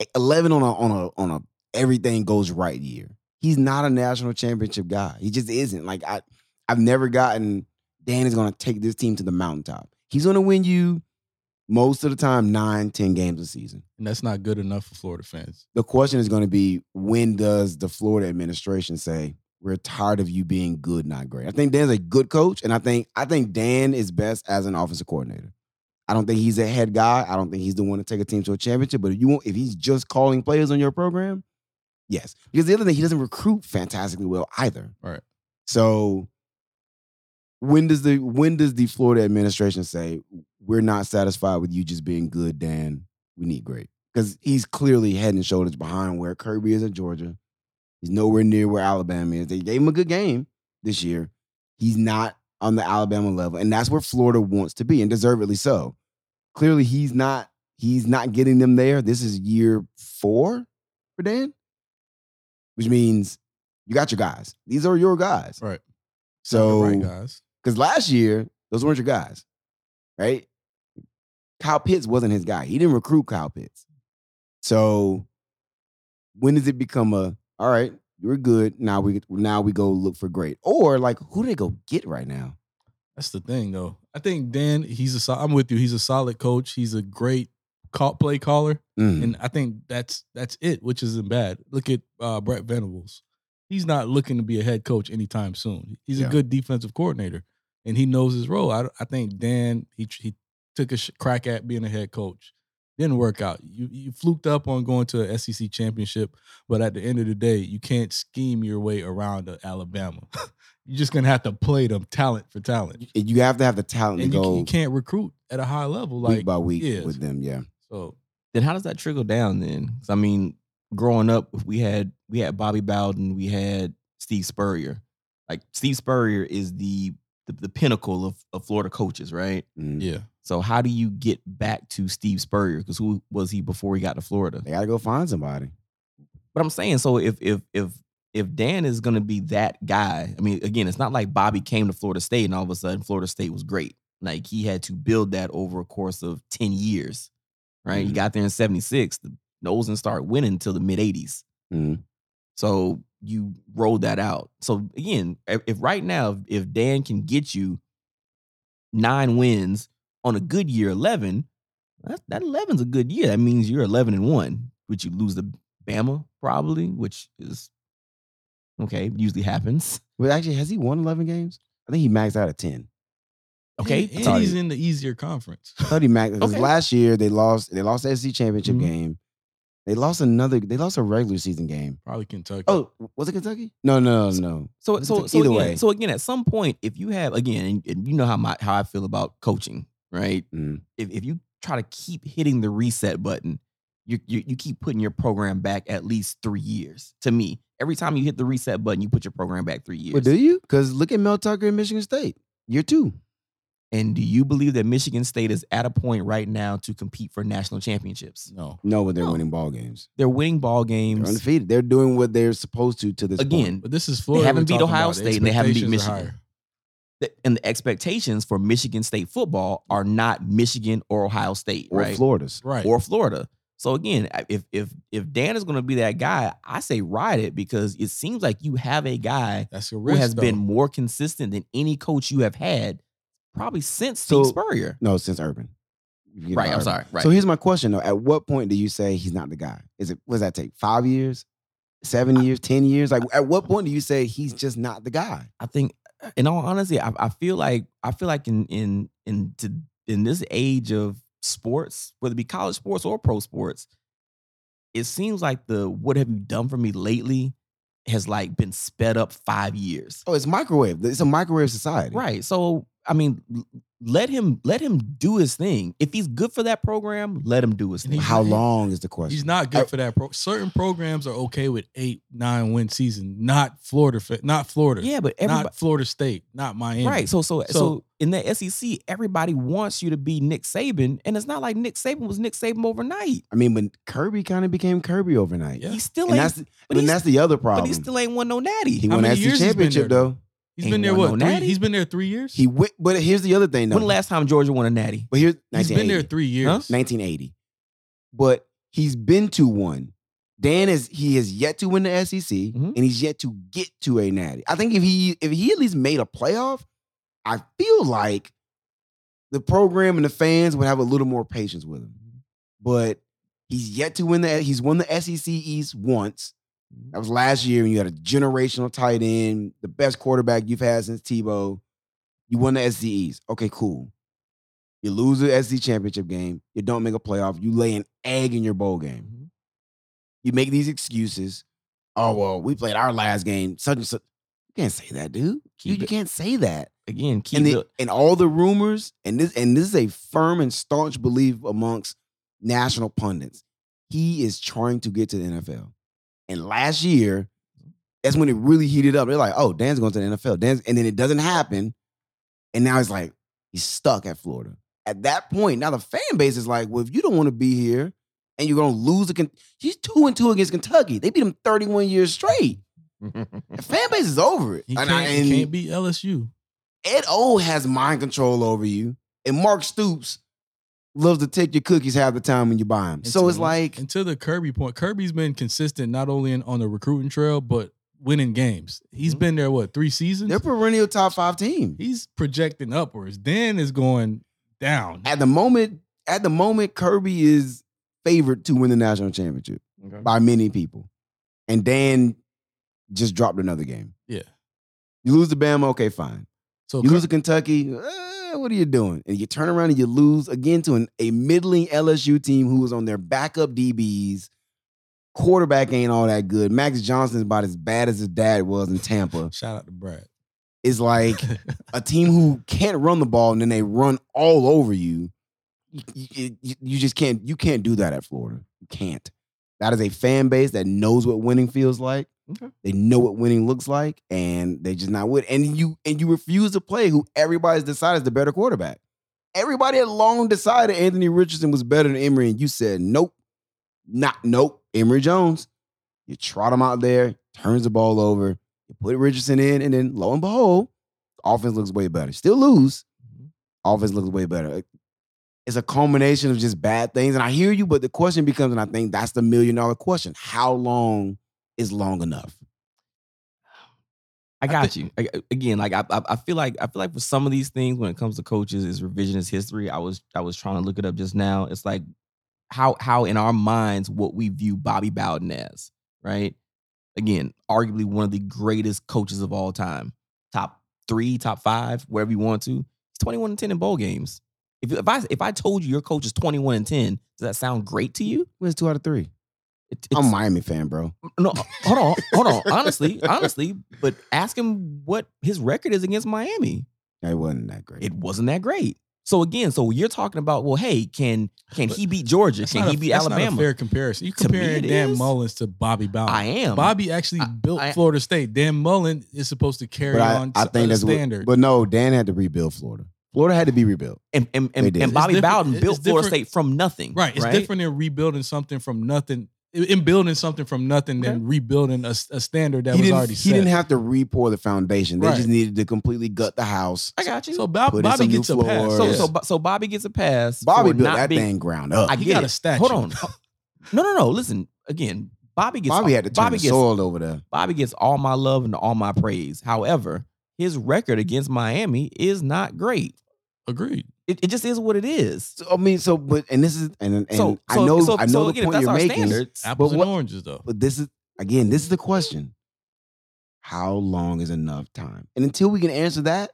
S1: E, Eleven on a on a on a everything goes right year. He's not a national championship guy. He just isn't. Like I I've never gotten Dan is gonna take this team to the mountaintop. He's gonna win you most of the time nine, ten games a season.
S2: And that's not good enough for Florida fans.
S1: The question is going to be when does the Florida administration say we're tired of you being good, not great? I think Dan's a good coach, and I think I think Dan is best as an offensive coordinator. I don't think he's a head guy. I don't think he's the one to take a team to a championship. But if you want, if he's just calling players on your program, yes. Because the other thing, he doesn't recruit fantastically well either.
S2: Right.
S1: So when does the when does the Florida administration say we're not satisfied with you just being good, Dan? We need great because he's clearly head and shoulders behind where Kirby is at Georgia. He's nowhere near where Alabama is. They gave him a good game this year. He's not on the Alabama level, and that's where Florida wants to be, and deservedly so. Clearly, he's not. He's not getting them there. This is year four for Dan, which means you got your guys. These are your guys.
S2: Right.
S1: So
S2: right, guys.
S1: because last year, those weren't your guys, right? Kyle Pitts wasn't his guy. He didn't recruit Kyle Pitts. So when does it become a all right, you're good. Now we now we go look for great. Or like who do they go get right now?
S2: That's the thing, though. I think Dan, he's a. sol- I'm with you. He's a solid coach. He's a great call, play caller,
S1: Mm.
S2: and I think that's that's it, which isn't bad. Look at uh, Brett Venables. He's not looking to be a head coach anytime soon. He's
S1: Yeah.
S2: a good defensive coordinator, and he knows his role. I, I think Dan, he he took a sh- crack at being a head coach. Didn't work out. You you fluked up on going to a SEC championship, but at the end of the day, you can't scheme your way around a Alabama. You're just gonna have to play them talent for talent
S1: And you have to have the talent
S2: and
S1: to
S2: you,
S1: go
S2: ca- you can't recruit at a high level
S1: week
S2: like
S1: by week
S2: yeah.
S1: with them. Yeah.
S2: so
S3: then how does that trickle down then? 'Cause, I mean, growing up, we had we had Bobby Bowden, we had Steve Spurrier. Like Steve Spurrier is the the, the pinnacle of, of Florida coaches, right?
S1: Mm.
S2: yeah
S3: So how do you get back to Steve Spurrier? Because who was he before he got to Florida?
S1: They got to go find somebody.
S3: But I'm saying, so if if if if Dan is gonna be that guy, I mean, again, it's not like Bobby came to Florida State and all of a sudden Florida State was great. Like he had to build that over a course of 10 years, right? He
S1: Mhm.
S3: got there in 76. The Knowles didn't start winning until the mid 80s.
S1: Mhm.
S3: So you rolled that out. So again, if, if right now, if, if Dan can get you nine wins on a good year, 11, that, that 11's a good year. That means you're 11 and one, which you lose the Bama probably, which is okay, usually happens.
S1: Well, actually, has he won 11 games? I think he maxed out at 10.
S3: Okay.
S2: and, and
S3: sorry.
S2: he's in the easier conference
S1: I thought he maxed because
S3: Okay.
S1: last year they lost. They lost the SEC championship
S3: Mhm.
S1: game. They lost another. They lost a regular season game.
S2: probably Kentucky
S1: Oh, was it Kentucky? No, no, no.
S3: So
S1: It's
S3: so
S1: like
S3: so
S1: either
S3: again,
S1: way.
S3: so again, at some point, if you have again, and, and you know how my how I feel about coaching, right?
S1: Mm.
S3: If if you try to keep hitting the reset button, you, you you keep putting your program back at least three years. To me, every time you hit the reset button, you put your program back three years.
S1: But do you? Because look at Mel Tucker in Michigan State, year two.
S3: and do you believe that Michigan State is at a point right now to compete for national championships?
S2: no
S1: No, but they're
S3: No.
S1: winning ball games.
S3: They're winning ball
S1: Mm. They're
S3: games
S1: undefeated. They're doing what they're supposed to to this point.
S3: again.
S2: but this is Florida
S3: haven't
S2: we're
S3: beat
S2: talking
S3: Ohio
S2: about. The
S3: State and they haven't beat
S2: expectations are
S3: Michigan.
S2: higher.
S3: th- and the expectations for Michigan State football are not Michigan or Ohio State,
S1: or
S3: right?
S1: Florida's.
S2: right
S3: Or Florida. So again, I- if if if Dan is going to be that guy, I say ride it because it seems like you have a guy
S2: that's a
S3: who
S2: risk
S3: has been
S2: though.
S3: more consistent than any coach you have had probably since
S1: So-
S3: Steve Spurrier.
S1: No, since Urban. You know,
S3: Right, I'm
S1: Urban.
S3: sorry. Right.
S1: So here's my question though: At what point do you say he's not the guy? Is it what does that take? Five years, seven years, ten years? Like, at what point do you say he's just not the guy?
S3: I think, in all honesty, I, I feel like I feel like in in in to, in this age of sports, whether it be college sports or pro sports, it seems like the "What have you done for me lately?" has like been sped up five years.
S1: Oh, it's microwave. It's a microwave society.
S3: Right. So I mean, l- let him let him do his thing. If he's good for that program, let him do his
S2: And
S3: thing.
S1: How
S2: He's-
S1: long is the question?
S2: he's not good for that pro certain programs are okay with eight nine win season not Florida fa- not Florida
S3: yeah, but everybody
S2: not Florida State not Miami
S3: right. So, so so
S2: So-
S3: in the SEC, everybody wants you to be Nick Saban, and it's not like Nick Saban was Nick Saban overnight.
S1: I mean, when Kirby kind of became Kirby overnight,
S2: Yeah.
S3: He still
S1: and
S3: ain't.
S1: that's the,
S3: but,
S1: and
S3: he's-
S1: that's the other
S3: but
S1: problem.
S3: he still ain't won no
S1: he
S3: natty.
S2: How
S1: won
S2: many
S1: SC
S2: years he's been
S1: championship
S2: there?
S1: though.
S2: he's
S3: Ain't
S2: been there
S3: won
S2: what
S3: no
S2: three,
S3: natty.
S2: he's been there three years
S1: He went, but here's the other thing though.
S3: When the last time Georgia won a natty?
S1: but here's
S2: he's been
S1: 1980.
S2: there three years
S1: 1980. But he's been to one. Dan is he has yet to win the SEC
S3: Mhm.
S2: Mm-hmm.
S1: and he's yet to get to a natty. I think if he if he at least made a playoff, I feel like the program and the fans would have a little more patience with
S2: Mm-hmm.
S1: him. But he's yet to win the E, he's won the SEC East once. That was last year when you had a generational tight end, the best quarterback you've had since Tebow. You won the SEC East. Okay, cool. You lose the SEC championship game. You don't make a playoff. You lay an egg in your bowl game.
S2: Mm-hmm.
S1: You make these excuses. Oh well, we played our last game. Such and such. You can't say that, dude. You,
S3: Keep
S1: you
S3: it-
S1: can't say that.
S3: Again, keep
S1: And, the-
S3: the-
S1: and all the rumors and this and this is a firm and staunch belief amongst national pundits. He is trying to get to the NFL. And last year, that's when it really heated up. They're like, "Oh, Dan's going to the NFL." Dan's, and then it doesn't happen. And now it's like he's stuck at Florida. At that point, now the fan base is like, "Well, if you don't want to be here, and you're going to lose, again, he's two and two against Kentucky. They beat him 31 years straight. The fan base is over it.
S2: he
S1: And
S2: can't,
S1: I-
S2: he
S1: and-
S2: can't beat LSU
S1: Ed O has mind control over you, and Mark Stoops loves to take your cookies half the time when you buy them. So
S2: Until-
S1: it's like,
S2: until the Kirby point. Kirby's been consistent not only in, on the recruiting trail but winning games. He's
S3: Mm-hmm.
S1: Mhm.
S2: been there what three seasons?
S1: They're perennial top five team.
S2: He's projecting upwards. Dan is going down.
S1: At the moment, at the moment, Kirby is favored to win the national championship
S3: Okay.
S1: by many people, and Dan just dropped another game.
S2: Yeah.
S1: You lose to Bama, okay, fine.
S2: So
S1: You
S2: Kir-
S1: lose to Kentucky, eh, what are you doing? And you turn around and you lose again to an, a middling LSU team who was on their backup DBs. Quarterback ain't all that good. Max Johnson's about as bad as his dad was in Tampa.
S2: shout out to Brad.
S1: It's like a team who can't run the ball and then they run all over you. You, you- you- you just can't. You can't do that at Florida. You can't. That is a fan base that knows what winning feels like.
S3: Okay.
S1: They know what winning looks like, and they just not with. And you and you refuse to play who everybody's decided is the better quarterback. Everybody had long decided Anthony Richardson was better than Emory, and you said nope, not nope. Emory Jones. You trot him out there, turns the ball over. You put Richardson in, and then lo and behold, offense looks way better. Still lose. Offense looks way better. Like, It's a culmination of just bad things. And I hear you, but the question becomes, and I think that's the million dollar question how long is long enough?
S3: I got you. I, again, like I, I, I feel like I feel like for some of these things, when it comes to coaches, is revisionist history. I was I was trying to look it up just now. It's like how how in our minds what we view Bobby Bowden as, right? Again, arguably one of the greatest coaches of all time, top three, top five, wherever you want to. He's twenty one and ten in bowl games. If, if I if I told you your coach is twenty one and ten, does that sound great to you?
S1: Wins two out of three.
S3: It-
S1: I'm a
S3: it's-
S1: Miami fan, bro.
S3: no, hold on, hold on. Honestly, honestly, but ask him what his record is against Miami.
S1: It wasn't that great.
S3: It wasn't that great. So again, so you're talking about, well, hey, can can he beat Georgia?
S2: That's
S3: Can
S2: not
S3: he
S2: a-
S3: beat
S2: that's
S3: Alabama?
S2: Not a fair comparison. You
S3: To me,
S2: comparing
S3: it
S2: Dan
S3: is.
S2: Mullins to Bobby Bowden.
S3: I am.
S2: Bobby actually
S3: I-
S2: built
S3: I-
S2: Florida State. Dan Mullen is supposed to carry
S1: but I,
S2: on.
S1: I
S2: to
S1: think
S2: a
S1: that's
S2: standard.
S1: what. But no, Dan had to rebuild Florida. Florida had to be rebuilt.
S3: and and,
S1: They
S3: and,
S1: did.
S3: and Bobby
S2: It's different-
S3: Bowden
S2: it's
S3: built Florida
S2: different-
S3: State from nothing.
S2: right, it's different in rebuilding something from nothing, in- in building something from nothing, than rebuilding a, s- a standard that
S1: he
S2: was
S1: didn't,
S2: already
S1: he
S2: set.
S1: didn't have to re-pour the foundation. They
S2: Right.
S1: just needed to completely gut the house.
S3: I got you.
S2: so
S3: So
S2: Bob,
S1: put in
S2: Bobby
S1: some new
S2: gets a pass.
S1: floors.
S3: so,
S2: Yeah.
S3: so, Bo- so Bobby gets a pass.
S1: Bobby
S3: for
S1: built
S3: not
S1: that
S3: being-
S1: thing ground up.
S3: I
S2: He
S3: get
S2: got
S3: it.
S2: a statue.
S3: Hold on. No, no, no. Listen, again, Bobby gets
S1: Bobby had to turn
S3: Bobby
S1: the
S3: gets
S1: soil over there.
S3: Bobby gets all my love and all my praise. However, his record against Miami is not great.
S2: Agreed.
S3: It, it just is what it is.
S1: So, I mean, so but and this is and and
S3: So,
S1: I
S3: so-
S1: know
S3: so-
S1: I know
S3: so
S1: the
S3: again, if
S1: point
S3: that's
S1: you're
S3: our
S1: making.
S3: standards-
S2: Apples
S1: what-
S2: and oranges, though.
S1: But this is again, this is the question. How long is enough time? And until we can answer that,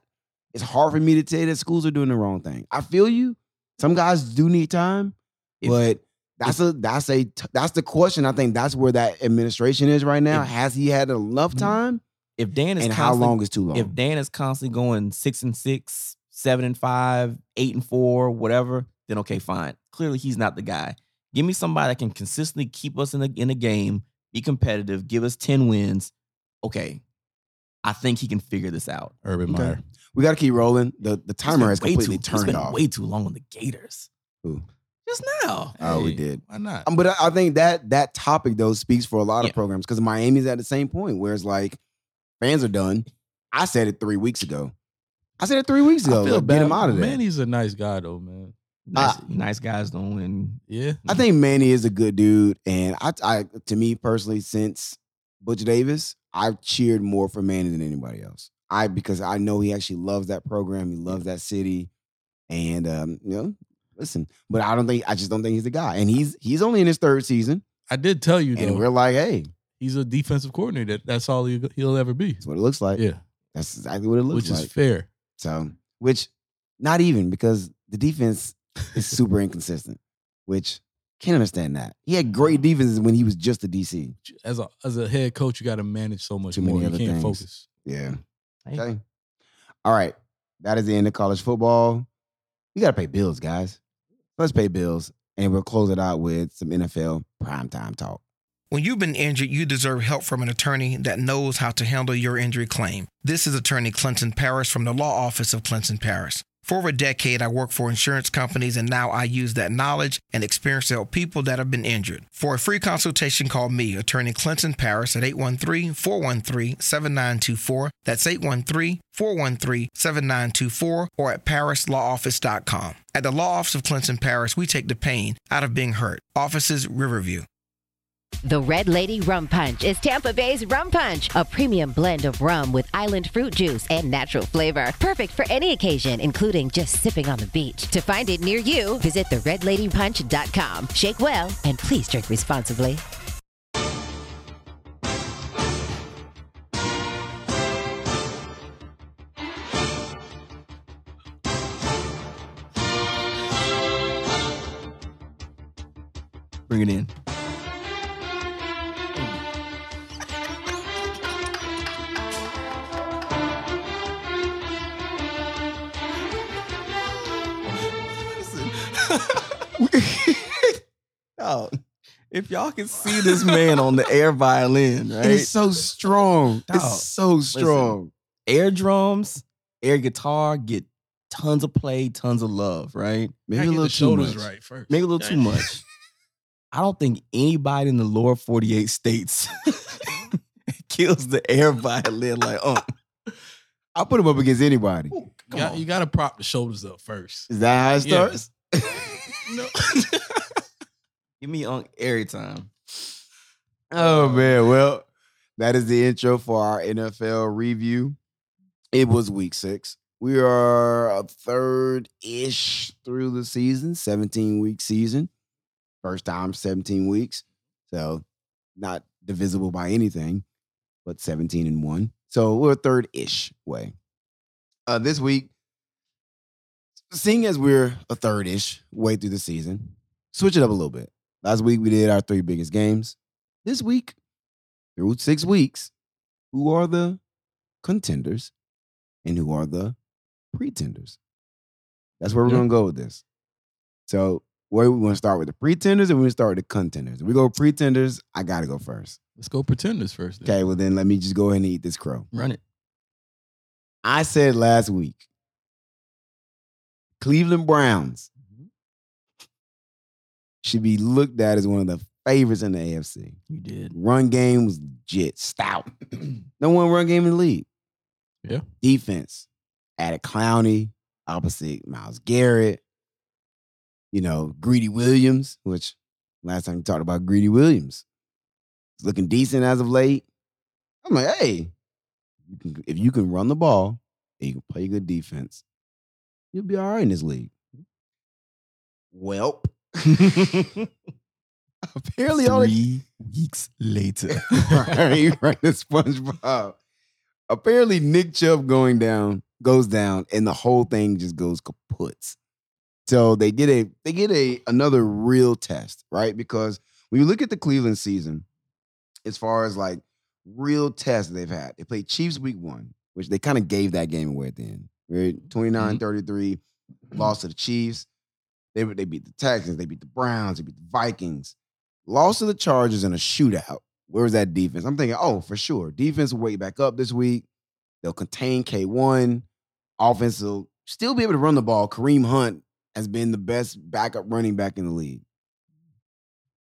S1: it's hard for me to say that schools are doing the wrong thing. I feel you. Some guys do need time,
S3: If-
S1: but that's a that's a t- that's the question. I think that's where that administration is right now.
S3: If-
S1: Has he had enough time?
S3: If Dan is
S1: And how
S3: constantly,
S1: long is too long?
S3: if Dan is constantly going six and six, seven and five, eight and four, whatever, then okay, fine. Clearly, he's not the guy. Give me somebody that can consistently keep us in the in a game, be competitive, give us ten wins. Okay, I think he can figure this out.
S2: Urban
S1: Okay.
S2: Meyer.
S1: we got to keep rolling. The the
S3: It's
S1: timer
S3: been
S1: has
S3: way
S1: completely
S3: too,
S1: turned
S3: it's been
S1: off.
S3: Way too long on the Gators.
S1: Who?
S3: Just now.
S1: Oh, we
S2: Hey,
S1: did.
S2: Why not?
S1: Um, But I, I think that that topic though speaks for a lot
S3: Yeah.
S1: of programs because Miami's at the same point where it's like fans are done. I said it three weeks ago. I said it three weeks ago.
S2: I feel
S1: Like,
S2: bad.
S1: Get him out of there.
S2: Man, he's a nice guy, though, man.
S3: Nice, nice guys don't win.
S2: Yeah.
S1: I think Manny is a good dude, and I, I to me personally, since Butch Davis, I've cheered more for Manny than anybody else. I because I know he actually loves that program, he loves that city, and um, you know, listen. But I don't think I just don't think he's the guy, and he's he's only in his third season,
S2: I did tell you,
S1: and
S2: though,
S1: we're like, hey,
S2: he's a defensive coordinator. That- That's all he, he'll ever be.
S1: that's what it looks like.
S2: Yeah.
S1: That's exactly what it looks
S2: Which
S1: like.
S2: is fair.
S1: So, which not even because the defense is super inconsistent, which can't understand that. He had great defenses when he was just a DC.
S2: As a, as a head coach, you got to manage so much
S1: Too many
S2: more. You
S1: other
S2: can't
S1: things.
S2: focus.
S1: Yeah.
S3: Hey,
S1: Okay. All right. That is the end of college football. We got to pay bills, guys. Let's pay bills. And we'll close it out with some NFL primetime talk.
S8: When you've been injured, you deserve help from an attorney that knows how to handle your injury claim. This is attorney Clinton Paris from the law office of Clinton Paris. For over a decade, I worked for insurance companies, and now I use that knowledge and experience to help people that have been injured. For a free consultation, call me, attorney Clinton Paris, at 813 413 7924. That's 813 413 7924 or at parislawoffice.com. At the law office of Clinton Paris, we take the pain out of being hurt. Offices Riverview.
S9: The Red Lady Rum Punch is Tampa Bay's Rum Punch, a premium blend of rum with island fruit juice and natural flavor. Perfect for any occasion, including just sipping on the beach. To find it near you, visit theredladypunch.com. Shake well and please drink responsibly.
S3: Bring it in. oh, if y'all can see this man on the air violin, right?
S1: It is so strong.
S3: Dog,
S1: It's so strong.
S3: air drums, air guitar get tons of play, tons of love, right?
S1: Maybe a
S2: Gotta get
S1: little
S2: the
S1: too
S2: shoulders
S1: much.
S2: right first.
S3: Maybe a little too much. I don't think anybody in the lower 48 states kills the air violin like, oh,
S1: I'll put him up against anybody.
S2: You got, you got to prop the shoulders up first.
S1: Is that how it
S2: Yeah.
S1: starts?
S2: No.
S3: give me on every time.
S1: Oh man, well, that is the intro for our NFL review. It was week six. We are a third ish through the season, 17 week season. First time 17 weeks. So not divisible by anything, but 17 and one. So we're a third ish way. Uh, this week, seeing as we're a third ish way through the season, switch it up a little bit. Last week we did our three biggest games this week through six weeks who are the contenders and who are the pretenders. That's where we're
S2: Yeah.
S1: going to go with this. So, where we want to start with the pretenders and we're going to start with the contenders. We go pretenders. I got to go first.
S2: Let's go pretenders first. then.
S1: Okay, well, then let me just go ahead and eat this crow.
S3: Run it.
S1: I said last week Cleveland Browns
S3: Mm-hmm.
S1: should be looked at as one of the favorites in the AFC.
S3: You did.
S1: Run game was legit, stout. no one run game in the league.
S2: Yeah.
S1: Defense added Clowney, opposite Miles Garrett, you know, Greedy Williams, which last time you talked about Greedy Williams. It's looking decent as of late. I'm like, hey, you can, if you can run the ball and you can play good defense, you'll be all right in this league. Welp. Apparently, all they
S3: Three weeks later.
S1: right, right. The SpongeBob. Apparently, Nick Chubb going down goes down, and the whole thing just goes kaput. So they get a they get a another real test, right? Because when you look at the Cleveland season, as far as like real tests they've had, they played Chiefs week one, which they kind of gave that game away at the end. Right? 29 33, lost to the Chiefs. They, they beat the Texans, they beat the Browns, they beat the Vikings. Lost to the Chargers in a shootout. Where was that defense? I'm thinking, oh, for sure. Defense will way back up this week. They'll contain K1. Offense will still be able to run the ball. Kareem Hunt has been the best backup running back in the league.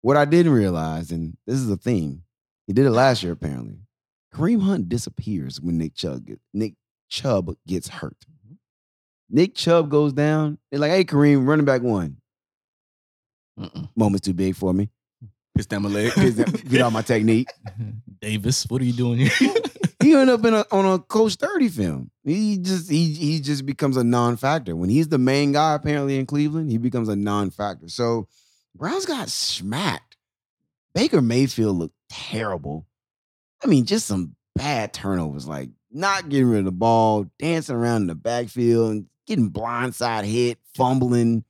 S1: What I didn't realize, and this is a theme, he did it last year apparently. Kareem Hunt disappears when Nick Chubb get, Nick Chubb gets hurt. Nick Chubb goes down. They're like, "Hey, Kareem, running back one."
S3: Mm-mm.
S1: Moment's too big for me.
S3: Pissed down my leg.
S1: Get that- get out my technique.
S2: Davis, what are you doing here?
S1: He ended up in a, on a Coach Thirty film. He just he he just becomes a non-factor when he's the main guy apparently in Cleveland. He becomes a non-factor. So Browns got smacked. Baker Mayfield looked terrible. I mean, just some bad turnovers, like not getting rid of the ball, dancing around in the backfield, and getting blindside hit, fumbling.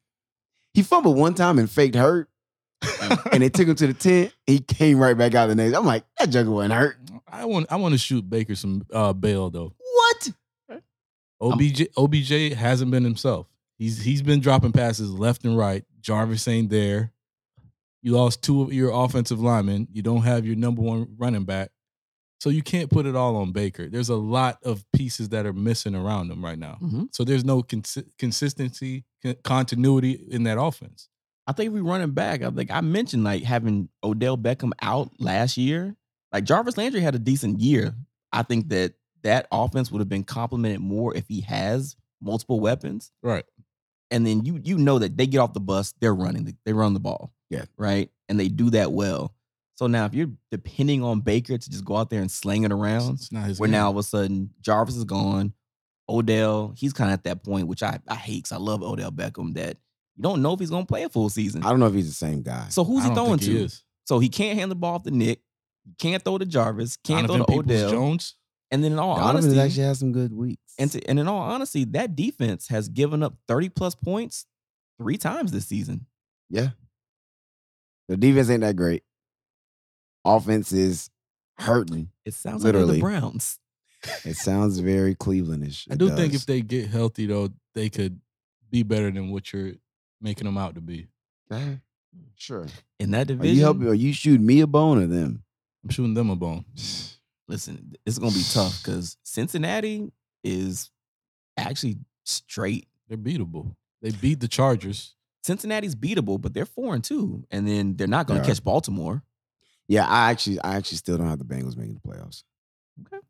S1: He fumbled one time and faked hurt, and they took him to the tent. He came right back out the next. I'm like, that jugger wasn't hurt.
S2: I want I want to shoot Baker some uh, bail though.
S1: What?
S2: OBJ OBJ hasn't been himself. He's he's been dropping passes left and right. Jarvis ain't there. You lost two of your offensive linemen. You don't have your number one running back. So you can't put it all on Baker. There's a lot of pieces that are missing around him right now.
S3: Mhm.
S2: So there's no consi- consistency, con- continuity in that offense.
S3: I think we running back. I think I mentioned like having Odell Beckham out last year. Like Jarvis Landry had a decent year. I think that that offense would have been complemented more if he has multiple weapons.
S2: Right.
S3: And then you you know that they get off the bus, they're running, the, they run the ball.
S1: Yeah.
S3: Right. And they do that well. So now if you're depending on Baker to just go out there and slang it around,
S2: It's not his
S3: where
S2: game.
S3: now all of a sudden Jarvis is gone. Odell, he's kind of at that point, which I, I hate because I love Odell Beckham, that you don't know if he's going to play a full season.
S1: I don't know if he's the same guy.
S3: So who's
S2: I
S3: he
S2: don't
S3: throwing
S2: think he
S3: to?
S2: is.
S3: so he can't hand the ball off to Nick. He can't throw to Jarvis. Can't
S2: Donovan
S3: throw to Odell.
S2: Jones.
S3: And then in all
S1: Donovan
S3: honesty,
S1: actually had some good weeks.
S3: and, to- and in all honesty, that defense has given up 30 plus points three times this season.
S1: yeah, the defense ain't that great. Offense is hurting.
S3: It sounds
S1: Literally.
S3: like they're the Browns.
S1: It sounds very Clevelandish.
S2: I
S1: It
S2: do think
S1: does.
S2: if they get healthy though, they could be better than what you're making them out to be.
S1: Okay. sure.
S3: In that
S1: Are
S3: division,
S1: you helping? Are you shooting me a bone or them?
S2: I'm shooting them a bone.
S3: listen, it's going to be tough because Cincinnati is actually straight.
S2: They're beatable. They beat the Chargers.
S3: Cincinnati's beatable, but they're four and two. And then they're not going
S1: They
S3: to
S1: are.
S3: catch Baltimore.
S1: Yeah, I actually, I actually still don't have the Bengals making the playoffs.
S3: Okay.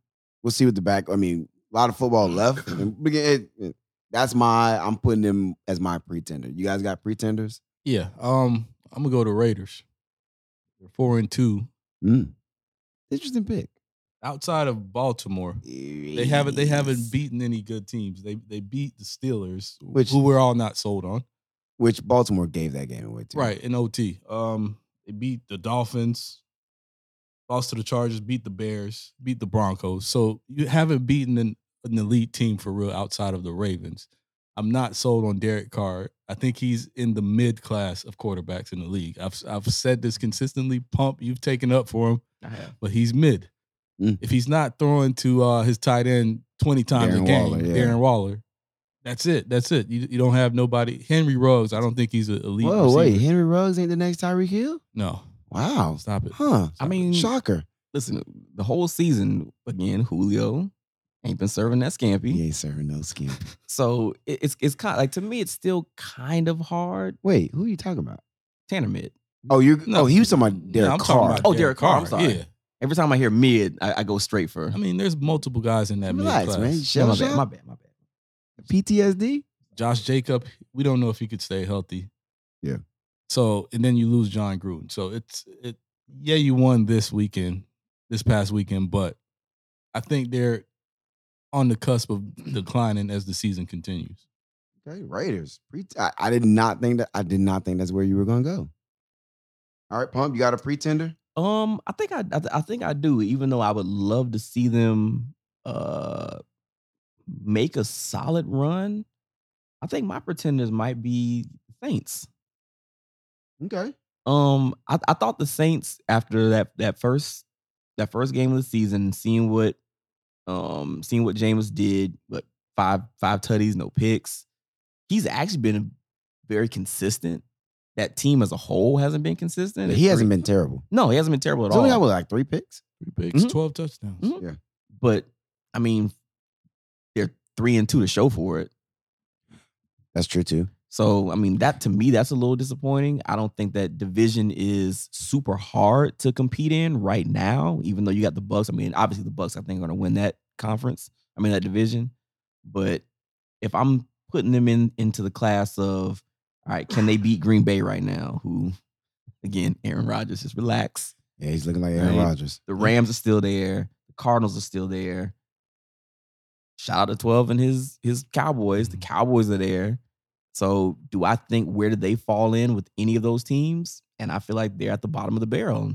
S1: we'll see what the back. I mean, a lot of football left. And we get- it- it- that's my. I'm putting them as my pretender. You guys got pretenders?
S2: Yeah. Um, I'm gonna go to Raiders. They're four and two.
S1: Mm. Interesting pick.
S2: Outside of Baltimore, they haven't they haven't beaten any good teams. They they beat the Steelers,
S1: Which-
S2: who we're all not sold on.
S1: which Baltimore gave that game away to.
S2: Right, in OT. Um, they beat the Dolphins, lost to the Chargers, beat the Bears, beat the Broncos. So you haven't beaten an, an elite team for real outside of the Ravens. I'm not sold on Derek Carr. I think he's in the mid class of quarterbacks in the league. I've I've said this consistently. Pump, you've taken up for him,
S3: I have.
S2: but he's mid.
S1: Mm.
S2: If he's not throwing to uh, his tight end 20 times
S1: Darren
S2: a game,
S1: Waller, yeah.
S2: Darren Waller, that's it. That's it. You, you don't have nobody. Henry Ruggs, I don't think he's an elite.
S1: Whoa, wait,
S2: receiver.
S1: Henry Ruggs ain't the next Tyreek Hill?
S2: No,
S1: Wow.
S2: stop it.
S1: Huh.
S3: I mean,
S1: Shocker.
S3: listen, the whole season, again, Julio ain't been serving that scampi.
S1: He ain't serving no skin.
S3: So it, it's it's kind like to me, it's still kind of hard.
S1: Wait, who are you talking about?
S3: Tanner mid.
S1: Oh, you're
S3: No.
S1: oh, he was talking about
S3: No,
S1: Derek
S2: I'm
S1: Carr.
S2: talking about
S3: Oh, Derek Carr, I'm sorry.
S2: Yeah,
S3: Every time I hear mid, I, I go straight for.
S2: I mean, there's multiple guys in that mid
S1: Relax,
S2: class.
S1: man. You
S3: Yeah,
S1: Shell
S3: my
S1: shock?
S3: bad, my bad, my bad.
S1: PTSD?
S2: Josh Jacob, we don't know if he could stay healthy.
S1: Yeah.
S2: So and then you lose John Gruden. So it's it. Yeah, you won this weekend, this past weekend, but I think they're on the cusp of declining as the season continues.
S1: Okay, Raiders. Pre- I, I did not think that I did not think that's where you were gonna go. All right, Pump, you got a pretender?
S3: Um, I think I, I I think I do. Even though I would love to see them uh make a solid run, I think my pretenders might be Saints.
S1: Okay.
S3: Um, I, I thought the Saints after that that first that first game of the season, seeing what um seeing what James did, what five five tutties, no picks. He's actually been very consistent. That team as a whole hasn't been consistent.
S1: He
S3: It's
S1: hasn't
S3: three-
S1: been terrible.
S3: No, he hasn't been terrible at
S1: So
S3: all.
S1: we got what, like three picks?
S2: Three picks,
S1: Mm-hmm.
S3: Mhm.
S2: twelve touchdowns.
S3: Mhm.
S1: Yeah.
S3: but I mean, they're three and two to show for it.
S1: That's true too.
S3: So I mean, that to me, that's a little disappointing. I don't think that division is super hard to compete in right now. Even though you got the Bucks, I mean, obviously the Bucks, I think, are going to win that conference. I mean, that division. But if I'm putting them in into the class of, all right, can they beat Green Bay right now? Who, again, Aaron Rodgers, just relax.
S1: Yeah, he's looking like Aaron
S3: Right.
S1: Rodgers.
S3: The Rams are still there. The Cardinals are still there. Shout out to 12 and his his Cowboys.
S1: Mm.
S3: The Cowboys are there. So do I think where do they fall in with any of those teams? And I feel like they're at the bottom of the barrel.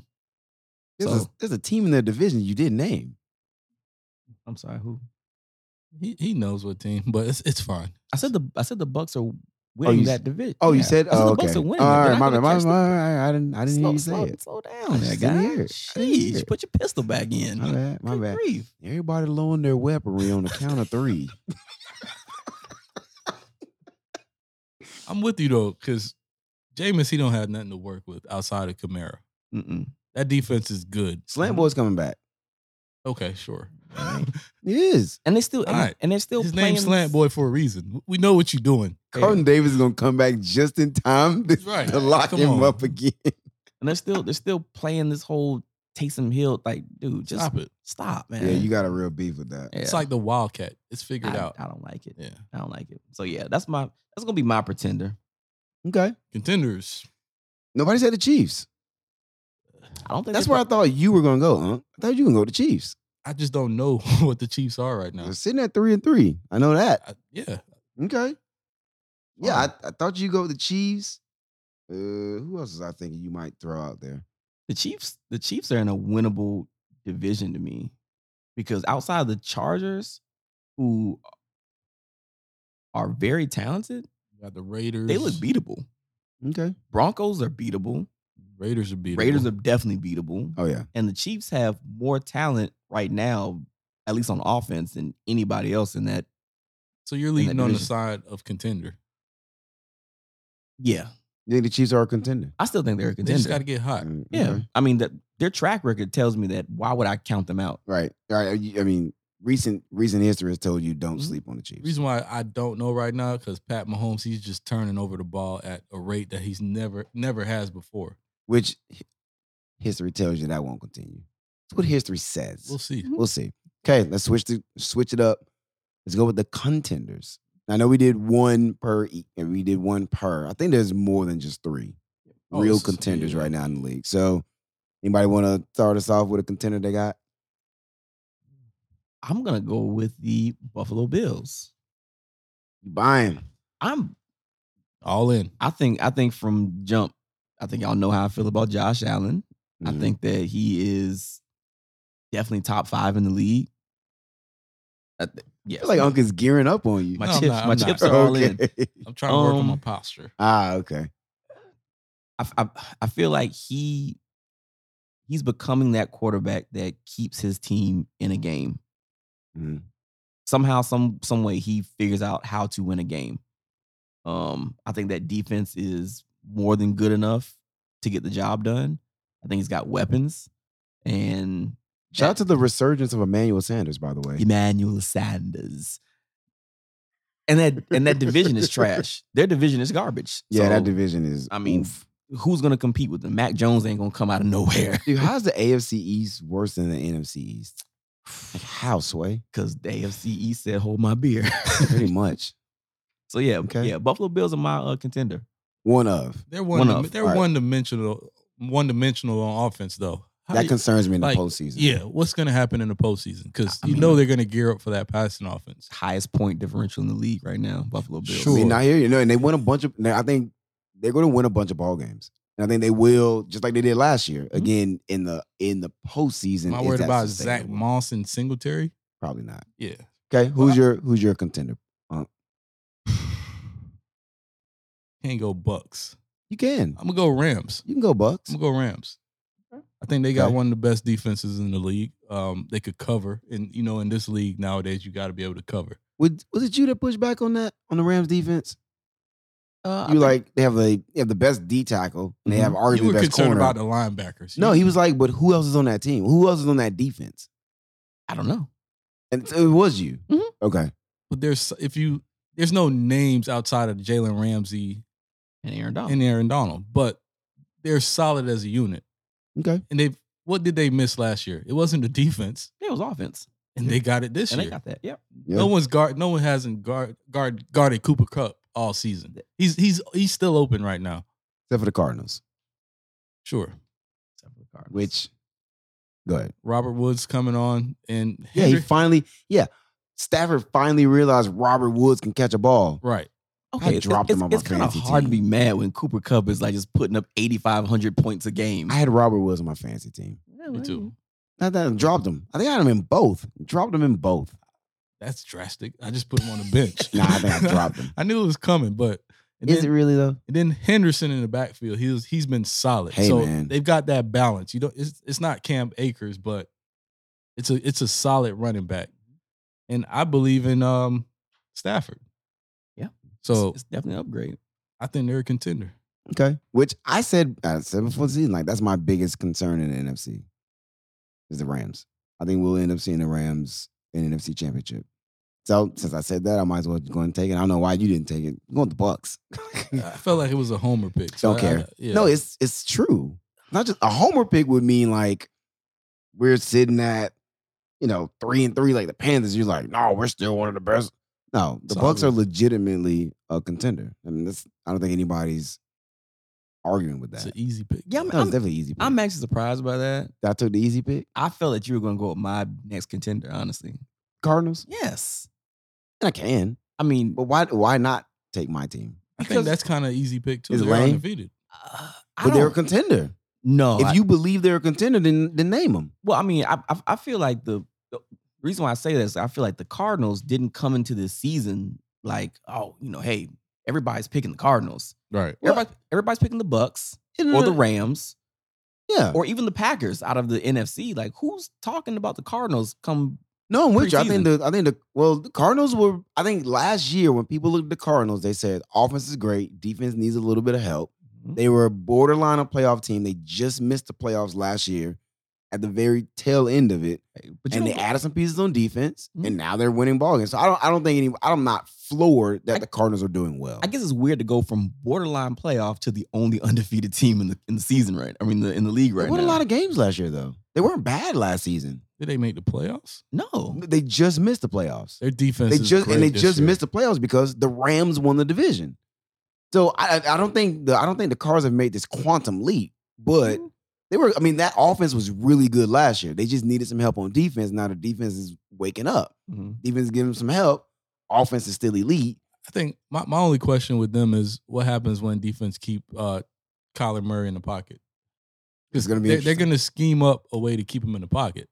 S1: There's, a,
S3: So-
S1: there's a team in the division you didn't name.
S3: I'm sorry, who?
S2: He he knows what team, but it's it's fine.
S3: I said the I said the Bucks are winning
S1: you
S3: that division.
S1: Oh, you said
S3: I said
S1: oh,
S3: the
S1: okay.
S3: Bucks are winning.
S1: All
S3: They're
S1: right,
S3: not
S1: my bad.
S3: gonna
S1: My,
S3: catch the-
S1: my- I, I didn't I didn't
S3: slow,
S1: hear you say
S3: slow,
S1: it.
S3: slow
S1: I
S3: down, there,
S1: just didn't
S3: guy.
S1: hear it. I didn't hear
S3: Jeez,
S1: it.
S3: put your pistol back in.
S1: My bad. My
S3: Good
S1: bad.
S3: grief.
S1: Everybody lowering their weaponry on the count of three.
S2: I'm with you though, because Jameis he don't have nothing to work with outside of Kamara.
S3: Mm-mm.
S2: That defense is good.
S1: Slant boy's coming back.
S2: Okay, sure.
S1: He is.
S3: And they still and,
S2: All right.
S3: and they're still
S2: His
S3: playing
S2: name's Slant Boy for a reason. We know what you're doing.
S1: Carlton Davis is gonna come back just in time to,
S2: Right.
S1: to lock
S2: Come
S1: him
S2: on.
S1: up again.
S3: and they're still they're still playing this whole Taysom Hill like, dude, just
S2: Stop it.
S3: stop, man.
S1: Yeah, you got a real beef with that.
S3: Yeah.
S2: It's like the Wildcat. It's figured
S3: I,
S2: out.
S3: I don't like it.
S2: yeah.
S3: I don't like it. So yeah, that's my that's gonna be my pretender.
S1: Okay.
S2: Contenders.
S1: Nobody said the Chiefs.
S3: I don't think
S1: That's where I thought you were gonna go, huh? I thought you were gonna go to Chiefs.
S2: I just don't know what the Chiefs are right now.
S1: They're sitting at three and three. I know that.
S2: I- yeah,
S1: Okay. Yeah,
S2: Wow.
S1: I, I thought you go with the Chiefs. Uh, who else is I thinking you might throw out there?
S3: the Chiefs. The Chiefs are in a winnable division to me because outside of the Chargers, who are very talented,
S2: you got the Raiders.
S3: they look beatable.
S1: Okay.
S3: Broncos are beatable.
S2: Raiders are beatable.
S3: Raiders are definitely beatable.
S1: Oh yeah.
S3: And the Chiefs have more talent right now, at least on offense, than anybody else in that.
S2: so you're
S3: that
S2: leading on the
S3: division.
S2: side of contender.
S3: Yeah,
S1: You think the Chiefs are a contender?
S3: I still think they're a
S2: They just Mm-hmm. got to
S3: contender.
S2: get hot.
S1: Mm,
S3: yeah,
S1: okay.
S3: I mean that their track record tells me that. Why would I count them out?
S1: Right. All right. uh, you- I mean, recent recent history has told you don't
S2: Mm-hmm.
S3: Mhm.
S1: sleep on the Chiefs.
S2: Reason why I don't know right now because Pat Mahomes he's just turning over the ball at a rate that he's never never has before.
S1: Which hi- history tells you that won't continue. That's what history says.
S2: We'll see.
S3: Mm-hmm.
S1: We'll see. Okay, let's switch to switch it up. Let's go with the contenders. I know we did one per ea- and we did one per. I think there's more than just three
S2: Oh,
S1: real
S2: it's-
S1: contenders
S2: yeah.
S1: right now in the league. So anybody want to start us off with a contender they got?
S3: I'm gonna go with the Buffalo Bills.
S1: You buying.
S3: I'm.
S2: All in.
S3: I think. I think from jump. I think y'all know how I feel about Josh Allen. I
S2: Mm-hmm.
S1: Mhm.
S3: think that he is definitely top five in the league. I th-
S1: I
S3: yes,
S1: feel like
S3: my-
S1: Uncle's gearing up on you.
S3: My
S2: No, I'm
S3: chips,
S2: not,
S3: my
S2: I'm not.
S3: chips are all in.
S2: I'm trying to work on my
S3: Um,
S2: posture.
S1: ah, okay.
S3: I, f- I- I feel like he he's becoming that quarterback that keeps his team in a game.
S1: Mhm.
S3: Somehow, some some way, he figures out how to win a game. Um, I think that defense is more than good enough to get the job done. I think he's got weapons, and
S1: Shout out to the resurgence of Emmanuel Sanders, by the way.
S3: Emmanuel Sanders. And that and that division is trash. Their division is garbage.
S1: yeah, that
S3: So
S1: division is.
S3: I mean,
S1: oof.
S3: who's gonna compete with them? Mac Jones ain't gonna come out of nowhere.
S1: dude, how's the AFC East worse than the NFC East? Like, how, Sway?
S3: Cause the AFC East said, "Hold my beer."
S1: Pretty much.
S3: so yeah,
S1: Okay.
S3: yeah. Buffalo Bills are my uh, contender.
S1: One of.
S2: They're one.
S3: one
S2: dim-
S3: of,
S2: they're
S1: alright.
S2: one dimensional. One dimensional on offense though. How
S1: That
S2: you-
S1: concerns me in the
S2: like,
S1: postseason.
S2: Yeah, what's going to happen in the postseason? Because
S3: I
S2: you
S3: mean-
S2: know they're going to gear up for that passing offense.
S3: Highest point differential in the league right now, Buffalo Bills.
S1: I
S2: Sure.
S1: mean, I hear you. No, and they win a bunch of. I think they're going to win a bunch of ball games, and I think they will, just like they did last year. Again, in the in the postseason.
S2: Hmm? Am I
S1: is
S2: worried
S1: that
S2: about Zach
S1: sustainable?
S2: Moss and Singletary?
S1: Probably not.
S2: Yeah,
S1: Okay,
S2: Well,
S1: who's
S2: I-
S1: your who's your contender?
S2: can't go Bucks.
S1: You can
S2: I'm gonna go Rams.
S1: you can go Bucks.
S2: I'm gonna go Rams. I think they got
S1: Okay.
S2: one of the best defenses in the league. Um, they could cover, and you know, in this league nowadays, you got to be able to cover.
S1: Would, was it you that pushed back on that on the Rams defense?
S3: Uh, I
S1: You
S3: think-
S1: like they have the they have the best D tackle and they have arguably
S2: Mm-hmm. you were
S1: the best
S2: concerned
S1: corner.
S2: about the linebackers.
S1: no,
S2: You-
S1: he was like, but who else is on that team? Who else is on that defense?
S3: I don't know.
S1: And so it was you.
S3: Mhm.
S2: Mm-hmm.
S1: Okay,
S2: but there's if you there's no names outside of Jalen Ramsey
S3: And Aaron
S1: Oh.
S3: Donald.
S2: and Aaron Donald, but they're solid as a unit.
S1: okay.
S2: And they've what did they miss last year? It wasn't the defense.
S3: yeah, it was offense,
S2: and they got it this
S3: and
S2: year.
S3: they got that. Yep.
S2: No one's guard. No one hasn't guard guard guarded Cooper Cup all season. He's he's he's still open right now.
S1: Except for the Cardinals,
S2: Sure,
S3: Except for the Cardinals.
S1: which go ahead.
S2: Robert Woods coming on, and
S1: Yeah, he
S2: Hendrick-
S1: finally, yeah. Stafford finally realized Robert Woods can catch a ball.
S2: right.
S1: I
S3: okay,
S1: dropped
S3: it's,
S1: him on my
S3: it's kind of
S1: fantasy
S3: hard to be
S1: team.
S3: mad when Cooper Cup is like just putting up eighty five hundred points a game.
S1: I had Robert Woods on my fantasy team.
S2: Me too.
S1: Not that I dropped him. I think I had him in both. Dropped him in both.
S2: That's drastic. I just put him on the bench.
S1: Nah, I think I dropped him.
S2: I knew it was coming, but and
S1: Is
S2: then,
S1: it really though?
S2: and then Henderson in the backfield. He's he's been solid.
S1: Hey,
S2: so
S1: man.
S2: they've got that balance. You don't. It's it's not Cam Akers, but it's a it's a solid running back, and I believe in um Stafford.
S3: Yeah.
S2: So
S3: it's, it's definitely an upgrade.
S2: I think they're a contender.
S1: Okay. Which I said, I said before the season, like that's my biggest concern in the NFC is the Rams. I think we'll end up seeing the Rams in the NFC Championship. So since I said that, I might as well go and take it. I don't know why you didn't take it. Go with the Bucks.
S2: I felt like it was a homer pick.
S1: Don't care.
S2: I- yeah.
S1: No, it's it's true. Not just a homer pick would mean like we're sitting at you know three and three like the Panthers. You're like, no, we're still one of the best. No, the
S2: It's
S1: Bucks are
S2: obvious.
S1: legitimately a contender. I mean, that's I don't think anybody's arguing with that.
S2: It's an easy pick.
S3: Yeah, I'm,
S1: No, it's
S3: I'm,
S1: definitely an easy. Pick.
S3: I'm actually surprised by that.
S1: I took the easy pick.
S3: I felt that you were going to go with my next contender, honestly.
S1: Cardinals.
S3: Yes.
S1: And I can,
S3: I mean,
S1: but why? Why not take my team?
S2: I
S3: because-
S2: think that's kind of easy pick too.
S1: Is it
S2: They're
S1: lame?
S2: undefeated.
S3: uh, I
S1: But they're a
S3: don't,
S1: contender.
S3: no. I-
S1: if you believe they're a contender, then then name them.
S3: Well, I mean, I I, I feel like the, the reason why I say this, I feel like the Cardinals didn't come into this season like, oh, you know, hey, everybody's picking the Cardinals.
S2: Right.
S3: Everybody, everybody's picking the Bucks or the Rams
S1: yeah.
S3: or even the Packers out of the NFC. Like, who's talking about the Cardinals? Come,
S1: No, I'm with you. I
S3: Preseason.
S1: think the I think the well, the Cardinals were. I think last year when people looked at the Cardinals, they said offense is great, defense needs a little bit of help.
S3: Mm-hmm.
S1: They were a borderline a playoff team. They just missed the playoffs last year at the very tail end of it,
S3: but you
S1: and they
S3: don't-
S1: added some pieces on defense,
S3: Mhm.
S1: and now they're winning ball games. So I don't I don't think any I'm not floored that
S3: I-
S1: the Cardinals are doing well.
S3: I guess it's weird to go from borderline playoff to the only undefeated team in the in the season, right? I mean, the, in the league
S1: they
S3: right
S1: won
S3: now.
S1: a lot of games last year though. They weren't bad last season.
S2: Did they make the playoffs?
S3: no,
S1: They just missed the playoffs.
S2: Their defense.
S1: They
S2: is
S1: just
S2: great
S1: and they
S2: this
S1: just
S2: year.
S1: missed the playoffs because the Rams won the division. So I I I don't think the I don't think the Cards have made this quantum leap, but
S2: Mm-hmm.
S1: they were. I mean, that offense was really good last year. They just needed some help on defense. Now the defense is waking up.
S2: Mm-hmm.
S3: Mhm.
S1: Defense is giving them some help. Offense is still elite.
S2: I think my, my only question with them is what happens when defense keep uh Kyler Murray in the pocket.
S1: It's gonna be
S2: They're, they're
S1: interesting.
S2: going to scheme up a way to keep him in the pocket.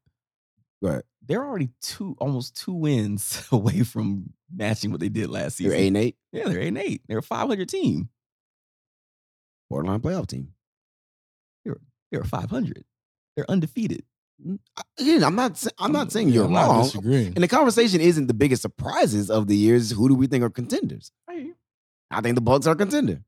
S1: But
S3: they're already two, almost two wins away from matching what they did last
S1: you're
S3: season.
S1: eight and eight,
S3: Yeah, they're eight and eight. They're a five hundred team.
S1: borderline playoff team.
S3: They're a five hundred. They're undefeated.
S1: Again, I'm not. sa- I'm not saying
S2: Yeah,
S1: you're
S2: I'm Not
S1: wrong.
S2: disagreeing.
S1: And the conversation isn't the biggest surprises of the years. Who do we think are contenders? I think the Bucks are a contender.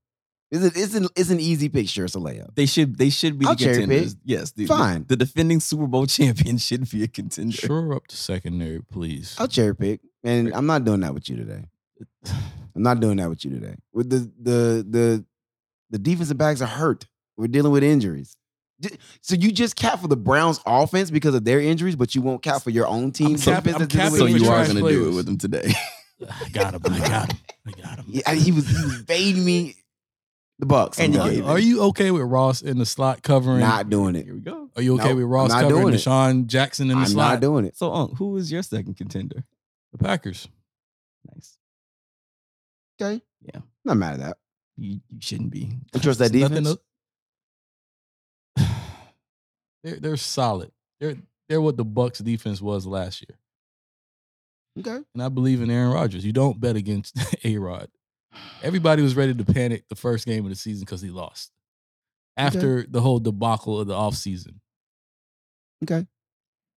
S1: It's an, it's an, it's an easy pick. Sure, it's a layup.
S3: They should. They should be
S1: I'll
S3: the
S1: cherry pick.
S3: contenders. Yes, the, the-
S1: Fine.
S3: The, defending Super Bowl champion should be a contender.
S2: Shore up the secondary, please.
S1: I'll cherry pick, and I'm not doing that with you today. I'm not doing that with you today. With the the the the defensive backs are hurt. We're dealing with injuries. D- So you just cap for the Browns offense because of their injuries, but you won't cap for your own team.
S2: capping- I'm capping
S3: So you are
S2: trash
S3: going to do it
S2: players.
S3: with them today.
S2: I got him. I got him. I got him.
S1: Yeah, he was he was baiting me. The Bucks. I'm
S3: And you
S1: not-
S3: gave it.
S2: Are you okay with Ross in the slot covering?
S1: not doing it.
S3: Here we go.
S2: Are you okay
S1: Nope,
S2: with Ross
S1: not
S2: covering
S1: doing it.
S2: Deshaun Jackson in the
S1: I'm
S2: slot?
S1: not doing it.
S3: So, Unc, who is your second contender?
S2: the Packers.
S3: Nice.
S1: Okay.
S3: Yeah.
S1: Not mad at that.
S3: You, you shouldn't be.
S1: I trust that
S2: There's nothing
S1: defense.
S2: to- they're they're solid. They're they're what the Bucks defense was last year,
S1: Okay.
S2: and I believe in Aaron Rodgers. You don't bet against A Rod. Everybody was ready to panic the first game of the season because he lost after the whole debacle of the offseason.
S1: Okay.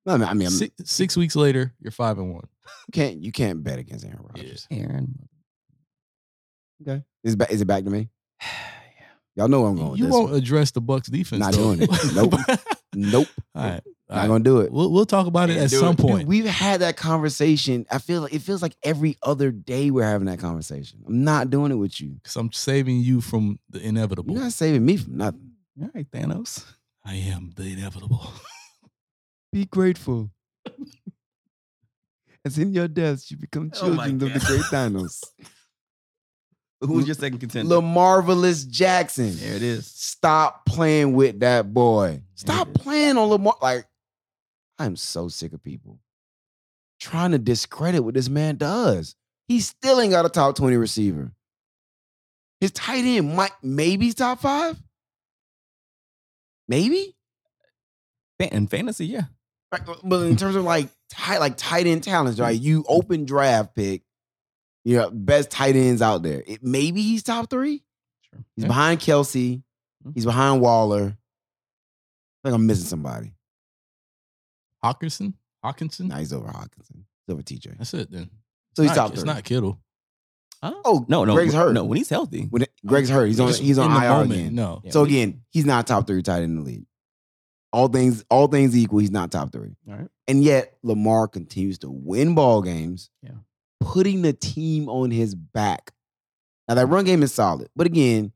S1: No, I mean, I mean, I'm-
S2: Six, six weeks later, you're five and one.
S1: you can't you can't bet against Aaron Rodgers.
S2: Yeah.
S3: Aaron.
S1: Okay. Is, it ba- is it back to me? Y'all know where I'm going. with
S2: You
S1: this
S2: won't
S1: one.
S2: address the Bucks defense.
S1: Not
S2: though.
S1: doing it. Nope. Nope.
S2: All right. All
S1: Not
S2: right.
S1: gonna do it.
S2: We'll, we'll talk about it
S3: Can't
S2: at
S3: do
S2: some
S3: it.
S1: Dude,
S2: point.
S1: we've had that conversation. I feel like it feels like every other day we're having that conversation. I'm not doing it with you.
S2: Because I'm saving you from the inevitable.
S1: You're not saving me from nothing.
S3: All right, Thanos.
S2: I am the inevitable.
S1: Be grateful. As in your deaths, you become
S3: Oh my
S1: children of the
S3: God.
S1: great Thanos.
S3: Who is your second contender?
S1: Little Marvelous Jackson.
S3: There it is.
S1: Stop playing with that boy. Stop
S3: is.
S1: playing on Lamar. Like, I'm so sick of people trying to discredit what this man does. He still ain't got a top 20 receiver. His tight end might maybe top five. Maybe?
S3: Fa- In fantasy, yeah.
S1: Like, But in terms of like tight, like tight end talents, right? You open draft pick, you know, best tight ends out there. It, maybe he's top three.
S3: Sure.
S1: He's
S3: Yeah.
S1: behind Kelsey.
S3: Mhm.
S1: He's behind Waller. I think I'm missing somebody.
S2: Hawkinson? Hawkinson?
S1: Now he's over Hawkinson. He's over TJ.
S2: That's it then.
S1: So he's
S2: Not-
S1: top
S2: It's
S1: three.
S2: not Kittle.
S3: Huh?
S1: Oh,
S3: no, no.
S1: Greg's hurt.
S3: No, when he's healthy.
S1: When it- Greg's hurt. He's on.
S2: Just
S1: He's on
S2: in the
S1: IR
S2: moment,
S1: again.
S2: No.
S3: Yeah,
S1: so
S3: we-
S1: again, he's not top three tight end in the league. All things, all things equal, he's not top three.
S3: All right.
S1: And yet Lamar continues to win ball games,
S3: Yeah.
S1: putting the team on his back. Now
S3: Mm-hmm.
S1: that run game is solid, but again,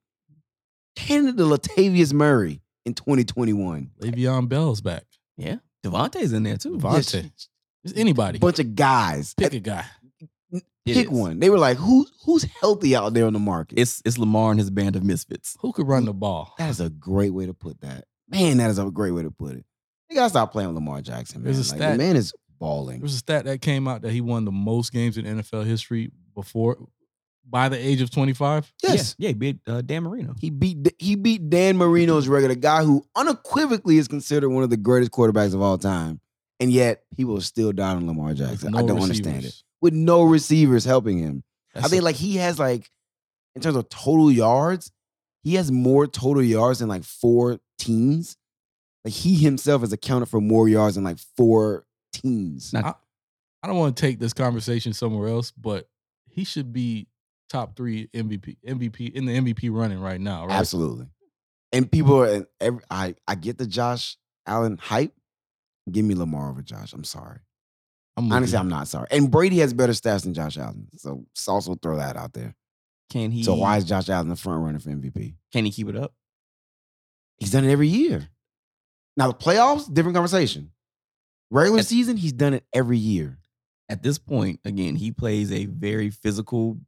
S1: Canada Latavius Murray in 2021,
S2: Le'Veon Bell's back.
S3: Devontae's in there too.
S2: Devontae. Just anybody.
S1: bunch of guys.
S2: Pick a guy.
S3: It
S1: Pick
S3: is.
S1: one. They were like, who who's healthy out there on the market?
S3: It's it's Lamar and his band of misfits.
S2: Who could run the ball?
S1: that is a great way to put that. Man, that is a great way to put it. They gotta stop playing with Lamar Jackson, man.
S2: There's a
S1: Like,
S2: stat-
S1: the man is balling.
S2: There was a stat that came out that he won the most games in NFL history before by the age of 25.
S1: Yes.
S3: Yeah, yeah big uh, Dan Marino.
S1: He beat he beat Dan Marino's regular guy, who unequivocally is considered one of the greatest quarterbacks of all time, and yet people are still down on Lamar Jackson. I don't understand it. With no receivers helping him, I think like he has like in terms of total yards, he has more total yards than like four teams. Like he himself has accounted for more yards than like four teams.
S3: Not-
S2: I don't want to take this conversation somewhere else, but he should be top three MVP MVP in the MVP running right now, right?
S1: Absolutely. And people are every, I I get the Josh Allen hype. Give me Lamar over Josh. I'm sorry.
S2: I'm with
S1: Honestly,
S2: you.
S1: I'm not sorry. And Brady has better stats than Josh Allen. So s- also throw that out there.
S3: Can he?
S1: So why is Josh Allen the front runner for MVP?
S3: can he keep it up?
S1: He's done it every year. Now the playoffs, different conversation. Regular
S3: And-
S1: season, he's done it every year.
S3: At this point, again, he plays a very physical,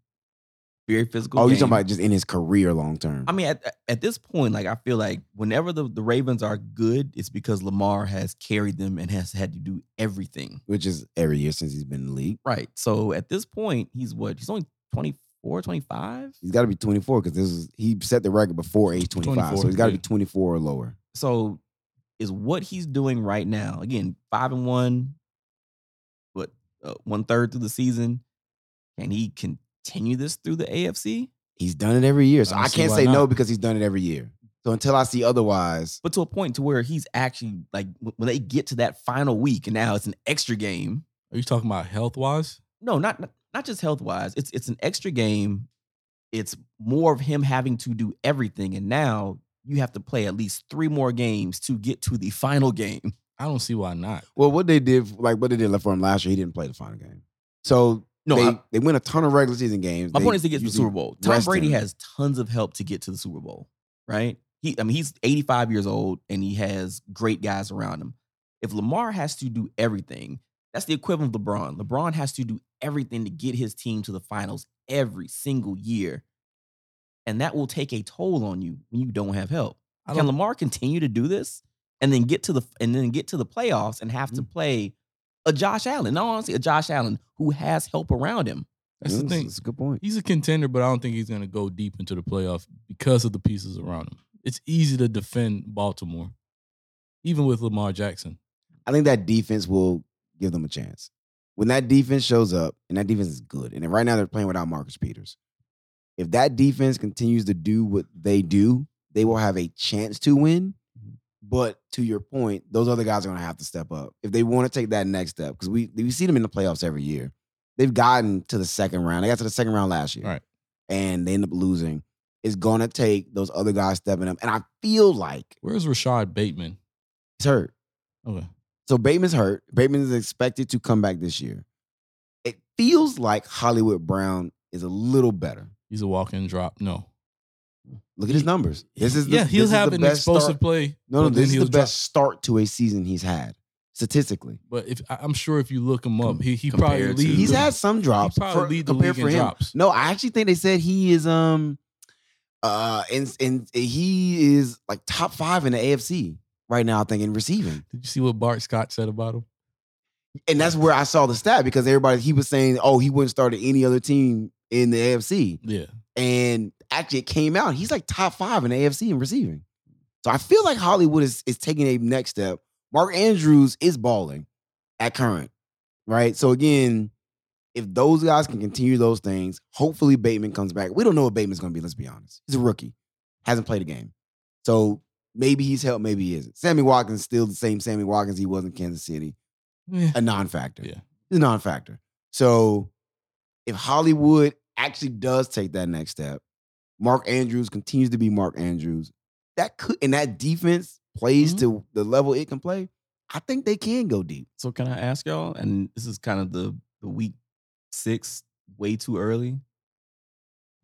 S3: very physical.
S1: Oh, you're
S3: game.
S1: talking about just in his career long term.
S3: I mean, at, at this point, like I feel like whenever the, the Ravens are good, it's because Lamar has carried them and has had to do everything.
S1: which is every year since he's been in the league.
S3: Right. So at this point, he's what? He's only 24, 25?
S1: He's got to be 24 because this is he set the record before age 25. so
S2: 24,
S1: he's got to
S2: yeah.
S1: be 24 or lower.
S3: So is what he's doing right now, again, five and one, but uh, one third through the season, can he continue this through the AFC?
S1: He's done it every year. So
S2: I
S1: I,
S2: don't see
S1: can't
S2: why
S1: say no
S2: not.
S1: because he's done it every year. So until I see otherwise,
S3: But to a point to where he's actually like wh- when they get to that final week and now it's an extra game.
S2: Are you talking about health wise?
S3: No, not not- not just health wise. It's it's an extra game. It's more of him having to do everything, and now you have to play at least three more games to get to the final game.
S2: I don't see why not.
S1: well, what they did, like what they did for him last year, he didn't play the final game. So
S3: No,
S1: they,
S3: I-
S1: they win a ton of regular season games.
S3: My
S1: They
S3: point is to get to the
S1: usually
S3: Super Bowl. Tom
S1: rest
S3: Brady
S1: him.
S3: has tons of help to get to the Super Bowl, right? He, I mean, he's 85 years old and he has great guys around him. If Lamar has to do everything, that's the equivalent of LeBron. LeBron has to do everything to get his team to the finals every single year. And that will take a toll on you when you don't have help.
S2: I
S3: Can
S2: don't,
S3: Lamar continue to do this and then get to the and then get to the playoffs and have to
S1: Mm-hmm.
S3: play a Josh Allen? No, honestly, a Josh Allen who has help around him.
S2: that's
S1: Yeah,
S2: the
S1: that's-
S2: thing.
S1: That's a good point.
S2: He's a contender, but I don't think he's going to go deep into the playoffs because of the pieces around him. It's easy to defend Baltimore, even with Lamar Jackson.
S1: I think that defense will give them a chance. When that defense shows up, and that defense is good, and right now they're playing without Marcus Peters. If that defense continues to do what they do, they will have a chance to win. But to your point, those other guys are going to have to step up if they want to take that next step. Because we we see them in the playoffs every year. They've gotten to the second round. They got to the second round last year,
S2: Right.
S1: And they end up losing. It's going to take those other guys stepping up. And I feel like
S2: Where's Rashad Bateman?
S1: it's hurt.
S2: Okay.
S1: So Bateman's hurt. Bateman is expected to come back this year. It feels like Hollywood Brown is a little better.
S2: He's a walk in drop. No.
S1: Look at his numbers. This is the,
S2: yeah, he'll
S1: this is
S2: have
S1: the
S2: an
S1: best
S2: explosive
S1: start-
S2: play.
S1: No, no,
S2: but then
S1: this is
S2: he'll
S1: the
S2: drop.
S1: best start to a season he's had statistically.
S2: But if I- I'm sure if you look him up, he he
S3: Compared
S2: probably
S3: to-
S2: leads.
S1: He's
S2: the-
S1: had some drops.
S2: He probably lead the
S1: compared
S2: league in drops.
S1: No, I actually think they said he is um uh and and he is like top five in the AFC right now. I think in receiving.
S2: Did you see what Bart Scott said about him?
S1: and that's where I saw the stat because everybody he was saying, oh, he wouldn't start at any other team in the AFC,
S2: Yeah,
S1: and actually it came out he's like top five in the AFC in receiving. So I feel like Hollywood is is taking a next step. Mark Andrews is balling at current, right? So again, if those guys can continue those things, hopefully Bateman comes back. We don't know what Bateman's going to be. Let's be honest, he's a rookie, hasn't played a game, so maybe he's helped, maybe he isn't. Sammy Watkins still the same Sammy Watkins he was in Kansas City
S2: Eh,
S1: a non-factor.
S2: Yeah.
S1: He's a non-factor. So if Hollywood actually does take that next step, Mark Andrews continues to be Mark Andrews. That could and that defense plays to the level it can play. I think they can go deep.
S3: So can I ask y'all? And this is kind of the the week six, way too early.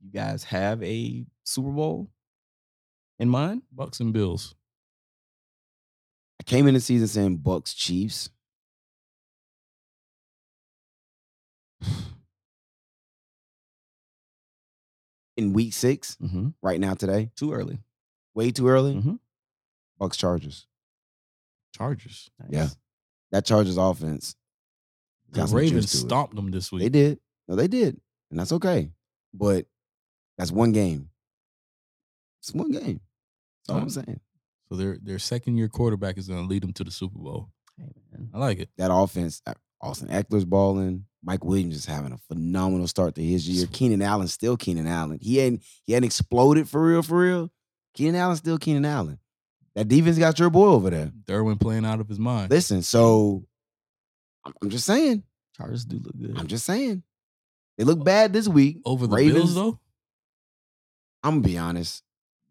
S3: You guys have a Super Bowl in mind?
S2: Bucks and Bills.
S1: I came in the season saying Bucks Chiefs. in week six
S3: Mm-hmm.
S1: right now today.
S3: Too early.
S1: Way too early.
S3: Mhm.
S1: Bucks Chargers.
S2: Chargers.
S1: Yeah. That Chargers offense.
S2: The
S1: got some
S2: Ravens
S1: juice to it.
S2: stomped them this
S1: They
S2: week.
S1: did. No, they did. And that's okay. But that's one game. It's one game. That's all I'm
S2: Fine.
S1: saying.
S2: So their their second year quarterback is going to lead them to the Super Bowl.
S3: Hey, man.
S2: I like it.
S1: That offense, uh, Austin Eckler's balling. Mike Williams is having a phenomenal start to his year. Keenan Allen still Keenan Allen. He ain't he hadn't exploded for real, for real. Keenan Allen still Keenan Allen. That defense got your boy over there.
S2: Derwin playing out of his mind.
S1: Listen, so I'm- I'm just saying.
S3: Chargers do look good.
S1: I'm just saying. They look bad this week.
S2: Over the
S1: Ravens,
S2: Bills though.
S1: I'm gonna be honest.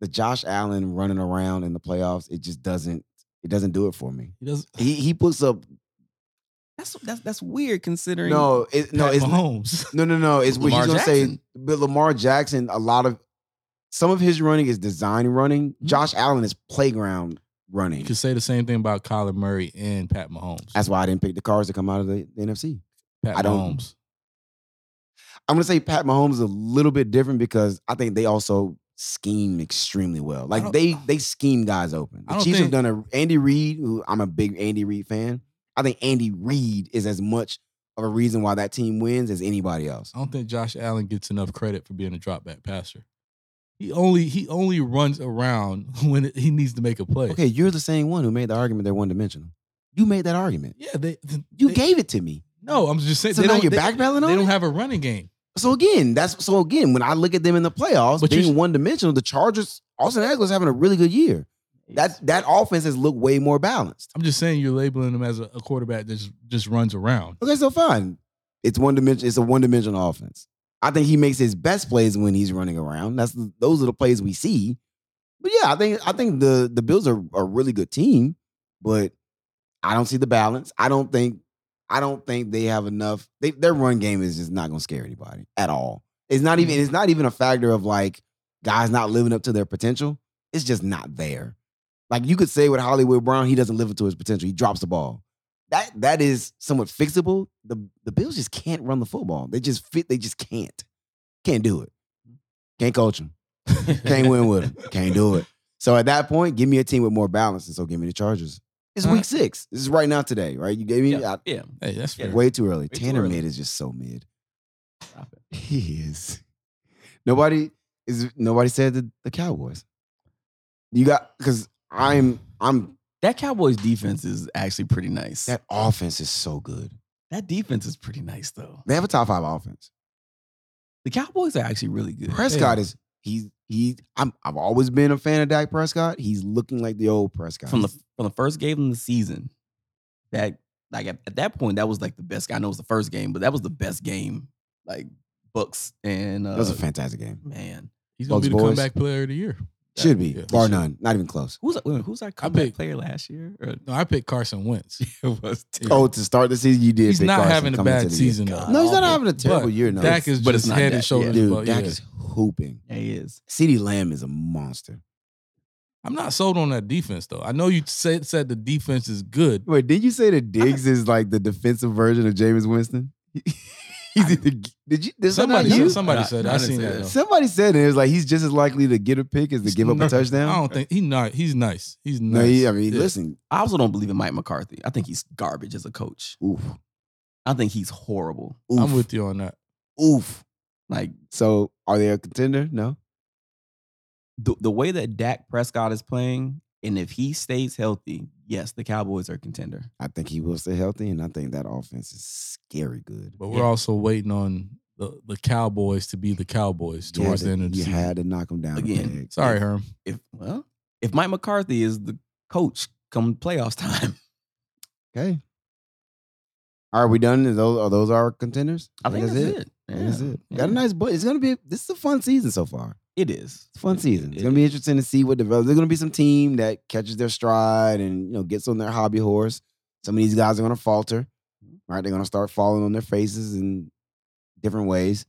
S1: The Josh Allen running around in the playoffs, it just doesn't it doesn't do it for me.
S2: He does.
S1: He he puts up
S3: That's that's that's weird considering.
S1: no it, no
S2: Pat
S1: it's
S2: Mahomes.
S1: no no no it's what he's
S3: Lamar
S1: gonna say.
S3: Jackson.
S1: But Lamar Jackson, a lot of some of his running is design running. Josh Allen is playground running.
S2: You could say the same thing about Kyler Murray and Pat Mahomes.
S1: That's why I didn't pick the cards to come out of the, the NFC.
S2: Pat
S1: I don't-
S2: Mahomes.
S1: I'm gonna say Pat Mahomes is a little bit different because I think they also scheme extremely well. Like
S2: don't-
S1: they they scheme guys open.
S2: I
S1: The
S2: don't
S1: Chiefs have
S2: think-
S1: done a Andy Reid, who I'm a big Andy Reid fan. I think Andy Reid is as much of a reason why that team wins as anybody else.
S2: I don't think Josh Allen gets enough credit for being a drop back passer. He only he only runs around when he needs to make a play.
S1: Okay, you're the same one who made the argument they're one dimensional. You made that argument.
S2: Yeah, they
S1: You
S2: they-
S1: gave it to me.
S2: No, I'm just saying
S1: So
S2: they
S1: now
S2: don't
S1: you're
S2: they-
S1: backpedaling
S2: They
S1: on
S2: don't
S1: it?
S2: have a running game.
S1: So again, that's so again when I look at them in the playoffs
S2: But you
S1: being
S2: s-
S1: one dimensional, the Chargers, Austin Eckler's having a really good year. That that offense has looked way more balanced.
S2: I'm just saying you're labeling him as a, a quarterback that just, just runs around.
S1: Okay, so fine. It's one dimension. It's a one dimensional offense. I think he makes his best plays when he's running around. That's the, those are the plays we see. But yeah, I think I think the the Bills are a really good team, but I don't see the balance. I don't think I don't think they have enough. They, their run game is just not going to scare anybody at all. It's not even it's not even a factor of like guys not living up to their potential. It's just not there. Like you could say with Hollywood Brown, he doesn't live up to his potential. He drops the ball that that is somewhat fixable. The the Bills just can't run the football. They just fit. They just can't. Can't do it. Can't coach them. Can't win with them. Can't do it. So at that point, give me a team with more balance, and so give me the Chargers. It's week
S2: Alright.
S1: six. This is right now today, right? You gave me
S3: Yeah.
S1: I-
S3: yeah.
S2: Hey, that's fair.
S1: way too early.
S3: too
S1: Tanner
S3: early.
S1: mid is just so mid.
S3: Stop it.
S1: He is. Nobody is. Nobody said the, the Cowboys. You got because I'm I'm
S3: That Cowboys defense is actually pretty nice. That,
S1: that offense is so good.
S3: defense is pretty nice though.
S1: They have a top five offense.
S3: The Cowboys are actually really good.
S1: Prescott is he's he. I'm I've always been a fan of Dak Prescott. He's looking like the old Prescott.
S3: from the from the first game of the season. That like at, at that point, that was like the best. I know it was the first game, but that was the best game. Like Bucks and uh,
S1: that was a fantastic game.
S3: man.
S2: He's gonna be the
S1: Bugs boys.
S2: comeback player of the year.
S1: Should be
S2: Yeah.
S1: bar none, not even close.
S3: Who's wait, a minute, who's our comeback
S2: picked-
S3: player last year? Or,
S2: No, I picked Carson Wentz.
S3: it was
S1: Oh, to start the season, you did.
S2: He's
S1: pick
S2: not
S1: Carson
S2: having a
S1: coming
S2: bad
S1: into the year.
S2: season though.
S1: No, he's not
S3: Awful.
S1: having a terrible
S2: But
S1: year. No,
S2: Dak is
S3: But
S2: just
S3: it's not
S2: head
S3: Dak,
S2: and shoulders
S1: dude.
S2: above.
S1: Dak
S2: yeah.
S1: is hooping.
S3: Yeah, he is.
S1: Ceedee Lamb is a monster.
S2: I'm not sold on that defense though. I know you said said the defense is good.
S1: Wait, did you say that Diggs is like the defensive version of Jameis Winston? he's either, did you? Did
S2: Somebody
S1: somebody,
S2: said, somebody
S3: I-
S2: said that.
S3: I
S2: I
S3: didn't
S2: seen
S3: say
S2: that.
S3: that.
S2: though.
S1: somebody said it. It was like he's just as likely to get a pick as to give up a touchdown.
S2: I don't think he's not. He's nice. He's nice.
S1: no, he, I mean,
S2: Yeah.
S1: listen,
S3: I also don't believe in Mike McCarthy. I think he's garbage as a coach.
S1: oof,
S3: I think he's horrible.
S1: oof,
S2: I'm with you on that.
S1: oof.
S3: Like
S1: So are they a contender? No.
S3: the, the way that Dak Prescott is playing, and if he stays healthy, yes, the Cowboys are a contender.
S1: I think he will stay healthy, and I think that offense is scary good.
S2: But we're also waiting on the, the Cowboys to be the Cowboys
S1: You had
S2: towards
S1: to-
S2: the end of the
S1: you
S2: season.
S1: had to knock him down
S3: Again,
S1: A peg.
S2: Sorry, Herm.
S3: If well, if Mike McCarthy is the coach come playoffs time,
S1: Okay. Are we done? Is those are those our contenders?
S3: I think that's, it.
S1: That is
S3: Yeah.
S1: it. Got a nice, but it's gonna be. This is a fun season so far.
S3: It is.
S1: It's a fun
S3: It-
S1: season.
S3: it-
S1: It's gonna be interesting to see what develops. There's gonna be some team that catches their stride and you know gets on their hobby horse. Some of these guys are gonna falter, right? They're gonna start falling on their faces in different ways.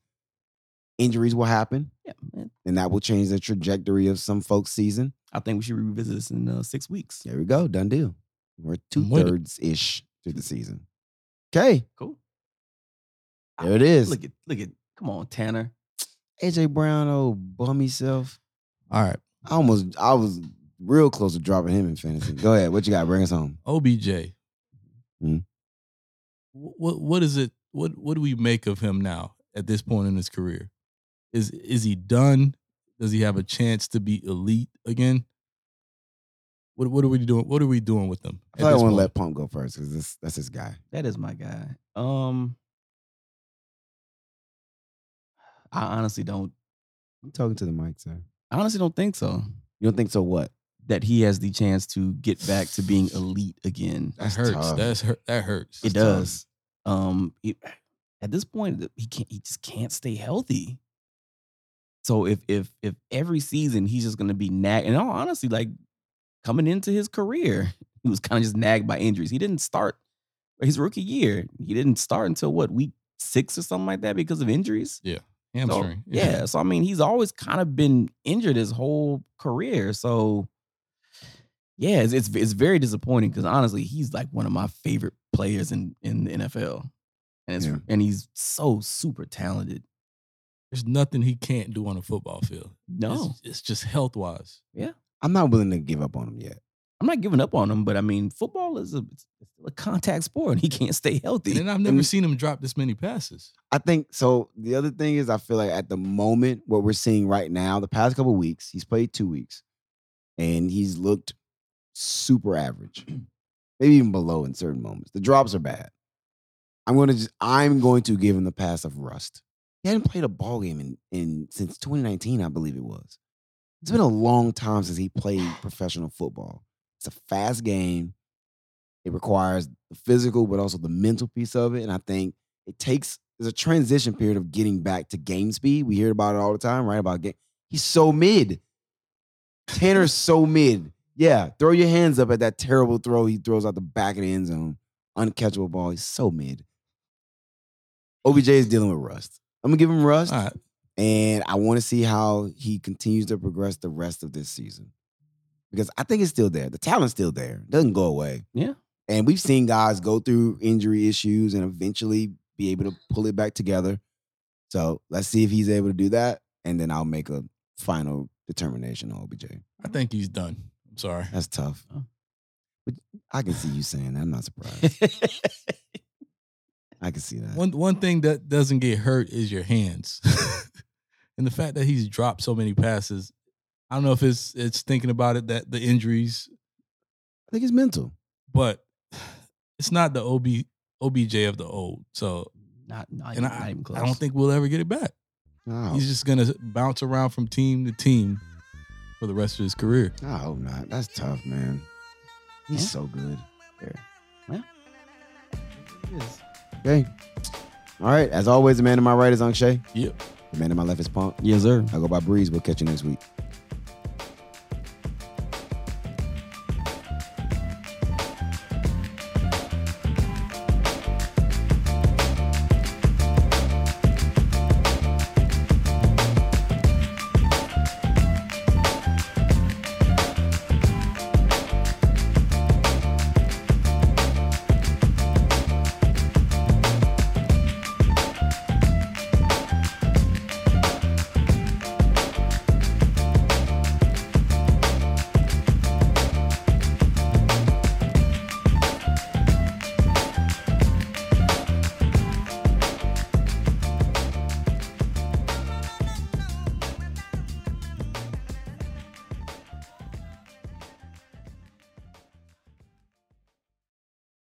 S1: Injuries will happen.
S3: Yeah, man.
S1: and that will change the trajectory of some folks' season.
S3: I think we should revisit this in uh, six weeks.
S1: There we go, done deal. We're two
S2: I'm with it.
S1: thirds ish through the season. Okay,
S3: Cool.
S1: there it is.
S3: Look at look at. Come on, Tanner.
S1: AJ Brown, old bummy self.
S2: All right.
S1: I almost, I was real close to dropping him in fantasy. Go ahead. What you got? Bring us home.
S2: OBJ.
S1: Hmm.
S2: What what is it? What what do we make of him now at this point in his career? Is is he done? Does he have a chance to be elite again? What what are we doing? What are we doing with him?
S1: I thought I
S2: this
S1: want to
S2: point?
S1: let Pump go first because that's his guy.
S3: That is my guy. Um, I honestly don't.
S1: I'm talking to the mic, sir.
S3: I honestly don't think so.
S1: You don't think so? What?
S3: That he has the chance to get back to being elite again.
S2: that hurts.
S1: tough.
S2: That's hurt. That hurts.
S3: it does. Um, it- at this point, th- he can't. He just can't stay healthy. So if if if every season he's just gonna be nagged, and all honestly, like coming into his career, he was kind of just nagged by injuries. He didn't start his rookie year. He didn't start until what week six or something like that because of injuries. So,
S2: Hamstring.
S3: yeah. So I mean, he's always kind of been injured his whole career. So yeah, it's it's, it's very disappointing because honestly, he's like one of my favorite players in in the NFL, and it's,
S1: Yeah.
S3: and he's so super talented.
S2: There's nothing he can't do on a football field.
S3: No,
S2: It's, it's just health wise.
S1: I'm not willing to give up on him yet.
S3: I'm not giving up on him, but I mean, football is a it's still a contact sport, and he can't stay healthy.
S2: And I've never
S1: and-
S2: seen him drop this many passes.
S1: I think so. The other thing is, I feel like at the moment, what we're seeing right now, the past couple weeks, he's played two weeks, and he's looked super average, maybe even below in certain moments. The drops are bad. I'm gonna just, I'm going to give him the pass of rust. He hadn't played a ball game in, in since 2019, I believe it was. It's been a long time since he played professional football. It's a fast game. It requires the physical, but also the mental piece of it. And I think it takes there's a transition period of getting back to game speed. We hear about it all the time, right? About game. He's so mid. Tanner's so mid. Yeah, throw your hands up at that terrible throw he throws out the back of the end zone. Uncatchable ball. He's so mid. OBJ is dealing with rust. I'm gonna give him rust.
S2: All right.
S1: And I want to see how he continues to progress the rest of this season. Because I think it's still there. The talent's still there. It doesn't go away.
S3: Yeah.
S1: And we've seen guys go through injury issues and eventually be able to pull it back together. So let's see if he's able to do that. And then I'll make a final determination on OBJ.
S2: I think he's done. I'm sorry.
S1: That's tough.
S3: Oh.
S1: But I can see you saying that. I'm not surprised. I can see that.
S2: One one thing that doesn't get hurt is your hands. and the fact that he's dropped so many passes, I don't know if it's it's thinking about it that the injuries,
S1: I think it's mental.
S2: but it's not the OB OBJ of the old. So
S3: not not,
S2: and
S3: not
S2: I,
S3: even close.
S2: I don't think we'll ever get it back.
S1: I hope,
S2: He's just gonna bounce around from team to team for the rest of his career.
S1: I hope not. That's tough, man. He's
S3: Yeah.
S1: so good.
S3: It is.
S1: Okay. All right. As always, the man to my right is Angshay.
S2: Yep.
S1: The man to my left is Punk.
S3: Yes, sir.
S1: I go by Breeze. We'll catch you next week.